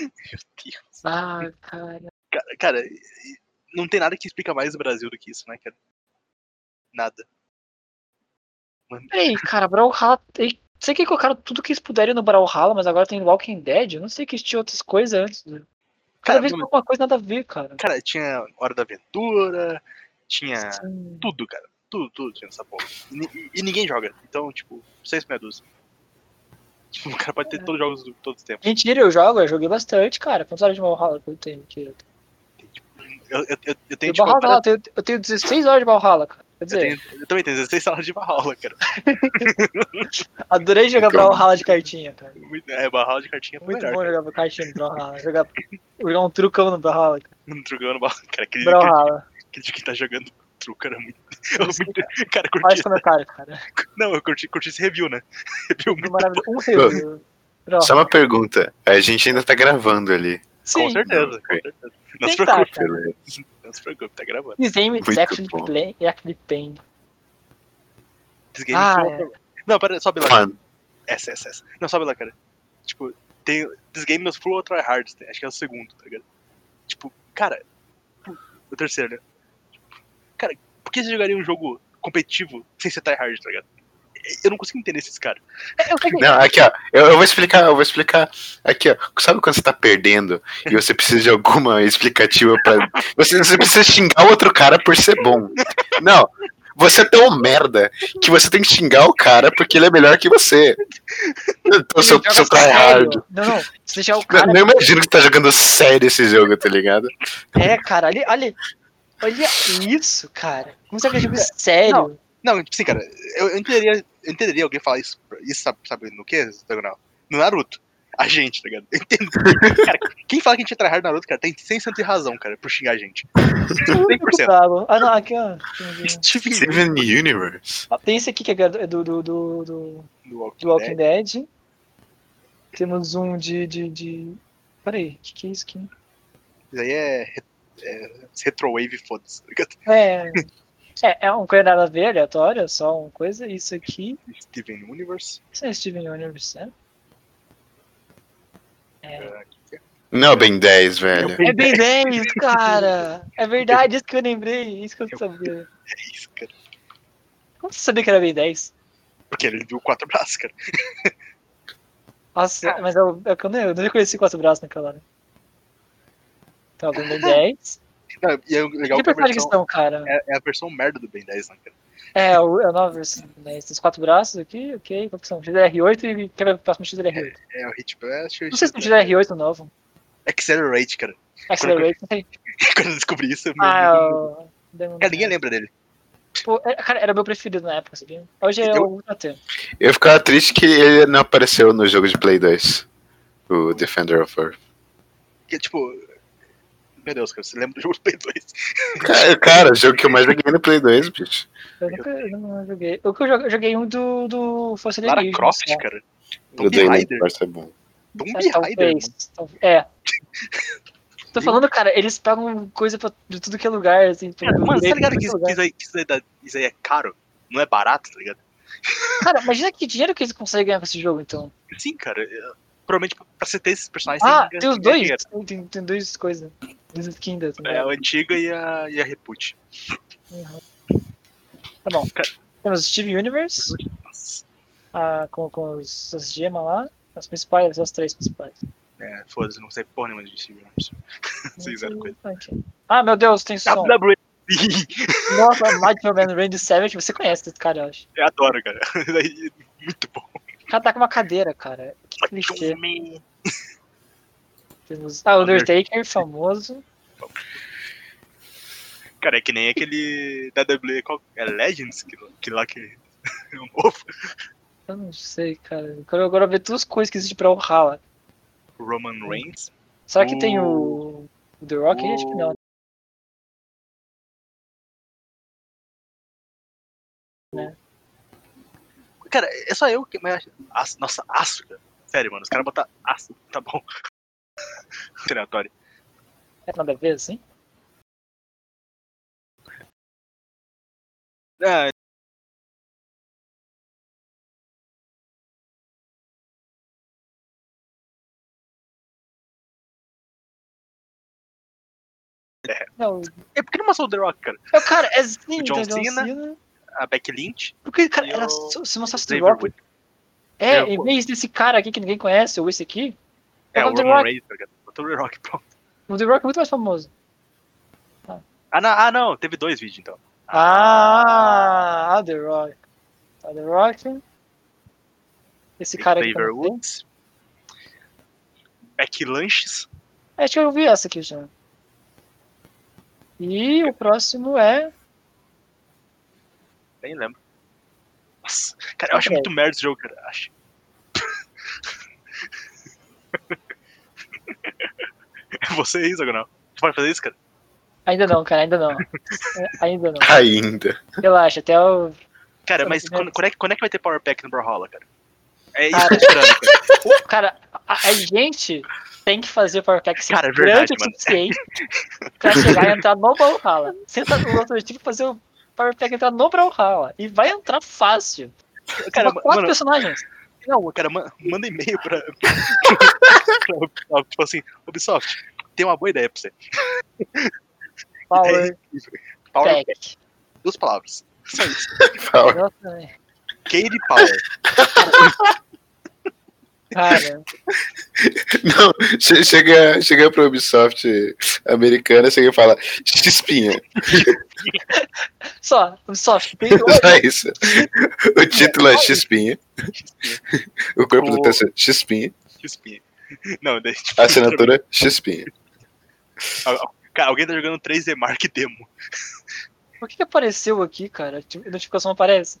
S1: Meu Deus.
S3: Ah, cara.
S1: Cara, cara, e- e não tem nada que explica mais o Brasil do que isso, né, cara? Nada.
S3: Ei, cara, Brawlhalla. ei, Sei que colocaram tudo que eles puderem no Brawlhalla, mas agora tem Walking Dead. Eu não sei que existia outras coisas antes. do- Cada
S1: Cara,
S3: vez tem
S1: mano,
S3: alguma coisa nada a ver, cara.
S1: cara, tinha Hora da Aventura, tinha
S3: Sim.
S1: tudo, cara. Tudo, tudo tinha essa porra. E, ni- e- e ninguém joga. Então, tipo, seis meia dúzia. <laughs> Tipo, o cara pode
S3: É.
S1: ter todos os jogos de todos os tempos.
S3: Mentira, eu jogo, eu joguei bastante, cara. Quantas horas de Brawlhalla que eu tenho? Mentira. Eu
S1: Eu, eu, eu, eu tenho,
S3: tenho,
S1: tipo,
S3: Brawlhalla,
S1: várias-
S3: eu, tenho, eu tenho 16 horas de Brawlhalla, cara. Quer
S1: eu,
S3: dizer,
S1: tenho, eu também tenho 16 salas de barraula, cara.
S3: adorei jogar
S2: Então-
S3: Brawlhalla de cartinha, cara.
S1: Muito- É, barraula de cartinha um é
S3: Muito
S1: melhor,
S3: bom
S1: cara.
S3: jogar cartinha no Brawlhalla. Jogar, jogar um trucão
S1: <laughs>
S3: no Brawlhalla. cara.
S1: Jogando barraula. Cara, aquele, aquele,
S3: Brawlhalla.
S1: aquele que tá jogando truco era muito... eu muito- <laughs> Cara,
S3: Olha
S1: curti,
S3: os comentários,
S1: <laughs>
S3: cara.
S1: não, eu curti, curti esse review, né? <laughs> Review
S3: Foi
S1: muito
S3: maravilhoso. Um review. Brawlhalla.
S2: Só uma pergunta. A gente ainda tá gravando ali.
S1: Com
S3: Sim,
S1: certeza, com
S2: Ok.
S1: certeza. Não se
S3: Tem que tá,
S1: preocupe,
S3: cara.
S2: Beleza.
S1: não se preocupe, tá gravando.
S3: His name is
S2: Muito
S3: actually
S2: bom.
S3: Blaine- actually Pain.
S1: Esse game
S3: Ah,
S1: foi uma- Não, pera, sobe lá.
S2: Mano,
S1: Essa, essa, essa. Não, sobe lá, cara. Tipo, tem. This game is full of tryhards. Acho que é o segundo, tá ligado? Tipo, cara. O terceiro, né? Cara, por que você jogaria um jogo competitivo sem ser tryhard, tá ligado? Eu não consigo entender esses caras.
S3: É, eu
S2: <laughs>
S3: peguei.
S2: não, aqui ó, eu, eu vou explicar, eu vou explicar. Aqui ó, sabe quando você tá perdendo e você precisa de alguma explicativa pra. Você, você precisa xingar o outro cara por ser bom. Não, você é tão merda que você tem que xingar o cara porque ele é melhor que você. Então,
S3: Ele
S2: seu,
S3: joga
S2: seu
S3: sério.
S2: tryhard.
S3: Não, não. Se deixar o
S2: Eu
S3: cara.
S2: nem imagino que tá jogando sério esse jogo, tá ligado?
S3: É, cara, olha, olha, olha isso, cara. Como será que é jogo sério?
S1: Não, tipo assim, cara, eu, eu entenderia, eu entenderia alguém falar isso, isso sabe, sabe no que, Diagonal? No Naruto. a gente, tá ligado? Eu
S3: <laughs>
S1: entendo. Cara, quem fala que a gente é tryhard no Naruto, cara, tem 100% de razão, cara, por xingar a gente. 100%.
S3: Gustavo. Ah, não, aqui, ó. Tem-
S1: Steven
S2: Steven Universe.
S3: ó, Tem esse aqui que é do, do, do, do,
S1: do Walking
S3: do Walking
S1: Dead.
S3: Dead. Temos um de. de, de... Peraí, o que, que é isso aqui?
S1: Isso aí é, re- é retrowave, foda-se. tá ligado?
S3: É. É, é um coisa nada a ver, aleatório, é só uma coisa. Isso aqui.
S1: Steven Universe.
S3: Isso é Steven Universe, né?
S2: Não, Ben 10, velho.
S3: É bem 10, cara! É verdade, isso que eu lembrei, isso que eu sabia.
S1: É isso, cara.
S3: Como você sabia que era bem 10?
S1: Porque ele viu quatro <laughs> braços, cara.
S3: Nossa, mas eu, é eu, eu, não, eu não reconheci quatro braços naquela hora. Então, alguém bem 10.
S1: Não, e é legal
S3: Que
S1: que a
S3: personagem que
S1: versão,
S3: estão, cara?
S1: é, é a versão merda do Ben 10, né, cara?
S3: É, o, é o nova versão, né? Esses quatro braços aqui, ok, qual que são? XLR8 e quebra o próximo XLR8.
S1: É o Hit Blast e o
S3: Não sei se é um XLR8 ou novo.
S1: Accelerate, cara. <laughs>
S3: Accelerate, não sei.
S1: Quando eu descobri isso, eu
S3: Ah, é
S1: meu...
S3: o.
S1: Cara, ninguém lembra dele.
S3: Pô, é- cara, era o meu preferido na época, sabia? Hoje é
S1: Eu-
S3: o Ultra T.
S2: Eu ficava triste que ele não apareceu no jogo de Play 2. O Defender of Earth.
S1: Que, tipo... Meu Deus, cara, você lembra do jogo do <laughs> Play 2?
S2: Cara, cara, o jogo que eu mais joguei é no Play 2, bicho.
S3: Eu nunca eu não joguei. O que eu joguei, eu joguei um do, do Força
S1: Lara
S3: Alienígena,
S1: Croft,
S3: né?
S1: cara.
S2: Do
S1: Tomb
S2: Daily
S1: Raider.
S2: Force é bom.
S3: É,
S1: Tomb Raider.
S3: talvez. tal- É. Tô falando, cara, eles pegam coisa pra- de tudo que é lugar, assim. pra-
S1: Cara, mano, você tá ligado
S3: pra
S1: que isso,
S3: todo lugar.
S1: que isso aí, que isso aí dá- isso aí é caro? Não é barato, tá ligado?
S3: Cara, imagina que dinheiro que eles conseguem ganhar com esse jogo, então.
S1: Sim, cara. é- Provavelmente pra- pra você ter esses personagens...
S3: Ah,
S1: você
S3: tem os
S1: que
S3: dois.
S1: ganhar
S3: Tem, tem dois coisas. Duas skins assim, né? da
S1: dinheiro. assim, né, É, a antiga e a, e a Repute.
S3: Tá bom.
S1: Cara.
S3: Temos Steve Universe,
S1: Nossa.
S3: ah, com, com os, as gemas lá. As principais, as três principais.
S1: <laughs> É, foda-se, não sei porra nenhuma de Steve <laughs> Universe. Sei
S3: Uhum.
S1: zero coisa.
S3: Hum, Ok. Ah, meu Deus, tem som.
S1: WWE.
S3: Nossa, Michael Man Randy Savage, você conhece esse cara, eu acho.
S1: <laughs> Eu adoro, cara. <laughs> É Muito bom.
S3: O cara tá com uma cadeira, cara. Que clichê.
S1: Homem.
S3: Temos ah, Undertaker, famoso.
S1: Cara, é que nem aquele da WWE, qual, é Legends? Que, que lá que <laughs> é o novo.
S3: Eu não sei, cara. Eu quero agora ver todas as coisas que existem pra honrar lá.
S1: Roman Reigns.
S3: Será que tem
S1: O-
S3: o, o The Rock? Acho que
S1: Uh.
S3: não.
S1: Cara, é só eu que. Mas, aço, nossa, aço, cara. Sério, mano, os caras botaram aço, tá bom. <laughs> Muito Aleatório.
S3: É nada a ver, assim?
S1: É,
S3: Não.
S1: é porque não mostrou o The Rock, cara.
S3: É o cara, é sim,
S1: O John
S3: tá, John
S1: Cena.
S3: Cena.
S1: A Beck Lynch.
S3: Porque, cara,
S1: E
S3: era
S1: o
S3: só- se mostrasse o The
S1: Xavier
S3: Rock.
S1: Woods.
S3: É,
S1: É,
S3: em
S1: o-
S3: vez desse cara aqui que ninguém conhece, ou esse aqui,
S1: É,
S3: Botou
S1: o
S3: o The
S1: Roman
S3: Rock.
S1: Reigns, tá ligado? Botou o The Rock, pronto.
S3: o The Rock é muito mais famoso.
S1: Ah não, ah, não, teve dois vídeos então.
S3: Ah, ah, The Rock. Ah, The Rock. Esse cara tá aqui.
S1: Xavier
S3: também tem.
S1: Woods. Beck Lanches.
S3: Acho que eu vi essa aqui já. E o próximo é.
S1: Nem lembro. Nossa, cara, eu acho
S3: Ok.
S1: muito merda esse jogo, cara. Acho. <laughs> é você isso, Agonal. Tu pode fazer isso, cara?
S3: Ainda não, cara, ainda não. É, ainda não.
S2: Ainda.
S3: Relaxa, até o.
S1: Cara,
S3: Eu
S1: mas
S3: não
S1: quando,
S3: lembro.
S1: quando é, que- quando é que vai ter Power Pack no Brawlhalla, cara? É isso que
S3: Cara.
S1: eu tô esperando,
S3: <laughs>
S1: cara.
S3: Cara, a, a gente tem que fazer Power Pack ser
S1: É Cara, é verdade,
S3: grande o
S1: mano. <laughs>
S3: suficiente pra chegar e entrar no Brawlhalla. Você entra no outro time e fazer o Power Pack entrar no Brawlhalla. E vai entrar fácil.
S1: Cara,
S3: Cara,
S1: ma-
S3: quatro
S1: mano, <laughs>
S3: personagens.
S1: não, cara, ma- manda e-mail
S3: <laughs>
S1: pra. pra Ubisoft, tipo assim, Ubisoft, tem uma boa ideia pra você.
S3: Power
S1: Power Pack,
S3: Pack.
S1: duas palavras. Só isso.
S2: Fala.
S3: Nossa,
S1: Cade Power. <laughs>
S3: Cara,
S2: Não, che- chega, chega pro Ubisoft americana, chega e fala, Chispinha.
S3: só, Ubisoft,
S1: <laughs>
S3: tem
S2: Só isso. O título é Chispinha. O corpo do texto é Chispinha.
S1: Espinha. Não, daí, tipo,
S2: A assinatura Chispinha.
S1: cara, alguém tá jogando 3D Mark Demo.
S3: Por que, que apareceu aqui, cara? Tipo, A notificação aparece.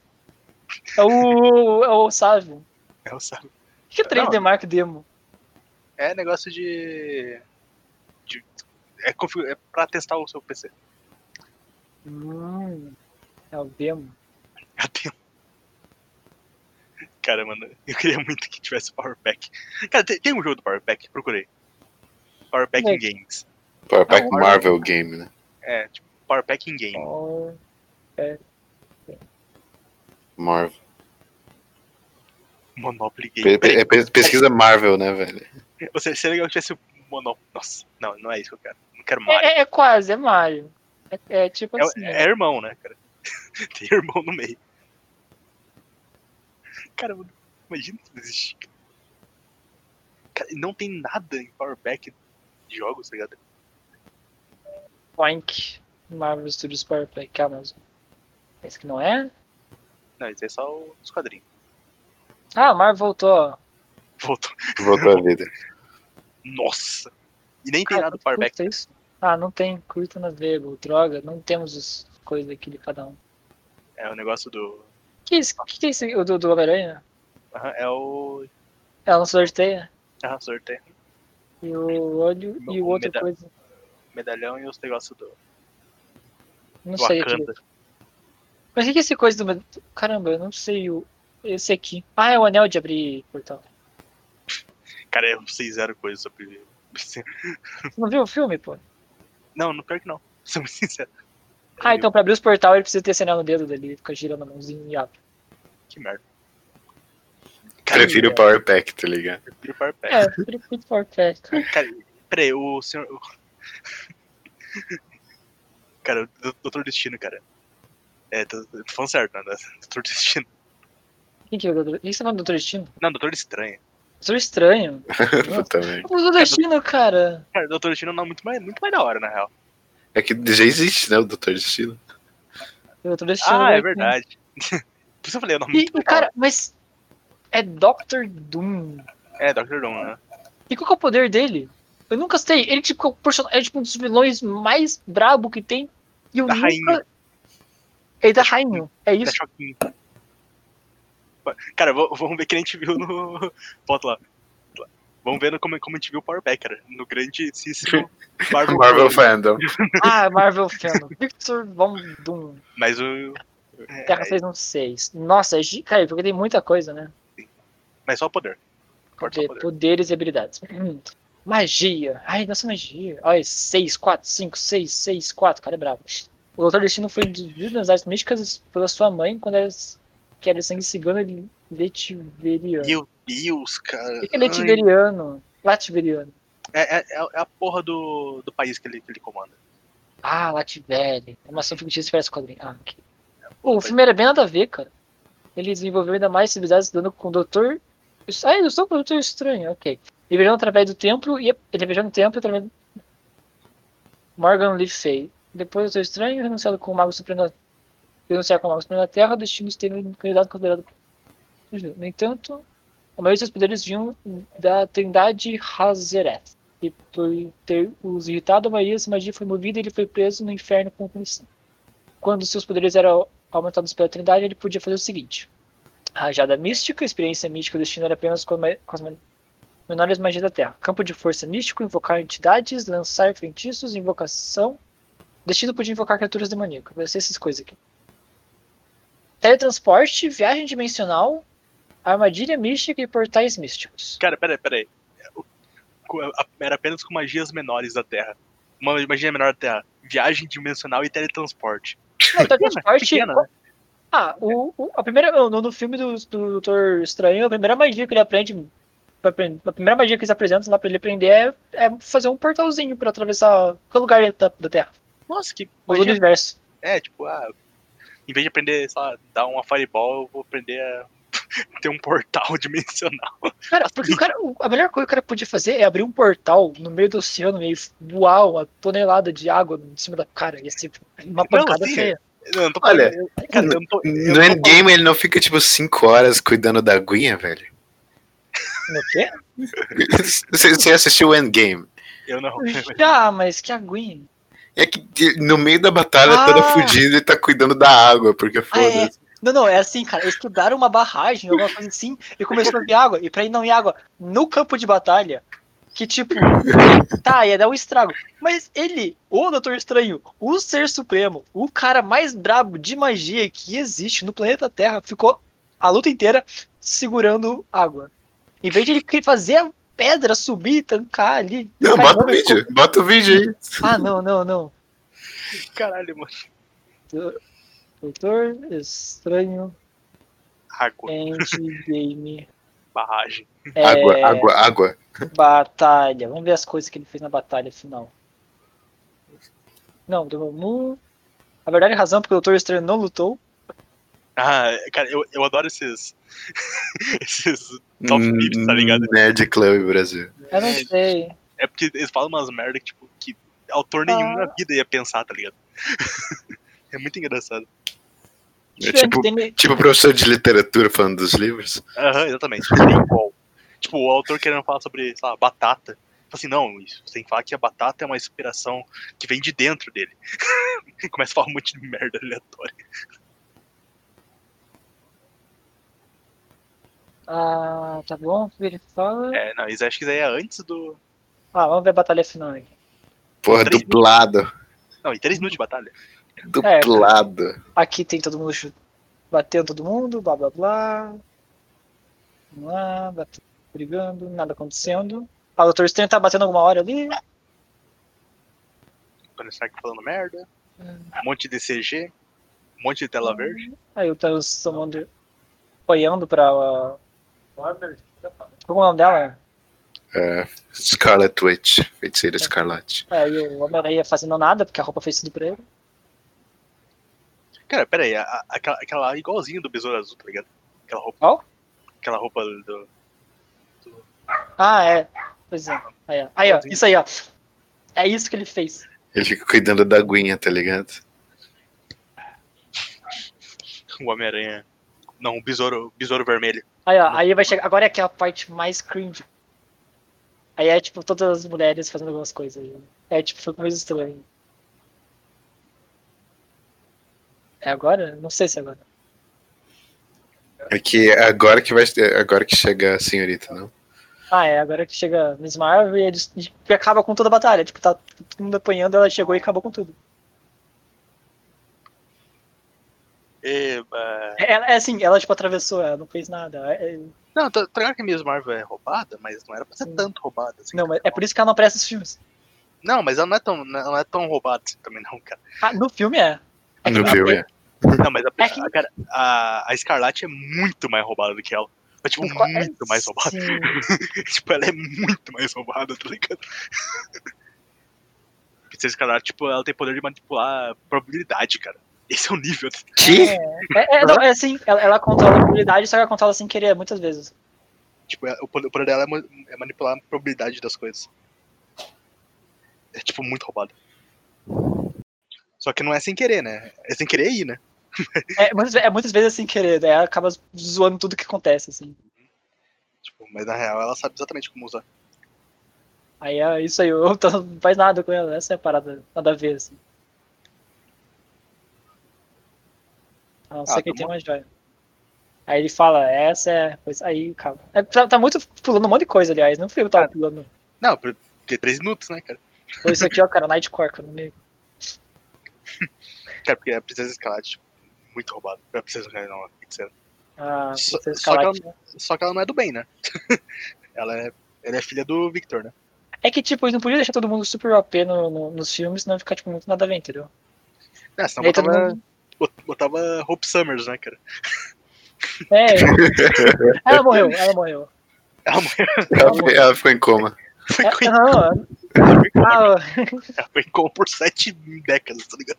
S3: É o. É o Sávio.
S1: É o Sam.
S3: O que que é 3D Mark Demo?
S1: é negócio de. de- é, confi- é pra testar o seu PC.
S3: Hum, é o demo.
S1: <laughs> Eu tenho- Cara, mano, eu queria muito que tivesse Power Pack. Cara, tem, tem um jogo do Power Pack, procurei. Power Pack in
S3: Tem.
S1: Games.
S2: Power Pack
S3: Não,
S2: Marvel Game, né?
S1: É, tipo, Power Pack in Game.
S3: Ó,
S2: Marvel.
S1: Monopoly Game.
S2: Pe- pe- é pe- pesquisa Marvel, né, velho?
S1: Ou seja, seria legal que tivesse o Monopoly. Nossa, não, não é isso que eu quero. Não quero Mario.
S3: É, é- é quase, é Mario. É, é tipo
S1: É,
S3: assim.
S1: é irmão, né, cara? <laughs> Tem irmão no meio. Cara, mano, imagina se não existe. Cara, e não tem nada em Power Pack de jogos, tá ligado?
S3: Boink. Marvel Studios Power Play, que é a Amazon. Esse que não é?
S1: Não, isso é só os quadrinhos. <laughs>
S3: Ah, a Marvel voltou. ó.
S1: Voltou.
S2: Voltou a vida.
S1: Nossa! E nem tem
S3: Cara,
S1: nada do Power Pack.
S3: curta isso? Ah, não tem. Curta na Vego, droga. Não temos as coisas aqui de cada um.
S1: É o negócio do.
S3: Que isso? Que que é esse? O do, do Homem-Aranha? É
S1: Aham, é o.
S3: Ela não sorteia.
S1: Aham, sorteio.
S3: E o olho e o
S1: Não,
S3: outra
S1: meda-
S3: coisa.
S1: Medalhão e os negócios do.
S3: Não
S1: do
S3: sei tipo aqui.
S1: Wakanda.
S3: Mas o que que é esse coisa do. med- Caramba, eu não sei o. Esse aqui. Ah, é o anel de abrir portal.
S1: Cara, eu não sei zero coisa sobre.
S3: Você não viu o filme, pô?
S1: <laughs> Não, não pior que não. <laughs> Sou muito sincero.
S3: Ah, então pra abrir os portal ele precisa ter esse anel no dedo dele, ele fica girando a mãozinha e abre.
S1: Que merda. Cara, é.
S2: Prefiro o Power Pack, tá ligado? <laughs>
S1: eu prefiro Power Pack.
S3: É, Prefeito Fortnite, cara.
S1: Cara, peraí, o senhor. o- Cara, o D- Doutor Destino, cara. É, tô, tô falando certo, né? Doutor Destino.
S3: Quem que é o Doutor? Quem que você tá falando do Doutor Destino?
S1: Não, Doutor Estranho.
S3: Doutor Estranho.
S2: Puta merda.
S3: O Doutor Destino, cara.
S1: Cara, Doutor Destino não é muito mais, muito mais da hora, na real.
S2: É que já existe, né, o Doutor Destino.
S3: O Doutor Destino.
S1: Ah,
S3: né,
S1: é verdade. <laughs> Por isso eu falei, é um nome
S3: E,
S1: muito
S3: e,
S1: legal.
S3: cara, mas. É Doctor Doom.
S1: É, Dr. Doom, né?
S3: E qual que é o poder dele? Eu nunca sei. Ele tipo, é o person- é tipo um dos vilões mais brabo que tem. E eu
S1: Da
S3: nunca.
S1: rainha.
S3: Ele da rainha. É
S1: Dá <laughs>
S3: isso.
S1: choquinho. Cara, v- vamos ver que a gente viu no. <laughs> Bota lá. Vamos ver no- como, como a gente viu o Power Pack, cara. No grandíssimo Marvel.
S2: Marvel Fandom.
S3: Ah, Marvel Fandom. Victor Von Doom.
S1: Mas o.
S3: Terra
S1: É,
S3: fez um 6. Nossa, é gi- cara, ele tem muita coisa, né?
S1: mas só o poder. Corta só o
S3: Poder,
S1: poder.
S3: poderes e habilidades. <clears throat> Hum. Magia. Ai, nossa magia. Ai, 6, 4, 5, 6, 6, 4. Cara, é brabo. O Doutor Destino foi induzido nas artes místicas pela sua mãe quando era, que era sangue cigano e letiveriano.
S1: Meu Deus, cara.
S3: O que que é letiveriano? Lativeriano.
S1: É, é- é a porra do, do país que ele, que ele comanda.
S3: Ah, Lativere. É uma ação fictícia para esse quadrinho. Ah, ok. Pô, o filme era bem nada a ver, cara. Ele desenvolveu ainda mais civilidades dando com o Doutor. Ah, eu sou o Doutor Estranho, ok. Ele viajou através do templo e ele viajou no templo através do... Morgan Le Fay. Depois do Doutor Estranho, renunciado com o Mago Supremo da... renunciar com o Mago Supremo da Terra, o destino esteve no candidato considerado. No entanto, a maioria de seus poderes vinham da Trindade Hazereth e por ter os irritado a maioria, essa magia foi movida e ele foi preso no inferno com punição. Quando seus poderes eram aumentados pela Trindade, ele podia fazer o seguinte: Rajada mística, experiência mística, o destino era apenas com, a ma- com as men- menores magias da Terra. Campo de força místico, invocar entidades, lançar feitiços, invocação. O destino podia invocar criaturas demoníacas. Vai ser essas coisas aqui. Teletransporte, viagem dimensional, armadilha mística e portais místicos.
S1: Cara, peraí, peraí. O- co- a- Era apenas com magias menores da Terra. Uma magia menor da Terra. Viagem dimensional e teletransporte.
S3: Não, teletransporte.
S1: pequena, né?
S3: Ah, o, o- a primeira, no, no filme do, do Doutor Estranho, a primeira magia que ele aprende, pra apren- a primeira magia que eles apresentam lá pra ele aprender é, é fazer um portalzinho pra atravessar qualquer lugar da, da Terra,
S1: Nossa, que
S3: do
S1: magia.
S3: universo.
S1: É, tipo, ah, em vez de aprender, sei lá, dar uma fireball, eu vou aprender a <laughs> ter um portal <laughs> dimensional.
S3: Cara, porque o cara, o- a melhor coisa que o cara podia fazer é abrir um portal no meio do oceano e voar uma tonelada de água em cima da cara, ia ser uma pancada
S1: assim,
S3: feia.
S1: Eu não tô
S2: Olha,
S1: falando- cara, eu não tô. eu
S2: No
S1: não tô falando-
S2: endgame ele não é fica tipo 5 horas cuidando da aguinha, velho. <laughs>
S3: No quê?
S2: Você você assistiu o endgame.
S1: Eu não.
S3: Já, mas que aguinha.
S2: É que de- no meio da batalha toda
S3: Ah!
S2: fudida ele tá cuidando da água, porque
S3: Ah, é.
S2: foda-se.
S3: Não, não, é assim, cara. Eles quebraram uma barragem, alguma coisa assim, e começou a vir água. E pra ir não ir água no campo de batalha, Que tipo, tá, ia dar um estrago. Mas ele, o Doutor Estranho, o Ser Supremo, o cara mais brabo de magia que existe no planeta Terra, ficou a luta inteira segurando água. Em vez de ele fazer a pedra subir, tancar ali.
S1: tá
S2: Não,
S3: tancar
S2: bota o
S3: em nome-
S2: vídeo. Bota o vídeo aí.
S3: Ah, não, não, não.
S1: Caralho, mano.
S3: Doutor
S2: <laughs>
S3: Estranho
S1: Água,
S3: Endgame.
S1: barragem.
S3: É,
S2: Água, água, água.
S3: Batalha. Vamos ver as coisas que ele fez na batalha final. Não, do Moon. A verdade é a razão porque o Doutor Estranho não lutou.
S1: Ah, cara, eu, eu adoro esses. <laughs> esses. Top Pips, tá ligado?
S2: Hum, Nerd Club Brasil.
S3: Eu não sei.
S1: É porque eles falam umas merda que, tipo, que autor nenhum na vida ia pensar, tá ligado? <laughs> é muito engraçado.
S2: É tipo,
S3: Tem-
S2: tipo professor de literatura falando dos livros.
S1: Aham, exatamente. Tem igual. Tipo, o autor querendo falar sobre, sei lá, batata. Fala assim, não, isso, você tem que falar que a batata é uma inspiração que vem de dentro dele. <laughs> Começa a falar um monte de merda aleatória.
S3: Ah, tá bom. Ele fala.
S1: É, não, isso acho que isso aí é antes do.
S3: Ah, vamos ver a batalha final aqui.
S2: Porra,
S1: Três
S2: dublado.
S1: Não, em três minutos de batalha. É,
S2: Dublado.
S3: Aqui tem todo mundo chu- batendo todo mundo, blá blá blá. Vamos lá, bate- brigando, nada acontecendo. Ah, o Doutor Estranho tá batendo alguma hora ali.
S1: Quando sai falando merda. Um monte de CG. Um monte de tela verde.
S3: Aí o Thanos tomando. apoiando pra. ah, Como é o nome dela?
S2: É, Scarlet Witch.
S1: É.
S2: Feiticeira Escarlate.
S3: Aí É, o Homem-Aranha fazendo nada, porque a roupa fez tudo pra ele.
S1: Cara, pera aí, a- a- aquela, aquela lá é igualzinha do Besouro Azul, tá ligado? Aquela roupa.
S3: Qual?
S1: Aquela roupa do.
S3: Ah, é. Pois é. Aí, ó. Aí, ó. Isso aí, ó. É isso que ele fez.
S2: Ele fica cuidando da aguinha, tá ligado?
S1: O Homem-Aranha. Não, o besouro, o besouro vermelho.
S3: Aí, ó. Aí vai chegar. Agora é que é a parte mais cringe. Aí é tipo todas as mulheres fazendo algumas coisas. né? É tipo, foi coisa estranha. É agora? Não sei se é agora.
S2: É que agora que vai agora que chega a senhorita, não?
S3: Ah, é, agora que chega Miss Marvel e, eles- e acaba com toda a batalha. Tipo, tá todo mundo apanhando, ela chegou e acabou com tudo.
S1: Eba.
S3: Ela, é assim, ela tipo atravessou, ela não fez nada. É- é-
S1: Não, tá, tá ligado que a Miss Marvel é roubada, mas não era pra ser
S3: Sim.
S1: tanto roubada. Assim,
S3: não, mas é por isso que ela não aparece nos filmes.
S1: Não, mas ela não é tão, não- ela não é tão roubada assim também, não, cara.
S3: Ah, no filme é. É que
S2: No
S3: ela-
S2: filme. é.
S1: Não, mas a,
S3: É que-
S1: a, cara, a, a Escarlate é muito mais roubada do que ela. É, tipo,
S3: é-
S1: muito mais roubada.
S3: Sim.
S1: <laughs> tipo, ela é muito mais roubada, tá ligado? <laughs> Princesa Escarlate, tipo, ela tem poder de manipular probabilidade, cara. Esse é o nível.
S2: Que?
S3: É, é, não, é assim, ela, ela controla a habilidade, só que ela controla sem querer, muitas vezes.
S1: Tipo, é- o poder o poder dela é ma- é manipular a probabilidade das coisas. É, tipo, muito roubado. Só que não é sem querer, né? É sem querer ir, né?
S3: É muitas, ve- é muitas vezes sem querer, daí ela acaba zoando tudo que acontece, assim.
S1: Tipo, mas na real ela sabe exatamente como usar.
S3: Aí é isso aí, <laughs> eu tô- não faz nada com ela, essa é a parada, nada a ver, assim. A não
S1: Ah,
S3: ser que
S1: tá
S3: ele tem uma joia. Aí ele fala, essa é. Pois aí, acaba. É, tá, tá muito pulando um monte de coisa, aliás, não fui eu que tava pulando.
S1: Não, por- porque três minutos, né, cara?
S3: Foi isso aqui, ó, cara, Nightcore, que eu não me-
S1: <laughs> Cara, porque a Princesa Escarlate, tipo, muito roubada. A Princesa Escarlate não, a feiticeira.
S3: Ah,
S1: Só-
S3: Princesa
S1: só que ela-
S3: Escarlate, né?
S1: Só que ela não é do bem, né? <laughs> ela, é, ela é filha do Victor, né?
S3: É que, tipo, eles não podiam deixar todo mundo super OP no, no- nos filmes, senão fica, tipo, muito nada a ver, entendeu?
S1: É, senão
S3: E aí todo
S1: botava,
S3: mundo-
S1: botava Hope Summers, né, cara?
S3: <laughs> É, ela morreu,
S1: <laughs>
S3: ela morreu.
S1: Ela morreu, <laughs>
S2: Ela, foi- ela ficou em coma.
S1: foi,
S3: É,
S1: Tá com-
S3: não, ah,
S1: <laughs> ela foi com por sete décadas, tá <laughs> ligado?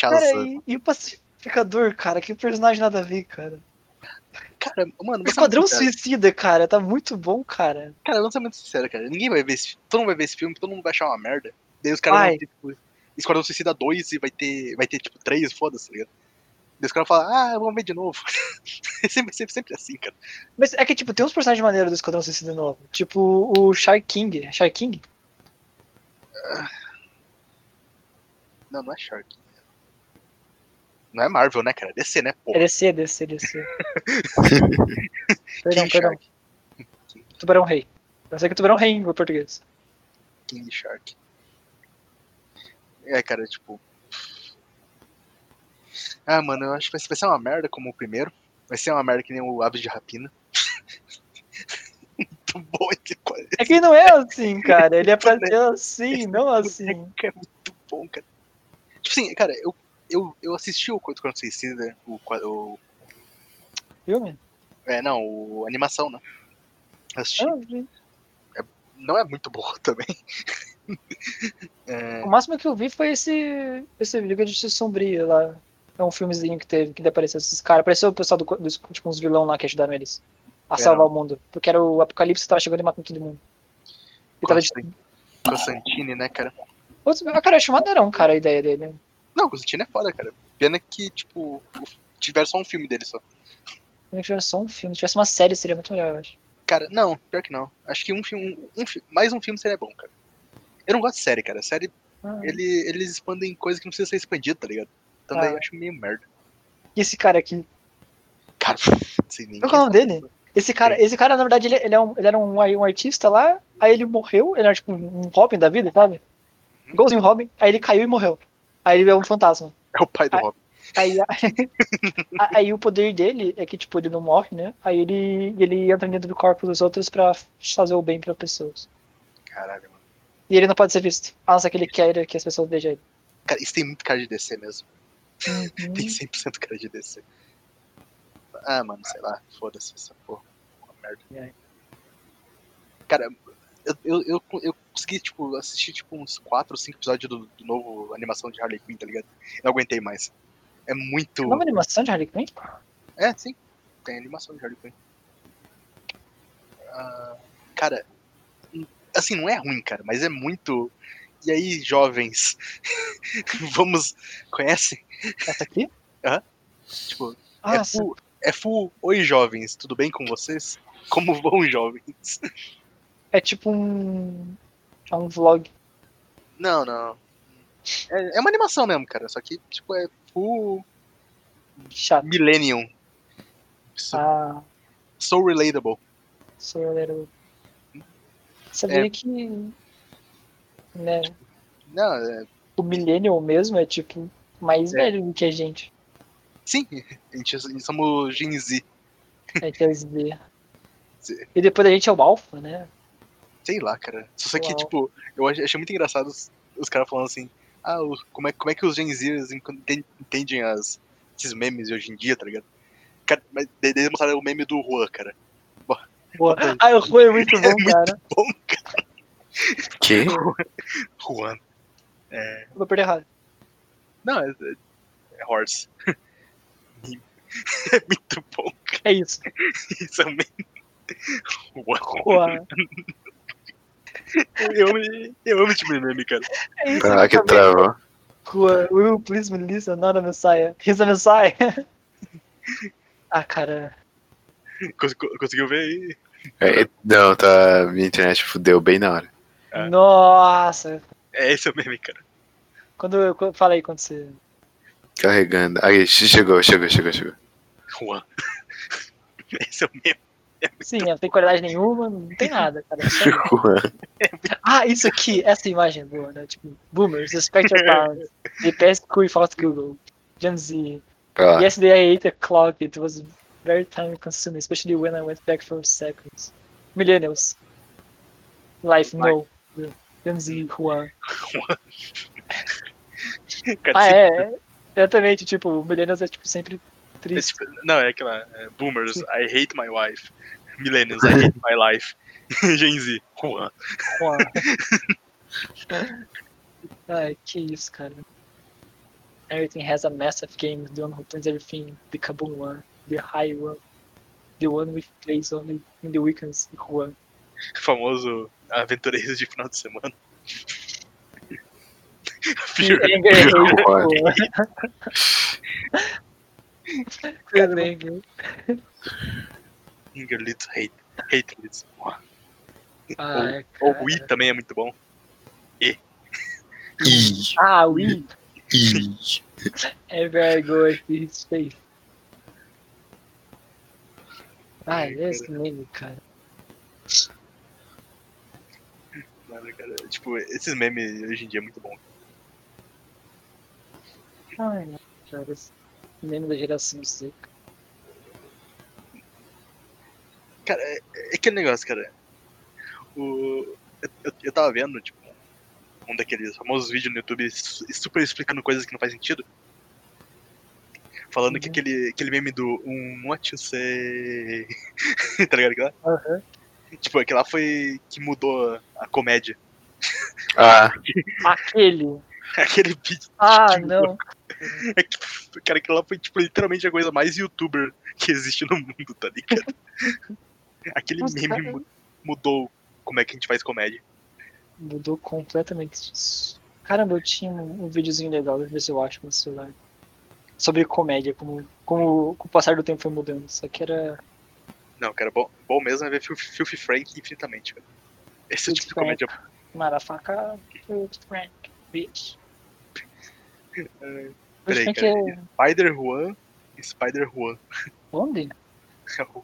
S3: cara,
S1: Shazam.
S3: e, e o pacificador, cara? Que personagem nada a ver, cara.
S1: Cara, mano,
S3: O
S1: você é
S3: Esquadrão
S1: muito sincero.
S3: Suicida, cara, tá muito bom, cara.
S1: Cara, vamos ser muito sincero, cara. Ninguém vai ver esse filme. Todo mundo vai ver esse filme, todo mundo vai achar uma merda. Daí os caras
S3: Vai.
S1: vão ter, tipo, Esquadrão Suicida 2 e vai ter, vai ter tipo, 3, foda-se, tá ligado? Daí os caras falam, ah, vamos ver de novo. <laughs> É sempre, sempre, sempre assim, cara.
S3: Mas é que, tipo, tem uns personagens maneiros do Esquadrão Suicida novo. Tipo, o Shark King. Shark King?
S1: Não, não é Shark. Não é Marvel, né, cara? É DC, né, pô? <laughs>
S3: É DC, DC, DC. perdão,
S1: King
S3: perdão. Tubarão Rei. Eu sei que é Tubarão Rei em português.
S1: King Shark. É, cara, tipo. Ah, mano, eu acho que vai ser- vai ser uma merda como o primeiro. Vai ser uma merda que nem o Aves de Rapina. <laughs> Muito bom esse quadro.
S3: É que não é assim, cara. Ele é pra ser assim, não assim.
S1: É muito bom, cara. Tipo assim, cara, eu, eu, eu assisti o Coito Quando Suicida, o, qua- o.
S3: Filme?
S1: É, não, o a animação, né? Eu assisti.
S3: Ah, gente.
S1: Não é muito boa <laughs> também. É,
S3: O máximo que eu vi foi esse, esse Liga de Justiça Sombria lá. É um filmezinho que teve, que apareceu esses caras. Apareceu o pessoal do, co- dos, tipo, uns vilão lá que ajudaram eles a
S1: É,
S3: salvar o mundo. Porque era o Apocalipse que tava chegando e matando todo mundo. E tava de...
S1: Constan- Constantine, né, cara?
S3: Putz, Cara, eu acho maneirão, cara, a ideia dele.
S1: Não, Constantine é foda, cara. Pena que, tipo, o- tiveram só um filme dele só.
S3: Se não tivesse só um filme, se tivesse uma série, seria muito melhor, eu acho.
S1: Cara, não, pior que não. Acho que um filme. Um, fi- mais um filme seria bom, cara. Eu não gosto de série, cara. Série,
S3: Ah.
S1: ele, eles expandem coisa que não precisa ser expandida, tá ligado? Então daí
S3: Ah.
S1: eu acho meio merda.
S3: E esse cara aqui?
S1: Cara, <laughs> sem nem.
S3: Qual que é o nome dele? Esse cara, esse cara na verdade, ele, ele é um, ele era um, um artista lá, aí ele morreu, ele era tipo um Robin da vida, sabe?
S1: Uhum.
S3: Igualzinho Robin, aí ele caiu e morreu. Aí ele é um fantasma.
S1: É o pai do
S3: Ah.
S1: Robin.
S3: Aí,
S1: <laughs>
S3: a- aí o poder dele é que, tipo, ele não morre, né? Aí ele, ele entra dentro do corpo dos outros pra fazer o bem pra pessoas.
S1: Caralho, mano.
S3: E ele não pode ser visto. A não ser que ele queira que as pessoas vejam ele.
S1: Cara, isso tem muito cara de DC mesmo. Tem
S3: Uhum.
S1: 100% cara de DC. Ah, mano, sei lá. Foda-se essa porra. Uma merda.
S3: E aí?
S1: Cara, eu, eu, eu, eu consegui, tipo, assistir tipo, uns 4 ou 5 episódios do, do novo animação de Harley Quinn, tá ligado? Não aguentei mais. É muito.
S3: É uma animação de Harley Quinn?
S1: É, sim. Tem animação de Harley Quinn. Ah, cara, assim, não é ruim, cara, mas é muito. E aí, jovens? <laughs> Vamos. Conhecem?
S3: Essa aqui?
S1: Tipo,
S3: Ah,
S1: é,
S3: sim.
S1: full, é full. Oi, jovens, tudo bem com vocês? <laughs> Como vão, jovens?
S3: É tipo um. É um vlog.
S1: Não, não. É, é uma animação mesmo, cara, só que, tipo, é full
S3: Chato.
S1: Millennium. So,
S3: Ah, é
S1: so relatable.
S3: sou galera. Sabia
S1: É.
S3: que. Né?
S1: Não, é-
S3: O Millennial mesmo é, tipo, mais
S1: É.
S3: velho do que a gente.
S1: sim, <laughs> a gente, a gente somos Gen Z.
S3: É 3D.
S1: <laughs> Sim.
S3: E depois a gente é o Alpha, né?
S1: Sei lá, cara. Só que,
S3: Uau.
S1: tipo, eu ach- achei muito engraçado os, os caras falando assim, ah, o- como, é, como é que os Gen Zers enten- entendem as, esses memes de hoje em dia, tá ligado? Cara, mas daí eles mostraram o meme do Juan, cara.
S3: Boa. Ah, o Rui
S1: <laughs>
S3: é muito bom,
S1: Tá muito
S3: cara.
S1: Bom, cara,
S2: Que?
S1: Juan.
S3: Vou perder errado.
S1: Não, é, é- é horse. é muito bom, cara.
S3: É isso.
S1: Isso é um meme. Juan.
S3: Boa.
S1: Eu, amo- eu amo esse meme, cara.
S3: É isso.
S2: Ah, que trava.
S3: Rua. Will, you please me listen, not a messiah. He's a messiah. <laughs> ah, cara.
S1: Cons- Conseguiu ver aí?
S2: É, Não, tá. Minha internet fudeu bem na hora.
S1: É.
S3: Nossa.
S1: É, esse é o meme, cara.
S3: Quando eu quando- fala aí quando você.
S2: Carregando. Aí, chegou, chegou, chegou, chegou.
S1: Juan. esse é o meme.
S3: Sim, não tem qualidade nenhuma, não tem nada, cara. Só- Ah, isso aqui, essa imagem é boa, né? Tipo, boomers, respect your talent. They pass cool without Google. Gen Z.
S2: Pra lá.
S3: Yesterday I ate a clock. It was very time consuming, especially when I went back for seconds. Millennials. Life, no. Gen Z, Juan.
S1: Cara,
S3: Ah,
S1: esse-
S3: é, é. Exatamente, tipo, Millennials é tipo sempre
S1: É
S3: triste.
S1: tipo- não, é aquela. é, boomers, I hate my wife. Millennials, I hate my life. Gen Z, Juan.
S3: Juan. <laughs> Ai, que isso, cara. Everything has a massive game, the one who plays everything, the Kabum one, the high one, the one which plays only in the weekends, Juan.
S1: Famoso aventureiros de final de semana.
S3: The
S1: Fear,
S3: anger hate,
S2: Juan.
S3: Juan. The anger.
S1: anger, little hate. Hate, little Juan.
S3: Ai,
S1: Ou
S3: cara.
S1: o I também é muito bom.
S2: Ih,
S3: Ah, we.
S2: ih.
S3: Everywhere I go, I see his face. Ah, esse meme, cara.
S1: Mano, cara, tipo, esses memes hoje em dia é muito bom.
S3: Ai, não, cara. esse Meme da geração seca.
S1: Cara, é, é aquele negócio, cara. O, eu, eu, eu tava vendo, tipo, um daqueles famosos vídeos no YouTube su- super explicando coisas que não faz sentido. Falando que
S3: Uhum.
S1: aquele, aquele meme do um what you say. <laughs> tá ligado? aquilo lá?
S3: Aham.
S1: Tipo, aquele lá foi que mudou a comédia. <laughs>
S2: Ah,
S3: Aquele.
S1: Aquele vídeo.
S3: Ah,
S1: Tipo,
S3: não.
S1: É que, <laughs> cara, aquilo lá foi tipo, literalmente a coisa mais youtuber que existe no mundo, tá
S3: <laughs>
S1: ligado? Aquele
S3: Nossa,
S1: meme
S3: cara.
S1: mu- mudou como é que a gente faz comédia.
S3: Mudou completamente isso. Caramba, eu tinha um, um videozinho legal, deixa eu ver se eu acho no celular. Sobre comédia, como, como com o passar do tempo foi mudando. Só que era.
S1: Não, cara, bom, bom mesmo é ver Fil- Filthy Frank infinitamente, cara. Esse é o tipo
S3: Filthy
S1: de comédia.
S3: Marafaca. Frank, bitch.
S1: É, Peraí,
S3: Frank
S1: cara.
S3: é.
S1: Spider Juan e Spider Juan.
S3: Onde?
S1: É o,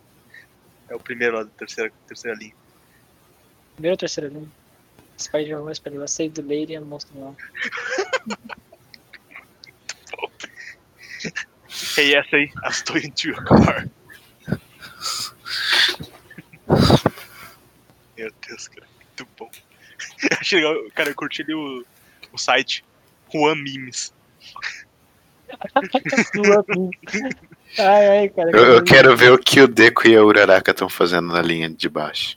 S1: é o primeiro lá da terceira, terceira linha.
S3: Primeira ou terceira linha? Spider-Man, Spider-Man, Save the Lady and Monster Man.
S1: E essa aí, <laughs> as Toy into your car. Meu Deus, cara, muito bom. <laughs> Eu achei legal, cara, eu curti ali o, o site Juan Memes.
S3: Sua vida. <laughs> ai, ai, cara.
S2: eu, eu quero ver o que o Deco e a Uraraka estão fazendo na linha de baixo.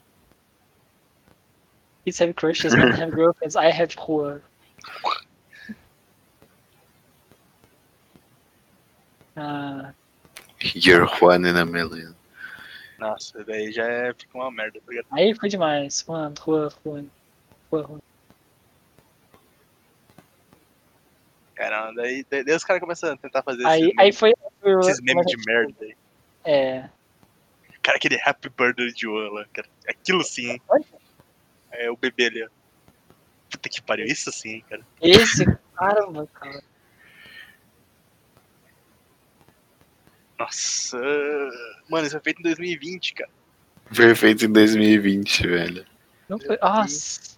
S3: Kids have crushes, men have girlfriends, I have horror. Ah,
S2: You're one in a million.
S1: Nossa, daí já é, fica uma merda, tá ligado?
S3: aí foi demais. Juan, Juan, Juan. Juan, Juan.
S1: Cara, daí, daí, daí os caras começam a tentar fazer
S3: Aí,
S1: esses,
S3: aí
S1: memes,
S3: foi.
S1: esses memes de merda. aí.
S3: É.
S1: Cara, aquele Happy Birthday de Juan lá, cara. Aquilo sim, hein?
S3: Olha.
S1: É o bebê ali, ó. Puta que pariu, isso sim, hein, cara.
S3: Esse caramba, cara.
S1: Nossa. Mano, isso foi feito em 2020, cara.
S2: Perfeito em 2020, velho.
S3: Não foi. Nossa,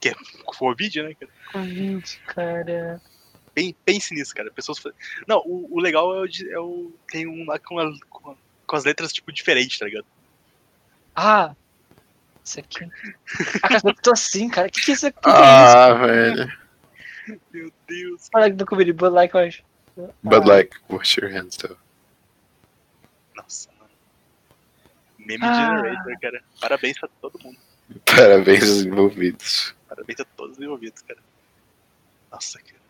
S1: Com Covid, né, cara?
S3: Covid, cara.
S1: Pen- pense nisso, cara. Pessoas. fa- Não, o, o legal é o, de- é o- Tem um lá com, a- com, a- com as letras, tipo, diferentes, tá ligado?
S3: Ah! Isso aqui. Ah, cara, eu tô assim, cara. Que que é isso aqui?
S2: Ah, velho.
S1: Meu Deus.
S3: Olha aqui do Covid, Bud Light, eu acho.
S2: But
S3: Ah,
S2: like, wash your hands though.
S1: Nossa, mano. Meme
S3: Ah.
S1: Generator, cara. Parabéns pra todo mundo.
S2: Parabéns aos envolvidos.
S1: Parabéns a todos os envolvidos, cara. Nossa, cara.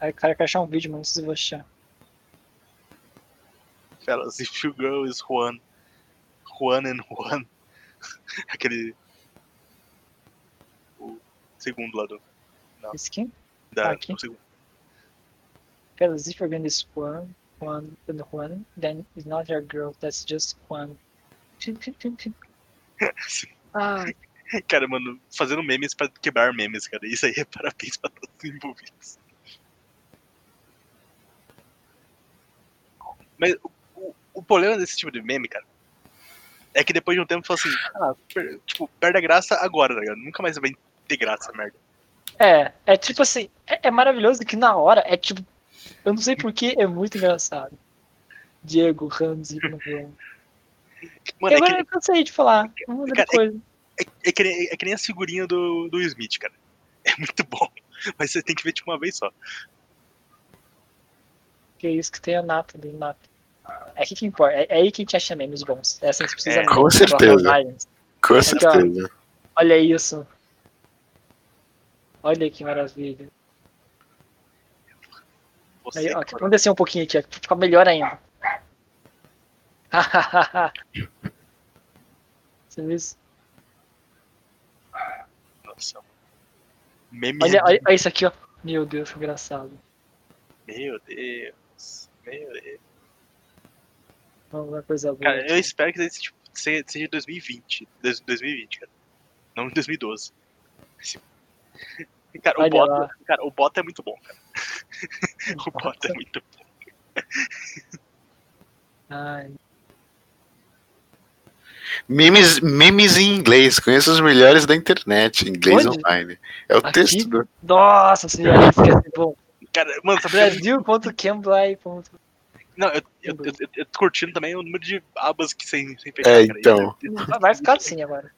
S3: Ai, cara, eu quero achar um vídeo, mano. Não sei se eu vou achar.
S1: Fellas, if you girl is Juan. Juan and Juan. <laughs> Aquele. O segundo lá do.
S3: Esse aqui?
S1: Da,
S3: Aqui.
S1: o segundo.
S3: Pera, if you're gonna is Juan, Juan, and Juan, then it's not your girl, that's just Juan.
S1: <laughs>
S3: Ah,
S1: Cara, mano, fazendo memes pra quebrar memes, cara. Isso aí é parabéns pra todos os envolvidos. Mas o, o- o problema desse tipo de meme, cara, é que depois de um tempo fala assim, ah, per- tipo, perde a graça agora, tá ligado? Nunca mais vai ter graça essa merda.
S3: é, é tipo assim, é, é maravilhoso que na hora é tipo. Eu não sei porquê, é muito engraçado. Diego, Ramos, Igor, João.
S1: Mano, é que,
S3: Agora eu cansei de falar. Vamos
S1: Cara,
S3: outra
S1: é-
S3: coisa.
S1: é- é que nem, é que nem a figurinha do, do Smith, cara. <laughs> É muito bom. Mas você tem que ver tipo uma vez só.
S3: Que é isso que tem a Nata do Nata. É aqui que importa. É, é aí que a gente acha memes bons. É assim que precisa
S1: É,
S3: mesmo,
S2: com
S3: pra
S2: certeza.
S3: arrasar.
S2: Com
S3: Aqui, ó.
S2: certeza.
S3: Olha isso. Olha que maravilha.
S1: Você,
S3: Aí, ó,
S1: cara.
S3: vamos descer um pouquinho aqui, ó, pra ficar melhor ainda. <laughs> Você viu isso?
S1: Nossa, mano. Meme
S3: Olha, olha- olha isso aqui, ó. Meu Deus, que engraçado.
S1: Meu Deus. Meu Deus.
S3: Vamos uma coisa boa.
S1: Cara, eu espero que esse, tipo, se- seja 2020. dois- 2020, cara. Não em 2012. Esse- Cara, o
S3: Olha
S1: bota,
S3: lá.
S1: cara, o bota é muito bom, <laughs> cara. O bota é muito bom.
S3: Ai,
S2: Memes, memes em inglês. Conheço os melhores da internet. Inglês
S3: Onde?
S2: online. É o
S3: Aqui?
S2: texto do.
S3: Nossa senhora, isso quer ser bom.
S1: Cara, mano, sabe?
S3: Brasil.cambly.
S1: Não, eu, eu, eu, eu, eu tô curtindo também o número de abas que sem, sem fechar.
S2: É,
S1: cara.
S2: então.
S3: Vai ficar assim agora.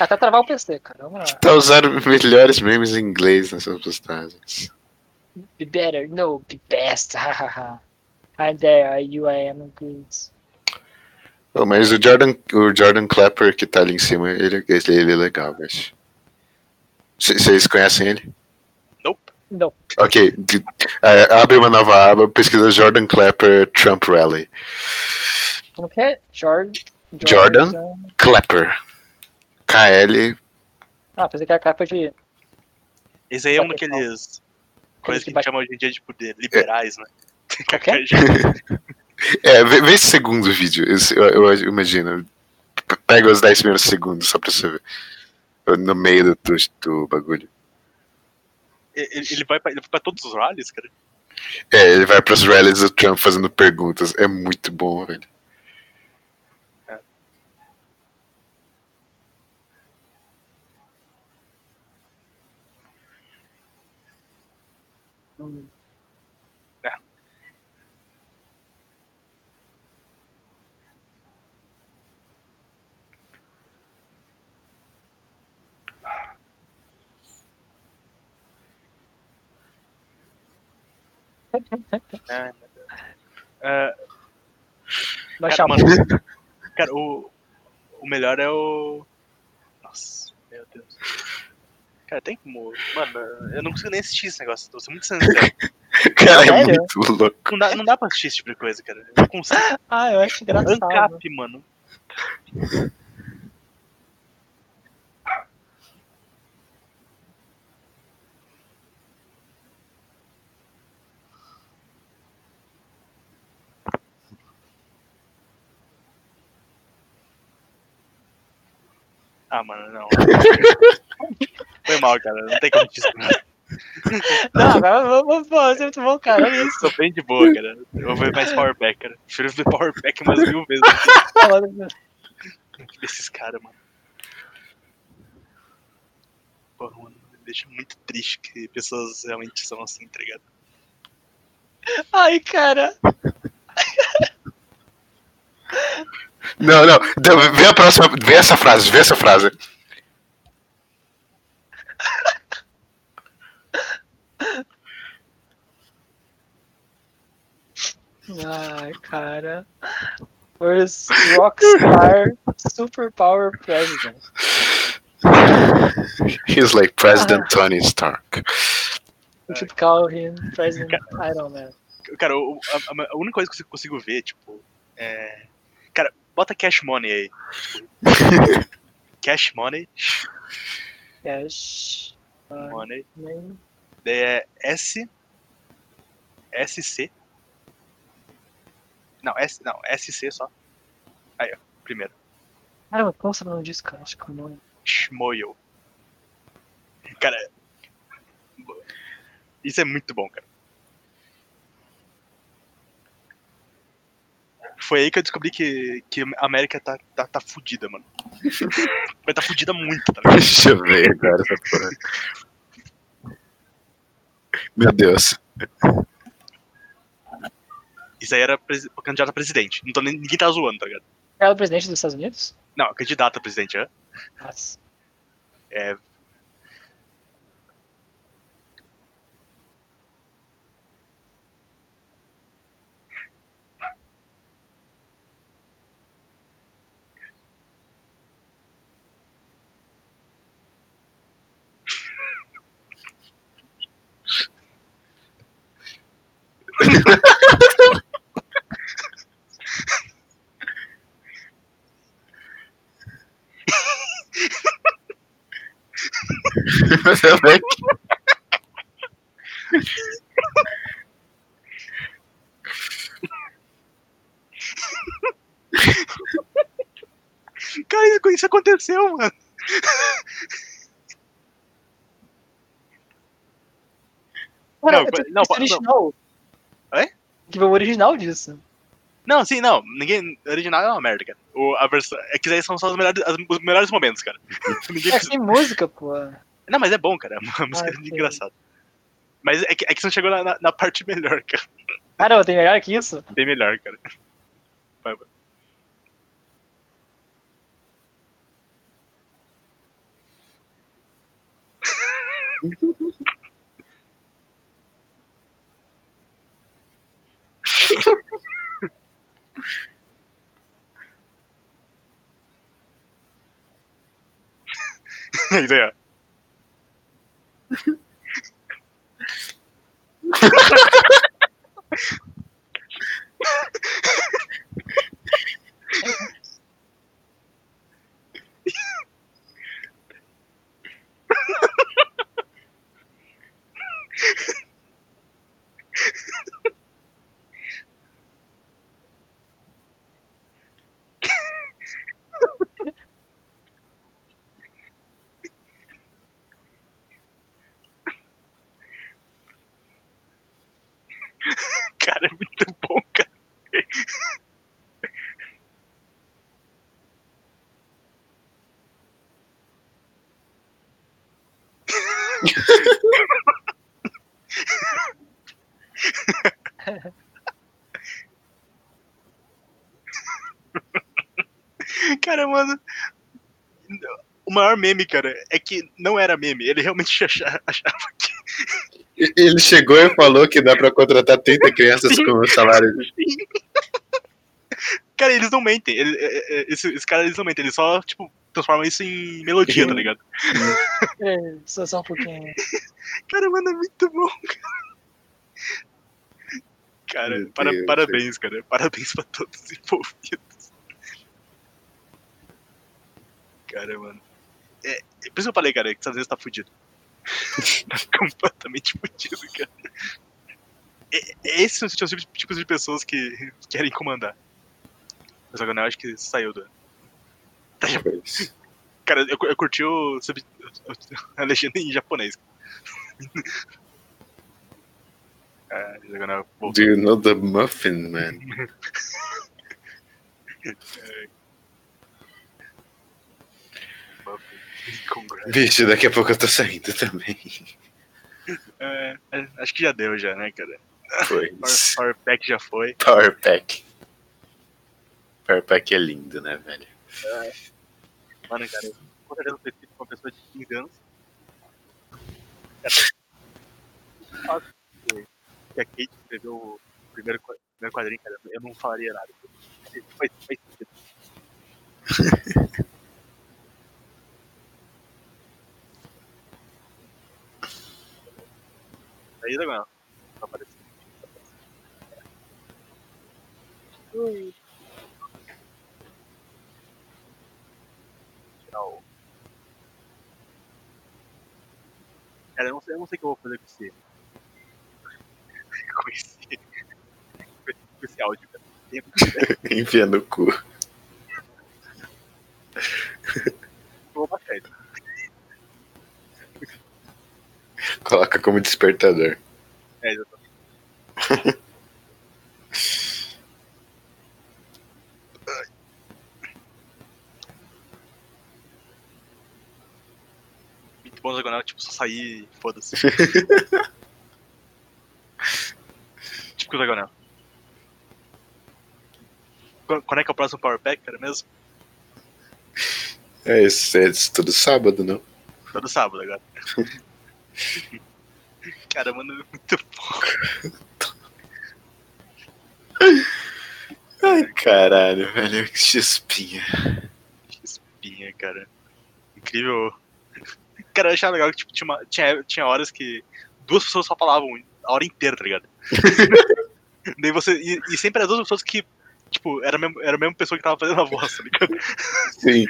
S3: Até travar o PC, cara. Vamos lá.
S2: Tá usando melhores memes em inglês nessas postagens.
S3: Be better, no, be best. hahaha. I'm there, you I am good.
S2: Oh, mas o Jordan, o Jordan Clapper que tá ali em cima, ele, ele, ele é legal, bicho. C- Vocês conhecem ele?
S1: Nope.
S3: Não.
S2: Ok. de- é, abre uma nova aba, pesquisa Jordan Clapper Trump Rally.
S3: Como que é? Jordan.
S2: Jordan? Clapper. KL.
S3: Ah, pensei que era capa de.
S1: Esse aí é um
S3: Vai fechar.
S1: daqueles. Coisas que a gente
S3: bate-
S1: chama hoje em dia de poder, liberais, né?
S3: quê?
S2: <laughs> É, vê, vê esse segundo vídeo, esse- eu, eu imagino. P- Pega os 10 primeiros segundos só pra você ver. No meio do, do, do bagulho.
S1: <laughs> ele, ele vai pra, ele vai pra todos os rallies, cara.
S2: É, ele vai pras rallies do Trump fazendo perguntas. É muito bom, velho. <laughs>
S1: É. É, cara,
S3: Nós chamamos.
S1: mano, cara, o, o melhor é o. Nossa, meu Deus. Cara, tem como. Mano, eu não consigo nem assistir esse negócio, tô sendo muito sincero.
S2: Cara, é
S3: Sério?
S2: muito louco.
S1: Não dá, não dá pra assistir esse tipo de coisa, cara. Eu não consigo.
S3: Ah, eu acho engraçado.
S1: Ancap, mano. Ah, mano, não. Foi mal, cara. Não tem como te explicar.
S3: Não, agora vamos, vamos, você é muito bom, cara. Olha isso.
S1: Tô bem de boa, cara. Eu vou ver mais powerback, cara. Prefiro ver powerback umas mil vezes que desses caras, mano. Porra, mano, me deixa muito triste que pessoas realmente são assim, tá ligado?
S3: Ai, cara.
S2: Não, não. dá- Vê a próxima. Vê essa frase, vê essa frase.
S3: Ai, cara. Where's Rockstar Superpower President?
S2: He's like President Tony Stark. <laughs>
S3: We should Tipo, call him President Iron Man.
S1: Cara, o- a, a- a única coisa que eu consigo ver, tipo, é. Cara, bota cash money aí. Tipo, cash money,
S3: Cash. Ai,
S1: money.
S3: man.
S1: Daí é S. SC. Não, S, não, SC só. Aí, ó, primeiro.
S3: Caramba, como você tá falando disso, cara? Acho que o nome.
S1: Shmoyo. Cara, isso é muito bom, cara. Foi aí que eu descobri que, que a América tá, tá, tá fudida, mano. Mas tá fudida muito, tá ligado?
S2: Deixa eu ver agora essa porra. Meu Deus. <laughs>
S1: Isso aí era presi- candidato a presidente. Não tô nem, ninguém tá zoando, tá ligado?
S3: Ela é o presidente dos Estados Unidos?
S1: Não, candidato a presidente, é?
S3: Nossa.
S1: É. Cara, isso- isso aconteceu, mano.
S3: Cara,
S1: Não,
S3: eu tô
S1: não,
S3: não, original.
S1: Oi?
S3: um Que foi o original um disso.
S1: Não, sim, não. Ninguém. Original é uma merda, cara. O, a versão, é que daí são só os melhores, as- os melhores momentos, cara. <laughs> Ninguém
S3: É
S1: precisa-
S3: sem música, pô.
S1: Não, mas é bom, cara. <laughs> A música
S3: sim.
S1: é engraçada. Mas é que, é que você não chegou na, na- na parte <laughs> melhor, cara.
S3: Caramba, tem melhor que isso?
S1: Bem melhor, cara. Vai, vai. <laughs> Isso aí, ó. <laughs> Cara, é muito bom, cara. <laughs> Cara, mano. O maior meme, cara, é que não era meme. Ele realmente <laughs> acha- achava que
S2: E- Ele chegou e falou que dá pra contratar 30 crianças com o salário.
S1: Cara, eles não mentem. Ele, é- é- esse- esses caras eles não mentem, eles só, tipo, transformam isso em melodia, tá ligado?
S3: É, Só, só um pouquinho.
S1: Cara, mano, é muito bom, <laughs> cara. Cara,
S2: Meu
S1: para-
S2: Deus,
S1: parabéns, cara. Parabéns pra todos os envolvidos. Cara, mano. É, é por isso que eu falei, cara, que às vezes tá
S2: <laughs>
S1: fudido. tá completamente fudido, cara. É, é esses são os tipos- tipos de pessoas que querem comandar. Mas agora eu acho que saiu do. Cara, eu, eu curti o, sub- <laughs> a legenda em japonês. <laughs> Ah, agora eu-
S2: <laughs> Do you know the muffin, man?
S1: Congrats.
S2: Bicho, daqui a pouco eu tô saindo também.
S1: É, acho que já deu, já, né, cara?
S2: Foi.
S1: Power, Power Pack já foi.
S2: Power Pack. Power Pack é lindo, né, velho?
S1: Mano, cara, eu com certeza eu preciso com uma pessoa tipo de 15 anos. Cara, eu acho que- que a Kate escreveu o primeiro, qua- primeiro quadrinho, cara, eu não falaria nada. Foi, foi sentido. <laughs> Aí, legal. Tá aparecendo. tirar o- Cara, eu não sei, eu não sei o que eu vou fazer com esse. <laughs> com esse. com esse áudio, cara. Eu
S2: Enfia no cu.
S1: vou baixar ele.
S2: Coloca como despertador.
S1: É, exatamente. Muito bom diagonal, tipo, só sair e foda-se. tipo o diagonal. Qu- Quando é que é o próximo Power Pack, cara, mesmo?
S2: É isso, é isso todo sábado, não?
S1: Todo sábado agora. <laughs> cara, mano, é muito bom.
S2: Ai, caralho, velho, que espinha.
S1: Que espinha, cara. Incrível. Cara, eu achava legal que tipo, tinha, uma- tinha, tinha horas que duas pessoas só falavam a hora inteira, tá ligado? Daí você, e, e sempre as duas pessoas que, tipo, era, a mesma- era a mesma pessoa que tava fazendo a voz, tá ligado?
S2: Sim.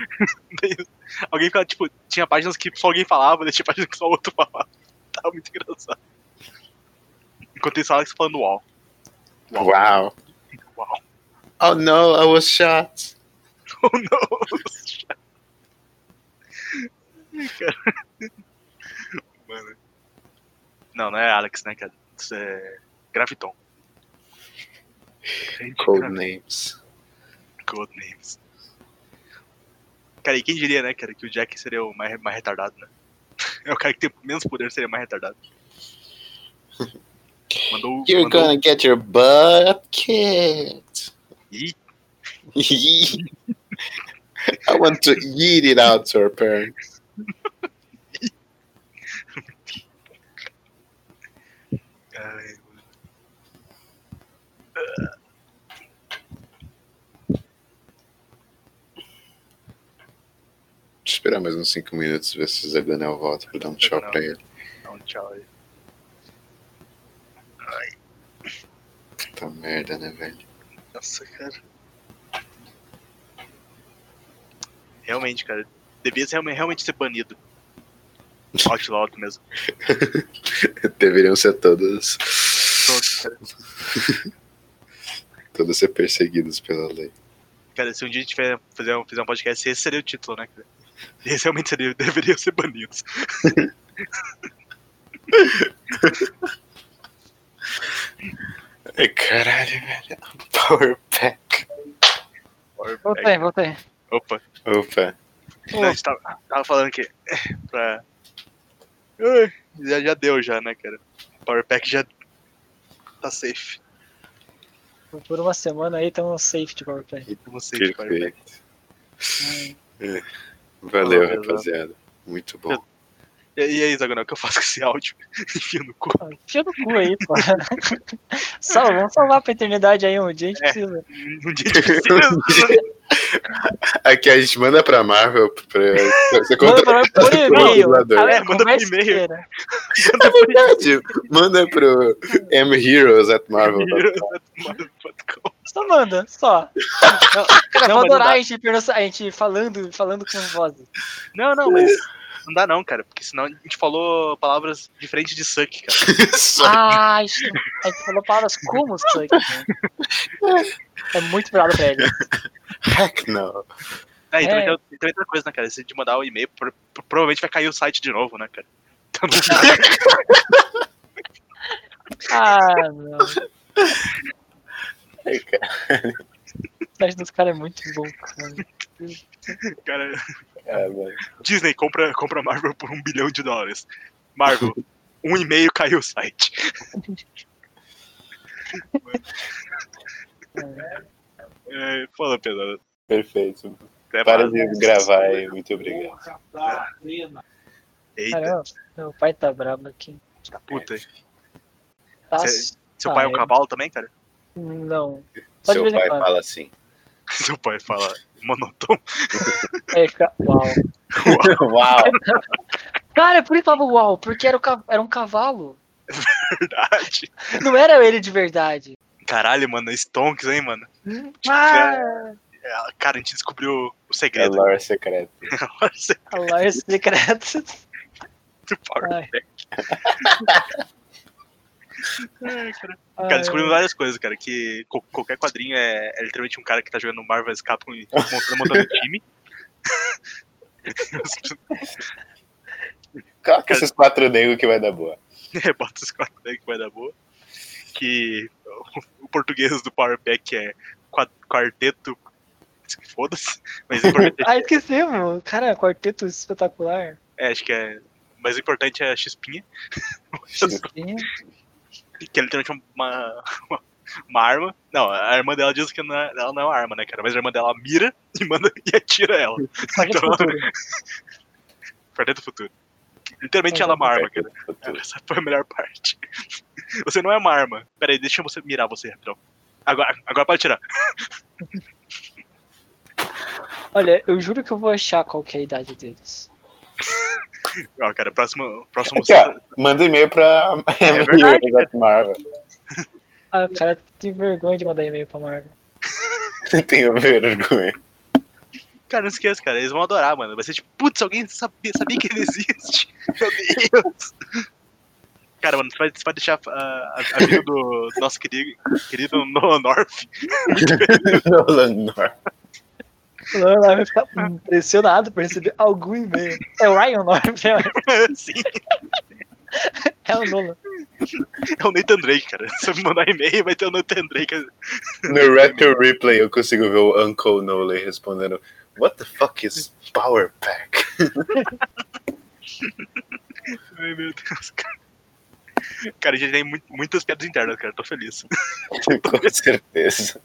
S1: Alguém ficava, tipo, tinha páginas que só alguém falava, daí tinha páginas que só o outro falava. <laughs> Tava muito engraçado. Enquanto isso, Alex falando uau.
S2: Uau.
S1: Uau.
S2: Oh no, I was shot.
S1: Oh não! Ai, cara. Mano. Não, não é Alex, né, cara? Isso é Graviton. Grande
S2: Code
S1: cara.
S2: names.
S1: Code names. Cara, e quem diria, né, cara, que o Jack seria o mais, mais retardado, né? <laughs> É o cara que tem menos poder, seria mais retardado. Mandou.
S2: You're
S1: mandou...
S2: gonna get your butt kicked.
S1: Ih,
S2: <laughs> I want to eat it out to our parents.
S1: ai, mano.
S2: Deixa eu esperar mais uns 5 minutos ver se o Zé Daniel volta pra dar um tchau pra ele.
S1: Dá um tchau aí.
S2: Puta merda, né, velho? <laughs>
S1: Nossa, cara. Realmente, cara. Devia ser- realmente, realmente ser banido. Outlawed mesmo.
S2: Deveriam ser todas.
S1: Todos, cara.
S2: Todas ser perseguidas pela lei.
S1: Cara, se um dia a gente tiver, fizer, um, fizer um podcast, esse seria o título, né, cara? Eles realmente seria, <laughs> deveriam ser banidos.
S2: Ai, É, Caralho, velho. Power pack.
S1: Or-
S3: Voltei, voltei.
S1: Opa.
S2: Opa.
S1: Não, a gente tava, tava falando que. <laughs> Pra... Ai, Já, já deu, já, né, cara? Power Pack já tá safe.
S3: Por uma semana aí estamos safe de PowerPoint.
S1: Tamo safe, de Power Pack.
S2: Perfeito. Valeu,
S1: Falou,
S2: rapaziada. Muito bom.
S1: E, e aí, Zagonel, o que eu faço com esse áudio? <laughs> Enfia no cu.
S3: Ah, Enfia no cu aí, pô. <laughs> Só, vamos salvar pra eternidade aí um dia, a gente
S1: É.
S3: precisa.
S1: Um dia de <laughs> precisa.
S2: Aqui a gente manda pra Marvel. Pra... Você contra...
S3: Manda pra nós por e-mail.
S2: dublador.
S3: Ah,
S1: É, manda por e-mail.
S3: converseira.
S2: É verdade. Manda pro
S1: <laughs>
S2: tá mheroes@marvel.com.
S3: Só manda, só. Eu
S1: Não,
S3: vou
S1: mas não,
S3: adorar a
S1: dá.
S3: gente, perguntar- a gente falando, falando com vozes.
S1: não, não, mas não dá não, cara, porque senão a gente falou palavras diferentes de suck, cara.
S2: Só-
S3: Ah, isso. A gente falou palavras como sangue. né? É muito brabo pra ele.
S2: Heck no.
S1: Ah, e também,
S3: É.
S1: tem, outra- tem outra coisa, né, cara, se de mandar o e-mail, pro- pro- provavelmente vai cair o site de novo, né, cara. <laughs>
S3: <laughs>
S1: Então não
S3: Ah, não. O site dos caras é muito bom, cara.
S1: cara,
S2: É, mano.
S1: Disney compra, compra Marvel por um bilhão de dólares.
S2: <laughs>
S1: Marvel, um e meio caiu o site. É, fala, Pedro.
S2: Perfeito.
S1: Até
S2: Para
S1: mais.
S2: de gravar aí. Muito obrigado.
S1: Eita,
S3: Caramba, meu pai tá brabo aqui.
S1: puta.
S3: Tá
S1: Cê- Seu pai é um
S3: Ah, é.
S1: cavalo também, cara? <laughs>
S3: Não. Só de
S2: Seu
S3: vez em
S2: pai
S3: quando.
S2: fala assim.
S1: Seu pai fala <laughs> monotônico.
S3: É, ca- uau.
S2: Uau.
S3: Cara, por isso que eu falava uau, porque era, o ca- era um cavalo.
S1: Verdade.
S3: Não era ele de verdade.
S1: Caralho, mano, Stonks, hein, mano?
S3: Ah,
S1: É, Cara, a gente descobriu o
S2: É
S1: segredo. <laughs>
S2: lore secreto.
S1: do
S3: a Lars secreto.
S1: Power
S3: Ai.
S1: Pack. Ai, cara. Cara, descobrimos várias coisas, cara. Que co- qualquer quadrinho é, é literalmente um cara que tá jogando Marvel Capcom e montando, montando um time. <laughs>
S2: Coloca esses quatro negros que vai dar boa.
S1: É, Bota os quatro daí que vai dar boa. Que o, o português do Power Pack é qua- quarteto. Foda-se. Mas o importante
S3: <laughs> Ah, esquecemos. Cara, quarteto espetacular.
S1: <laughs> é, acho que é. Mas o importante é a Chispinha,
S3: Sim.
S1: que é literalmente uma, uma, <laughs> uma arma. Não, a irmã dela diz que não é- ela não é uma arma, né, cara? Mas a irmã dela mira e manda <laughs> e atira ela.
S3: Quarteto
S1: Então-
S3: futuro.
S1: Quarteto Futuro. Literalmente
S3: Uhum.
S1: ela é uma arma, cara.
S2: Futuro.
S1: Essa foi a melhor parte. <laughs> Você não é uma arma. Pera aí, deixa eu você- mirar você, rapidão. Agora, agora pode tirar.
S3: Olha, eu juro que eu vou achar qual que é a idade deles.
S1: Ó, cara, próximo. próximo
S2: Aqui, ó, manda e-mail pra
S1: verdade.
S2: Marvel. <laughs>
S3: Ah, cara, tem vergonha de mandar e-mail pra Marvel.
S2: Tenho vergonha. <laughs>
S1: Cara, não esqueça, cara. Eles vão adorar, mano. Vai ser tipo, putz, alguém sabia, sabia que ele existe. <laughs> Meu Deus. Cara, mano, você vai, você vai deixar ah, a, a vida do nosso querido, querido Nolan North.
S2: Nolan North.
S3: Não, ela vai ficar
S1: <laughs>
S3: impressionado por receber algum e-mail. É o Ryan North.
S1: Sim.
S3: É o Nolan.
S1: É o Nathan Drake, cara. Se eu me mandar e-mail, vai ter o Nathan Drake.
S4: No Retro Replay eu consigo ver o Uncle Nole respondendo: What the fuck is Power Pack? <laughs>
S1: Ai, meu Deus, cara. Cara, a gente tem mu- muitas piadas internas, cara. Tô feliz.
S4: Com certeza.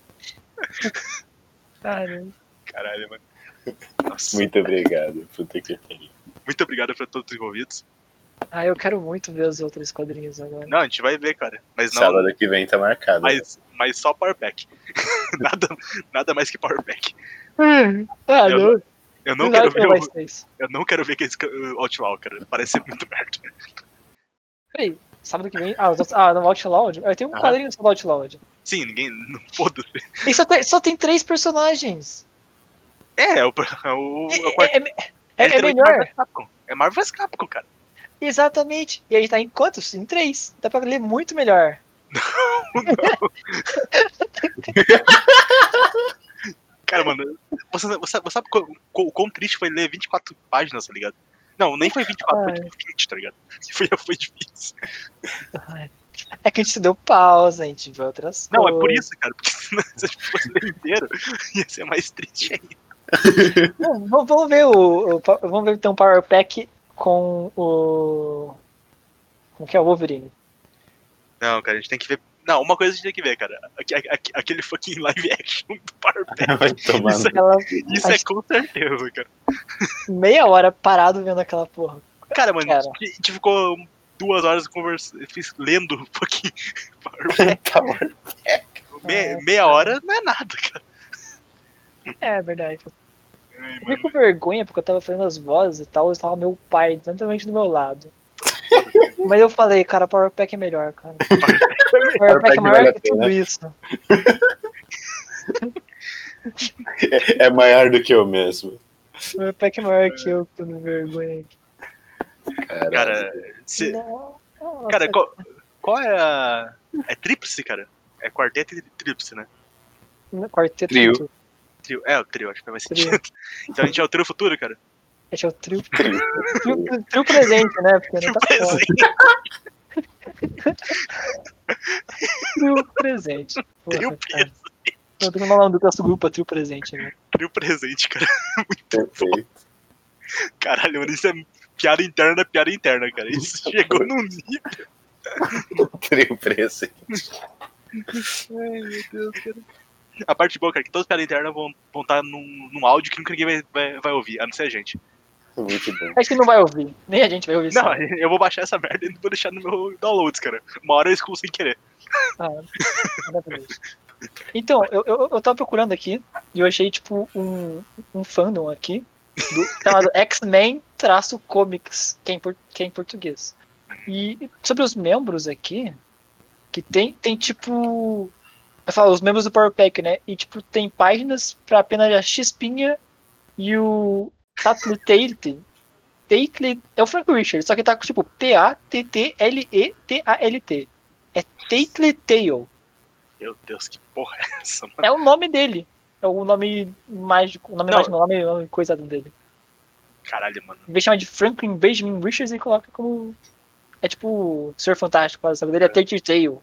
S3: Caramba.
S1: Caralho, mano. Nossa, muito.
S4: Muito obrigado. Puta que pariu.
S1: obrigado pra todos os envolvidos.
S3: Ah, eu quero muito ver os outros quadrinhos agora.
S1: Não, a gente vai ver, cara. Mas não.
S4: Sábado que vem tá marcado.
S1: Mas, mas só Power Pack. <laughs> nada, nada mais que Power Pack.
S3: <laughs> Ah,
S1: Eu
S3: não.
S1: Eu não, quero
S3: Claro que
S1: ver,
S3: não vai
S1: o-
S3: ser isso.
S1: eu não quero ver aqueles ca- o Outlaw, cara. Parece ser muito merda.
S3: Peraí, sábado que vem. Ah, os outros- ah no Outlaw? Eu tenho um
S1: Ah.
S3: quadrinho sobre Outlaw.
S1: Sim, ninguém. Não foda-se.
S3: E só tem, só tem três personagens.
S1: É, é o, é o, é o
S3: É, é, é- é
S1: literalmente
S3: melhor.
S1: Marvel vs Capcom. É Marvel vs Capcom, cara.
S3: Exatamente. E aí tá em quantos? Em três. Dá pra ler muito melhor.
S1: Cara, mano, você, você, você sabe o quão, quão triste foi ler 24 páginas, tá ligado? Não, nem foi 24, foi
S3: Ai.
S1: tipo 20, tá ligado? Foi, <laughs> foi difícil.
S3: É que a gente deu pausa, a gente vê outras
S1: Não, é
S3: coisas.
S1: por isso, cara, porque <laughs> se a gente fosse ler inteiro, ia ser mais triste ainda.
S3: Bom, vamos- vamos ver o, o pa- Vamos ver então o Power Pack com o. Com que é o Wolverine.
S1: Não, cara, a gente tem que ver. Não, uma coisa a gente tem que ver, cara. aque- aque- Aquele fucking live action do Power <laughs>
S4: <laughs>
S1: Pack.
S4: Vai tomar
S1: Isso,
S4: no...
S1: é-
S3: Ela
S1: isso é com certeza, cara.
S3: meia hora parado vendo aquela porra.
S1: Cara, mano,
S3: Cara.
S1: a gente ficou duas horas conversando, lendo um pouquinho. <laughs> Power
S2: é <laughs>
S1: Pack.
S4: Power
S1: Me-
S3: É,
S1: meia hora não é nada, cara.
S3: É verdade.
S1: Ai,
S3: Eu fiquei com vergonha porque eu tava fazendo as vozes e tal, e tava meu pai exatamente do meu lado. <laughs> Mas eu falei, cara, Power Pack é melhor, cara. Power Pack
S4: Pack
S3: é maior
S4: vale a
S3: que tudo
S4: pena.
S3: isso.
S4: é maior do que eu mesmo.
S3: Power Pack é maior que eu, que eu não vergonha.
S1: Cara, se,
S3: Não, nossa,
S1: Cara, qual, qual é a. É tríplice, cara? É quarteto e tríplice, né?
S3: não, quarteto.
S2: Trio.
S3: tudo.
S1: Trio. É, o trio, acho que faz mais
S3: Trio.
S1: sentido. <laughs> Então a gente é o trio futuro, cara.
S3: Esse é o trio. trio, trio, trio presente, né? Porque não tá fora.
S1: Presente.
S3: Trio presente. Porra,
S1: Trio
S3: cara. Eu tô falando do nosso grupo, é trio presente, né?
S1: Trio presente, cara.
S4: Perfeito.
S1: Caralho, mano, isso é piada interna, piada interna, cara.
S3: <laughs>
S1: Isso chegou num nível.
S4: Trio um preço.
S1: Ai, meu Deus, cara. A parte boa, cara, é que todas as piadas internas vão vão estar num, num áudio que nunca ninguém vai, vai, vai ouvir, a não ser a gente.
S4: Muito bom.
S3: Acho que não vai ouvir. Nem a gente vai ouvir
S1: Não,
S3: isso.
S1: <laughs> eu vou baixar essa merda e vou deixar no meu downloads, cara. Uma hora eu excluo sem querer.
S3: Ah, maravilhoso. <laughs> Então, eu, eu, eu tava procurando aqui e eu achei, tipo, um, um fandom aqui do, chamado X-Men traço comics, que é, em, por- que é em português. E sobre os membros aqui, que tem, tem tipo. Eu falo, os membros do Power Pack, né? E tipo, tem páginas pra apenas a Xpinha e o Tatli Tate. Tate é o Frank Richard, só que tá com tipo T-A-T-T-L-E-T-A-L-T. É Tate Tail.
S1: Meu Deus, que porra é essa, mano?
S3: É o nome dele. É o nome mágico. O nome
S1: Não.
S3: mágico, o nome, o nome coisado dele.
S1: Caralho, mano.
S3: Em vez de chamar de Franklin Benjamin Richards, ele coloca como. É tipo o Senhor Fantástico, quase. sabe? Dele é Tate Tail.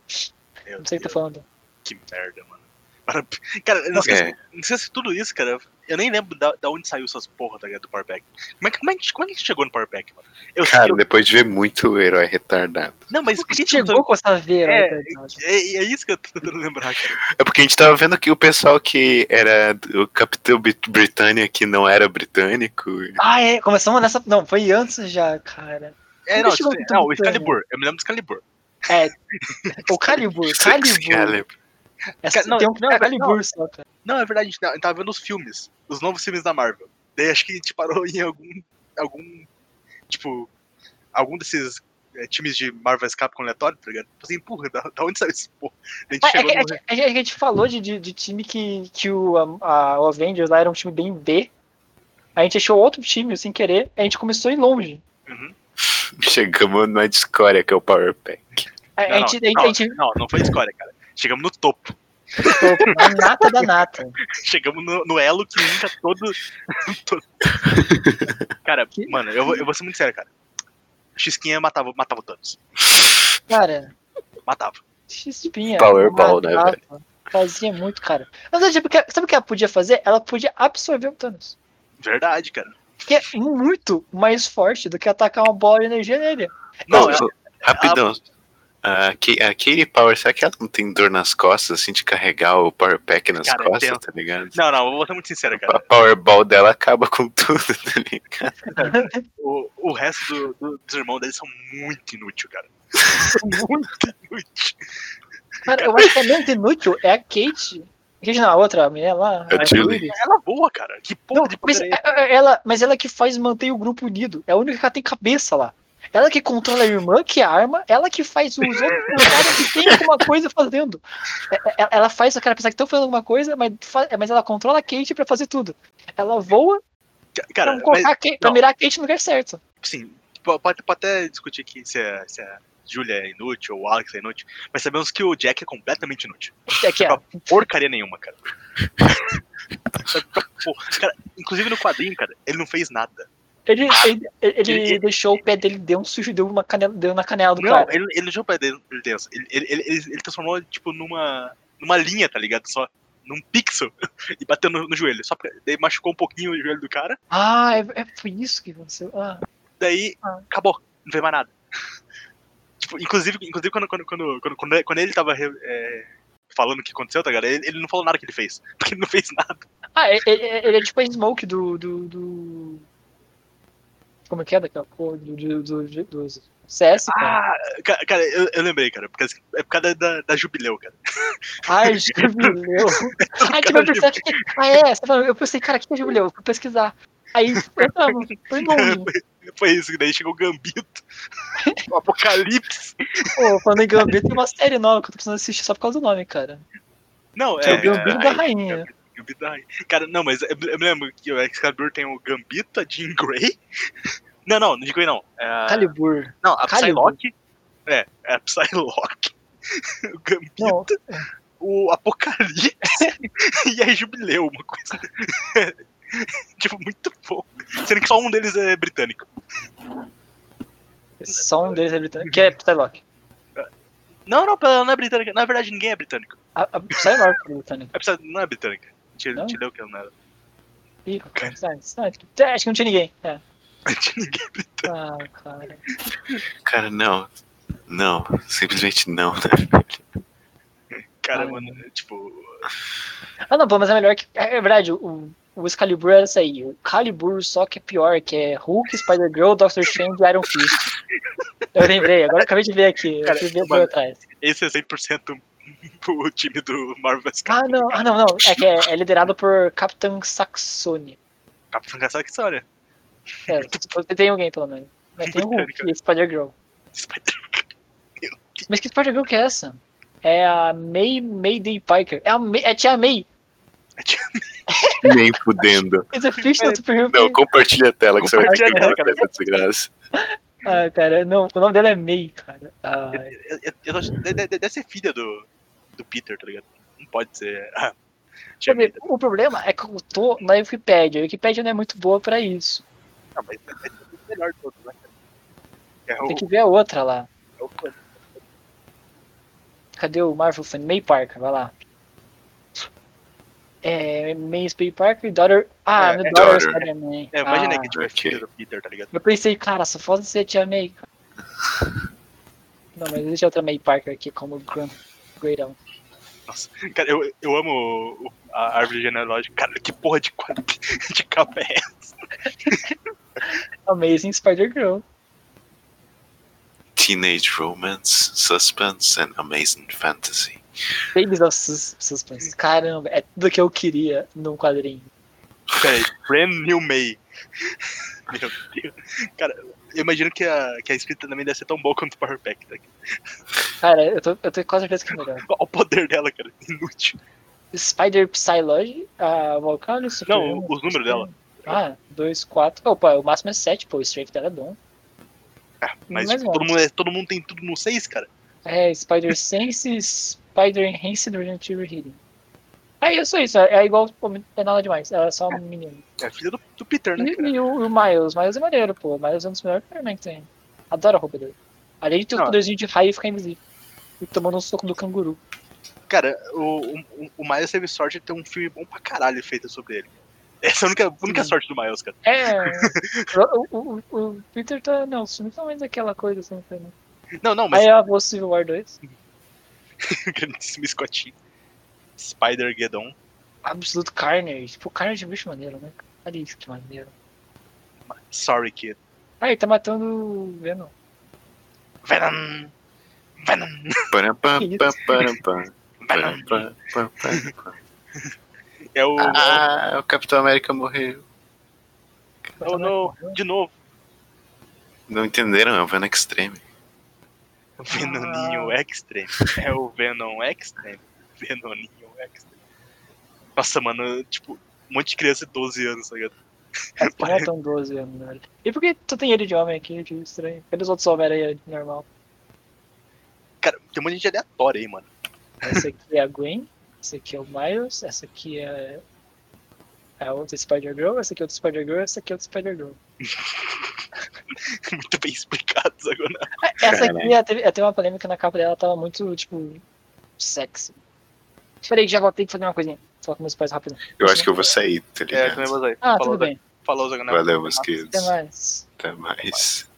S1: Meu
S3: Não sei o que eu
S1: Deus.
S3: tô falando.
S1: Que merda, mano. Para- Cara, eu não
S2: É.
S1: esquece, não esquece tudo isso, cara. Eu nem lembro da, da onde saiu essas porra tá ligado, do Power Pack. Como é, que, como, é que, como é que a gente chegou no Power Pack, mano? Eu sei que
S2: Cara,
S1: eu-
S2: depois de ver muito herói retardado.
S1: Não, mas por que a gente não
S3: Chegou com essa veira.
S1: É,
S3: né,
S1: tá- é, é isso que eu tô tentando lembrar, cara.
S2: É porque a gente tava vendo que o pessoal que era o Capitão Brit- Britânia que não era britânico.
S3: Ah, é. Começamos nessa. Não, foi antes já, cara.
S1: É,
S3: Nunca
S1: não,
S3: chegou
S1: isso-
S3: muito
S1: não, o
S3: bem,
S1: Excalibur. Eu me lembro do Excalibur.
S3: É. O <laughs> Calibur. Calibur.
S2: é Excalibur. <laughs>
S3: Essa,
S1: Ca- não,
S3: tem um
S1: não,
S3: Calibur só, cara.
S1: Não, é verdade, a gente tá- a gente tava vendo os filmes. Os novos filmes da Marvel. Daí acho que a gente parou em algum. algum tipo. Algum desses é, times de Marvel vs Capcom aleatório, tá ligado? Tipo assim, porra, da, da onde saiu esse porra? Daí A gente
S3: Mas É,
S1: chegou
S3: que, é
S1: no.
S3: que- é que a gente falou de, de, de time que, que o, a- a- o Avengers lá era um time bem B. A gente achou outro time sem querer, a gente começou a ir longe.
S1: Uhum.
S2: Chegamos na discórdia que é o Power Pack.
S3: A, É, a
S1: Não,
S3: gente, a gente,
S1: não,
S3: a gente
S1: não, não foi escória, cara. Chegamos no topo.
S3: ficou na nata da nata.
S1: Chegamos no, no elo que linka <laughs> todo. todo- Cara, mano, eu, vou- eu vou ser muito sério, cara. X-Skin matava, matava o Thanos.
S3: Cara,
S1: Matava.
S3: X-Pinha.
S4: Powerball, né,
S3: matava, Fazia muito, cara. Na verdade, sabe o que- sabe o que ela podia fazer? Ela podia absorver o Thanos.
S1: Verdade, cara.
S3: Que é muito mais forte do que atacar uma bola de energia nele.
S1: Não, é
S2: Não,
S1: ela-
S2: rapidão. A, Ka- a Katie Power, será que ela não tem dor nas costas, assim, de carregar o Power Pack nas
S1: Cara,
S2: costas,
S1: tem-
S2: tá ligado?
S1: não, não, eu vou ser muito sincero, cara.
S2: A Powerball dela acaba com <laughs> tudo, tá ligado?
S1: O, o resto do- do- dos irmãos deles são muito inútil, cara. muito inútil.
S3: Cara, eu acho que é menos inútil é a Kate. Kate não, a outra, a menina lá.
S2: É a
S3: a
S2: Julie.
S3: Julie.
S1: Ela boa, cara. Que porra
S3: Não,
S1: de
S3: mas,
S1: poder é esse?
S3: ela, mas ela que faz manter o grupo unido. É a única que tem cabeça lá. Ela que controla a irmã, que arma, ela que faz
S1: <laughs>
S3: os outros cara que tem alguma coisa fazendo. É- é- Ela faz o cara pensar que estão fazendo alguma coisa, mas, fa- é, mas ela controla a Kate pra fazer tudo. Ela voa
S1: Ca-
S3: pra,
S1: Cara, mas,
S3: colocar a Kate, pra
S1: não.
S3: mirar a Kate no lugar certo.
S1: sim, po- pode, pode até discutir aqui se a, se a Julia é inútil ou o Alex é inútil, mas sabemos que o Jack é completamente inútil.
S3: É que é.
S1: Porcaria nenhuma, cara. <laughs> Pô, cara, inclusive no quadrinho, cara, ele não fez nada.
S3: Ele, ele, ele
S1: Ele-
S3: deixou o pé dele, deu um sujo, deu, uma canela, deu na canela do
S1: Não, é
S3: cara.
S1: ele, ele não deixou pra dentro. Ele, dentro. ele, ele, ele- ele transformou, tipo, numa, numa linha, tá ligado? Só num pixel <laughs> e bateu no, no joelho. Só porque daí machucou um pouquinho o joelho do cara,
S3: Ah, é, é- foi isso que aconteceu. Ah.
S1: daí
S3: Ah.
S1: acabou, não fez mais nada. <laughs> Tipo, inclusive, inclusive quando, quando, quando, quando, quando ele- quando ele tava re- é, falando o que aconteceu, tá ligado? Ele, ele não falou nada que ele fez. <laughs> Porque ele não fez nada.
S3: Ah, ele, ele- ele é tipo a Smoke do. do, do- Como é que é daquela porra? Do, do, do, do CS, cara.
S1: Ah, ca- cara, eu, eu lembrei, cara. Porque é por causa da, da Jubileu, cara.
S3: Ai, jubileu. Ai, tipo, eu pensei que. Ah, é? você falou- Eu pensei, cara, o que é jubileu? Eu Fui pesquisar. Aí foi, foi longe.
S1: <laughs> Foi isso, daí chegou o Gambito, o um Apocalipse.
S3: Pô, falando em Gambito, tem uma série nova que eu tô precisando assistir só por causa do nome, cara.
S1: Não,
S3: Que é, o
S1: é,
S3: Gambito da
S2: ai,
S3: Rainha.
S1: Gambito da Rainha. Cara, não, mas eu eu me lembro que o Excalibur tem o Gambito, a Jean Grey. Não, não, não Jean Grey não. É a-
S3: Calibur.
S1: não, a
S3: Calibur.
S1: Psylocke. É, é a Psylocke. <laughs> O Gambito,
S3: Não,
S1: o Apocalipse <laughs> e a Jubileu, uma coisa. <laughs> tipo, muito bom. Sendo que só um deles é britânico.
S3: só um deles é britânico. Que é Psylocke.
S1: Não, não, ela não é britânica. Na verdade, ninguém é britânico.
S3: A, a Psylocke é britânico.
S1: A Psy não é britânica. Te,
S3: Não?
S1: te leu que ela não era. <laughs>
S3: Ih, rapaz, ah, acho que não tinha ninguém. É.
S1: ninguém é britânica.
S3: Ah, cara.
S2: Cara, não. Não, simplesmente não, né? <laughs>
S1: Cara,
S3: Ah,
S1: mano, tipo.
S3: Ah, não, pô, mas é melhor que. É verdade, o, o Excalibur era isso aí. O Calibur só que é pior, que é Hulk, Spider-Girl, Doctor Strange e Iron Fist. Eu lembrei, agora eu acabei de ver aqui.
S1: Cara,
S3: eu fui ver
S1: mano.
S3: por trás.
S1: Esse é 100% o time do <laughs> Marvel vs.
S3: Ah, não, ah, não, não. É que é, é liderado por Capitão Saxony.
S1: Capitão Caçaxória.
S3: É, se- tem alguém, pelo menos. Mas tem o Hulk e Spider-Girl. Mas que Spider-Girl que é essa? É a May Mayday Piker. É a, May, é a Tia May.
S2: Nem fudendo.
S3: It's
S1: <laughs>
S3: a fictional superhero.
S2: Não, compartilha a tela que você vai ver
S1: Compartilha a tela,
S2: que
S1: cara.
S2: essa desgraça.
S3: Ah, cara, não. O nome dela é May, cara. Ah,
S1: Eu, eu, eu acho- de- de- deve ser filha do, do Peter, tá ligado? Não pode ser. Ah,
S3: Deixa eu ver,
S1: Jamie,
S3: O problema é que eu tô na Wikipedia. A Wikipedia não é muito boa pra isso.
S1: não, mas é o melhor de todos, né? cara? É o,
S3: Tem que ver a outra lá.
S1: é o-
S3: Cadê o Marvel Fan? May Parker, vai lá. É, May Spay Parker, Daughter. Ah,
S1: É,
S3: meu
S1: é
S3: Daughter
S2: Daughter.
S3: Spider-Man.
S1: é, imagina
S3: Ah,
S1: que tipo, é
S2: ok.
S1: filha do Peter, tá ligado?
S3: Eu pensei, cara, só falta ser a tia May. cara.
S1: <laughs>
S3: Não, mas deixa outra May Parker aqui como Grand Greatão.
S1: Cara, eu, eu amo o- o- a árvore genealógica. Cara, que porra de, quadro- <laughs> de capa é essa?
S3: Amazing Spider-Girl.
S2: Teenage romance, suspense and amazing fantasy.
S3: Babies of Sus- Suspense. Caramba, é tudo que eu queria num quadrinho.
S1: Peraí, Brand New May. <laughs> Meu Deus. Cara, eu imagino que a, que a escrita também deve ser tão boa quanto o Power Pack. Tá?
S3: Cara, eu tô, eu tô com certeza que é melhor.
S1: Olha o poder dela, cara. Inútil.
S3: Spider Psylodge, a Volcano, Super
S1: Não,
S3: Human,
S1: os números dela.
S3: Ah, 2, 4. Opa, o máximo é 7, pô, o strength dela é bom.
S1: Mas
S3: Mas
S1: todo,
S3: não.
S1: mundo, é- todo mundo tem tudo no 6, cara.
S3: É,
S1: <laughs>
S3: Spider Sense, Spider Enhanced Regenerative Healing. É isso, é isso. É igual, pô, é nada demais. Ela é só um menino.
S1: É filha do, do Peter, né,
S3: E,
S1: cara?
S3: e o, e o Miles, Miles é maneiro, pô. Miles é um dos melhores Superman que tem. Adoro a roupa dele. Além de ter o
S1: Não.
S3: poderzinho de raio e ficar invisível. E tomando um soco do canguru.
S1: Cara, o, o, o Miles teve sorte de ter um filme bom pra caralho feito sobre ele. Essa é a única, a única
S3: Sim.
S1: sorte do Miles, cara. <laughs>
S3: É. o, o- o- o Peter tá. Não, isso não tá mais aquela coisa assim, né?
S1: Não, não, mas
S3: Aí eu avô Civil War
S1: <laughs>
S3: 2.
S1: o grandíssimo Scottinho. Spider Geddon.
S3: Absolute Carnage. Pô, Carnage é bicho maneiro, né? Olha isso que maneiro.
S1: Sorry, kid.
S3: Ah, ele tá matando o Venom.
S1: Venom! Venom!
S2: Param, pam,
S3: Que
S2: pam, param, pam,
S1: Venom!
S2: param, pam, pam, pam, pam.
S1: É o.
S2: Ah, o Capitão América morreu.
S3: Tá
S1: Oh,
S3: ah.
S1: no, de novo.
S2: Não entenderam, é o Venom Extreme.
S1: Venoninho Extreme. É o Venom Extreme. Venoninho Extreme. Nossa, mano, tipo, um monte de criança de 12 anos, tá ligado?
S3: Eles não matam 12 anos, velho. E por que só tem ele de homem aqui? Que estranho. Cadê os outros Homem-Aranha normal?
S1: Cara, tem um monte de gente aleatória aí, mano. <laughs>
S3: Essa aqui é a Gwen, essa aqui é o Miles, essa aqui é a outra Spider-Girl, essa aqui é outra Spider-Girl, essa aqui é outra Spider-Girl.
S1: Muito bem explicados agora.
S3: Essa
S2: Caralho.
S3: aqui, ela teve, ela teve uma polêmica na capa dela, ela tava muito, tipo, sexy. Peraí, já voltei pra fazer uma coisinha. Falar com meus pais rápido.
S2: Eu acho que eu vou sair, tá ligado?
S1: vou sair.
S3: Ah, tudo bem.
S1: Falou, Zagonel.
S2: Valeu, meus
S3: Até
S2: queridos.
S3: mais.
S2: Até mais.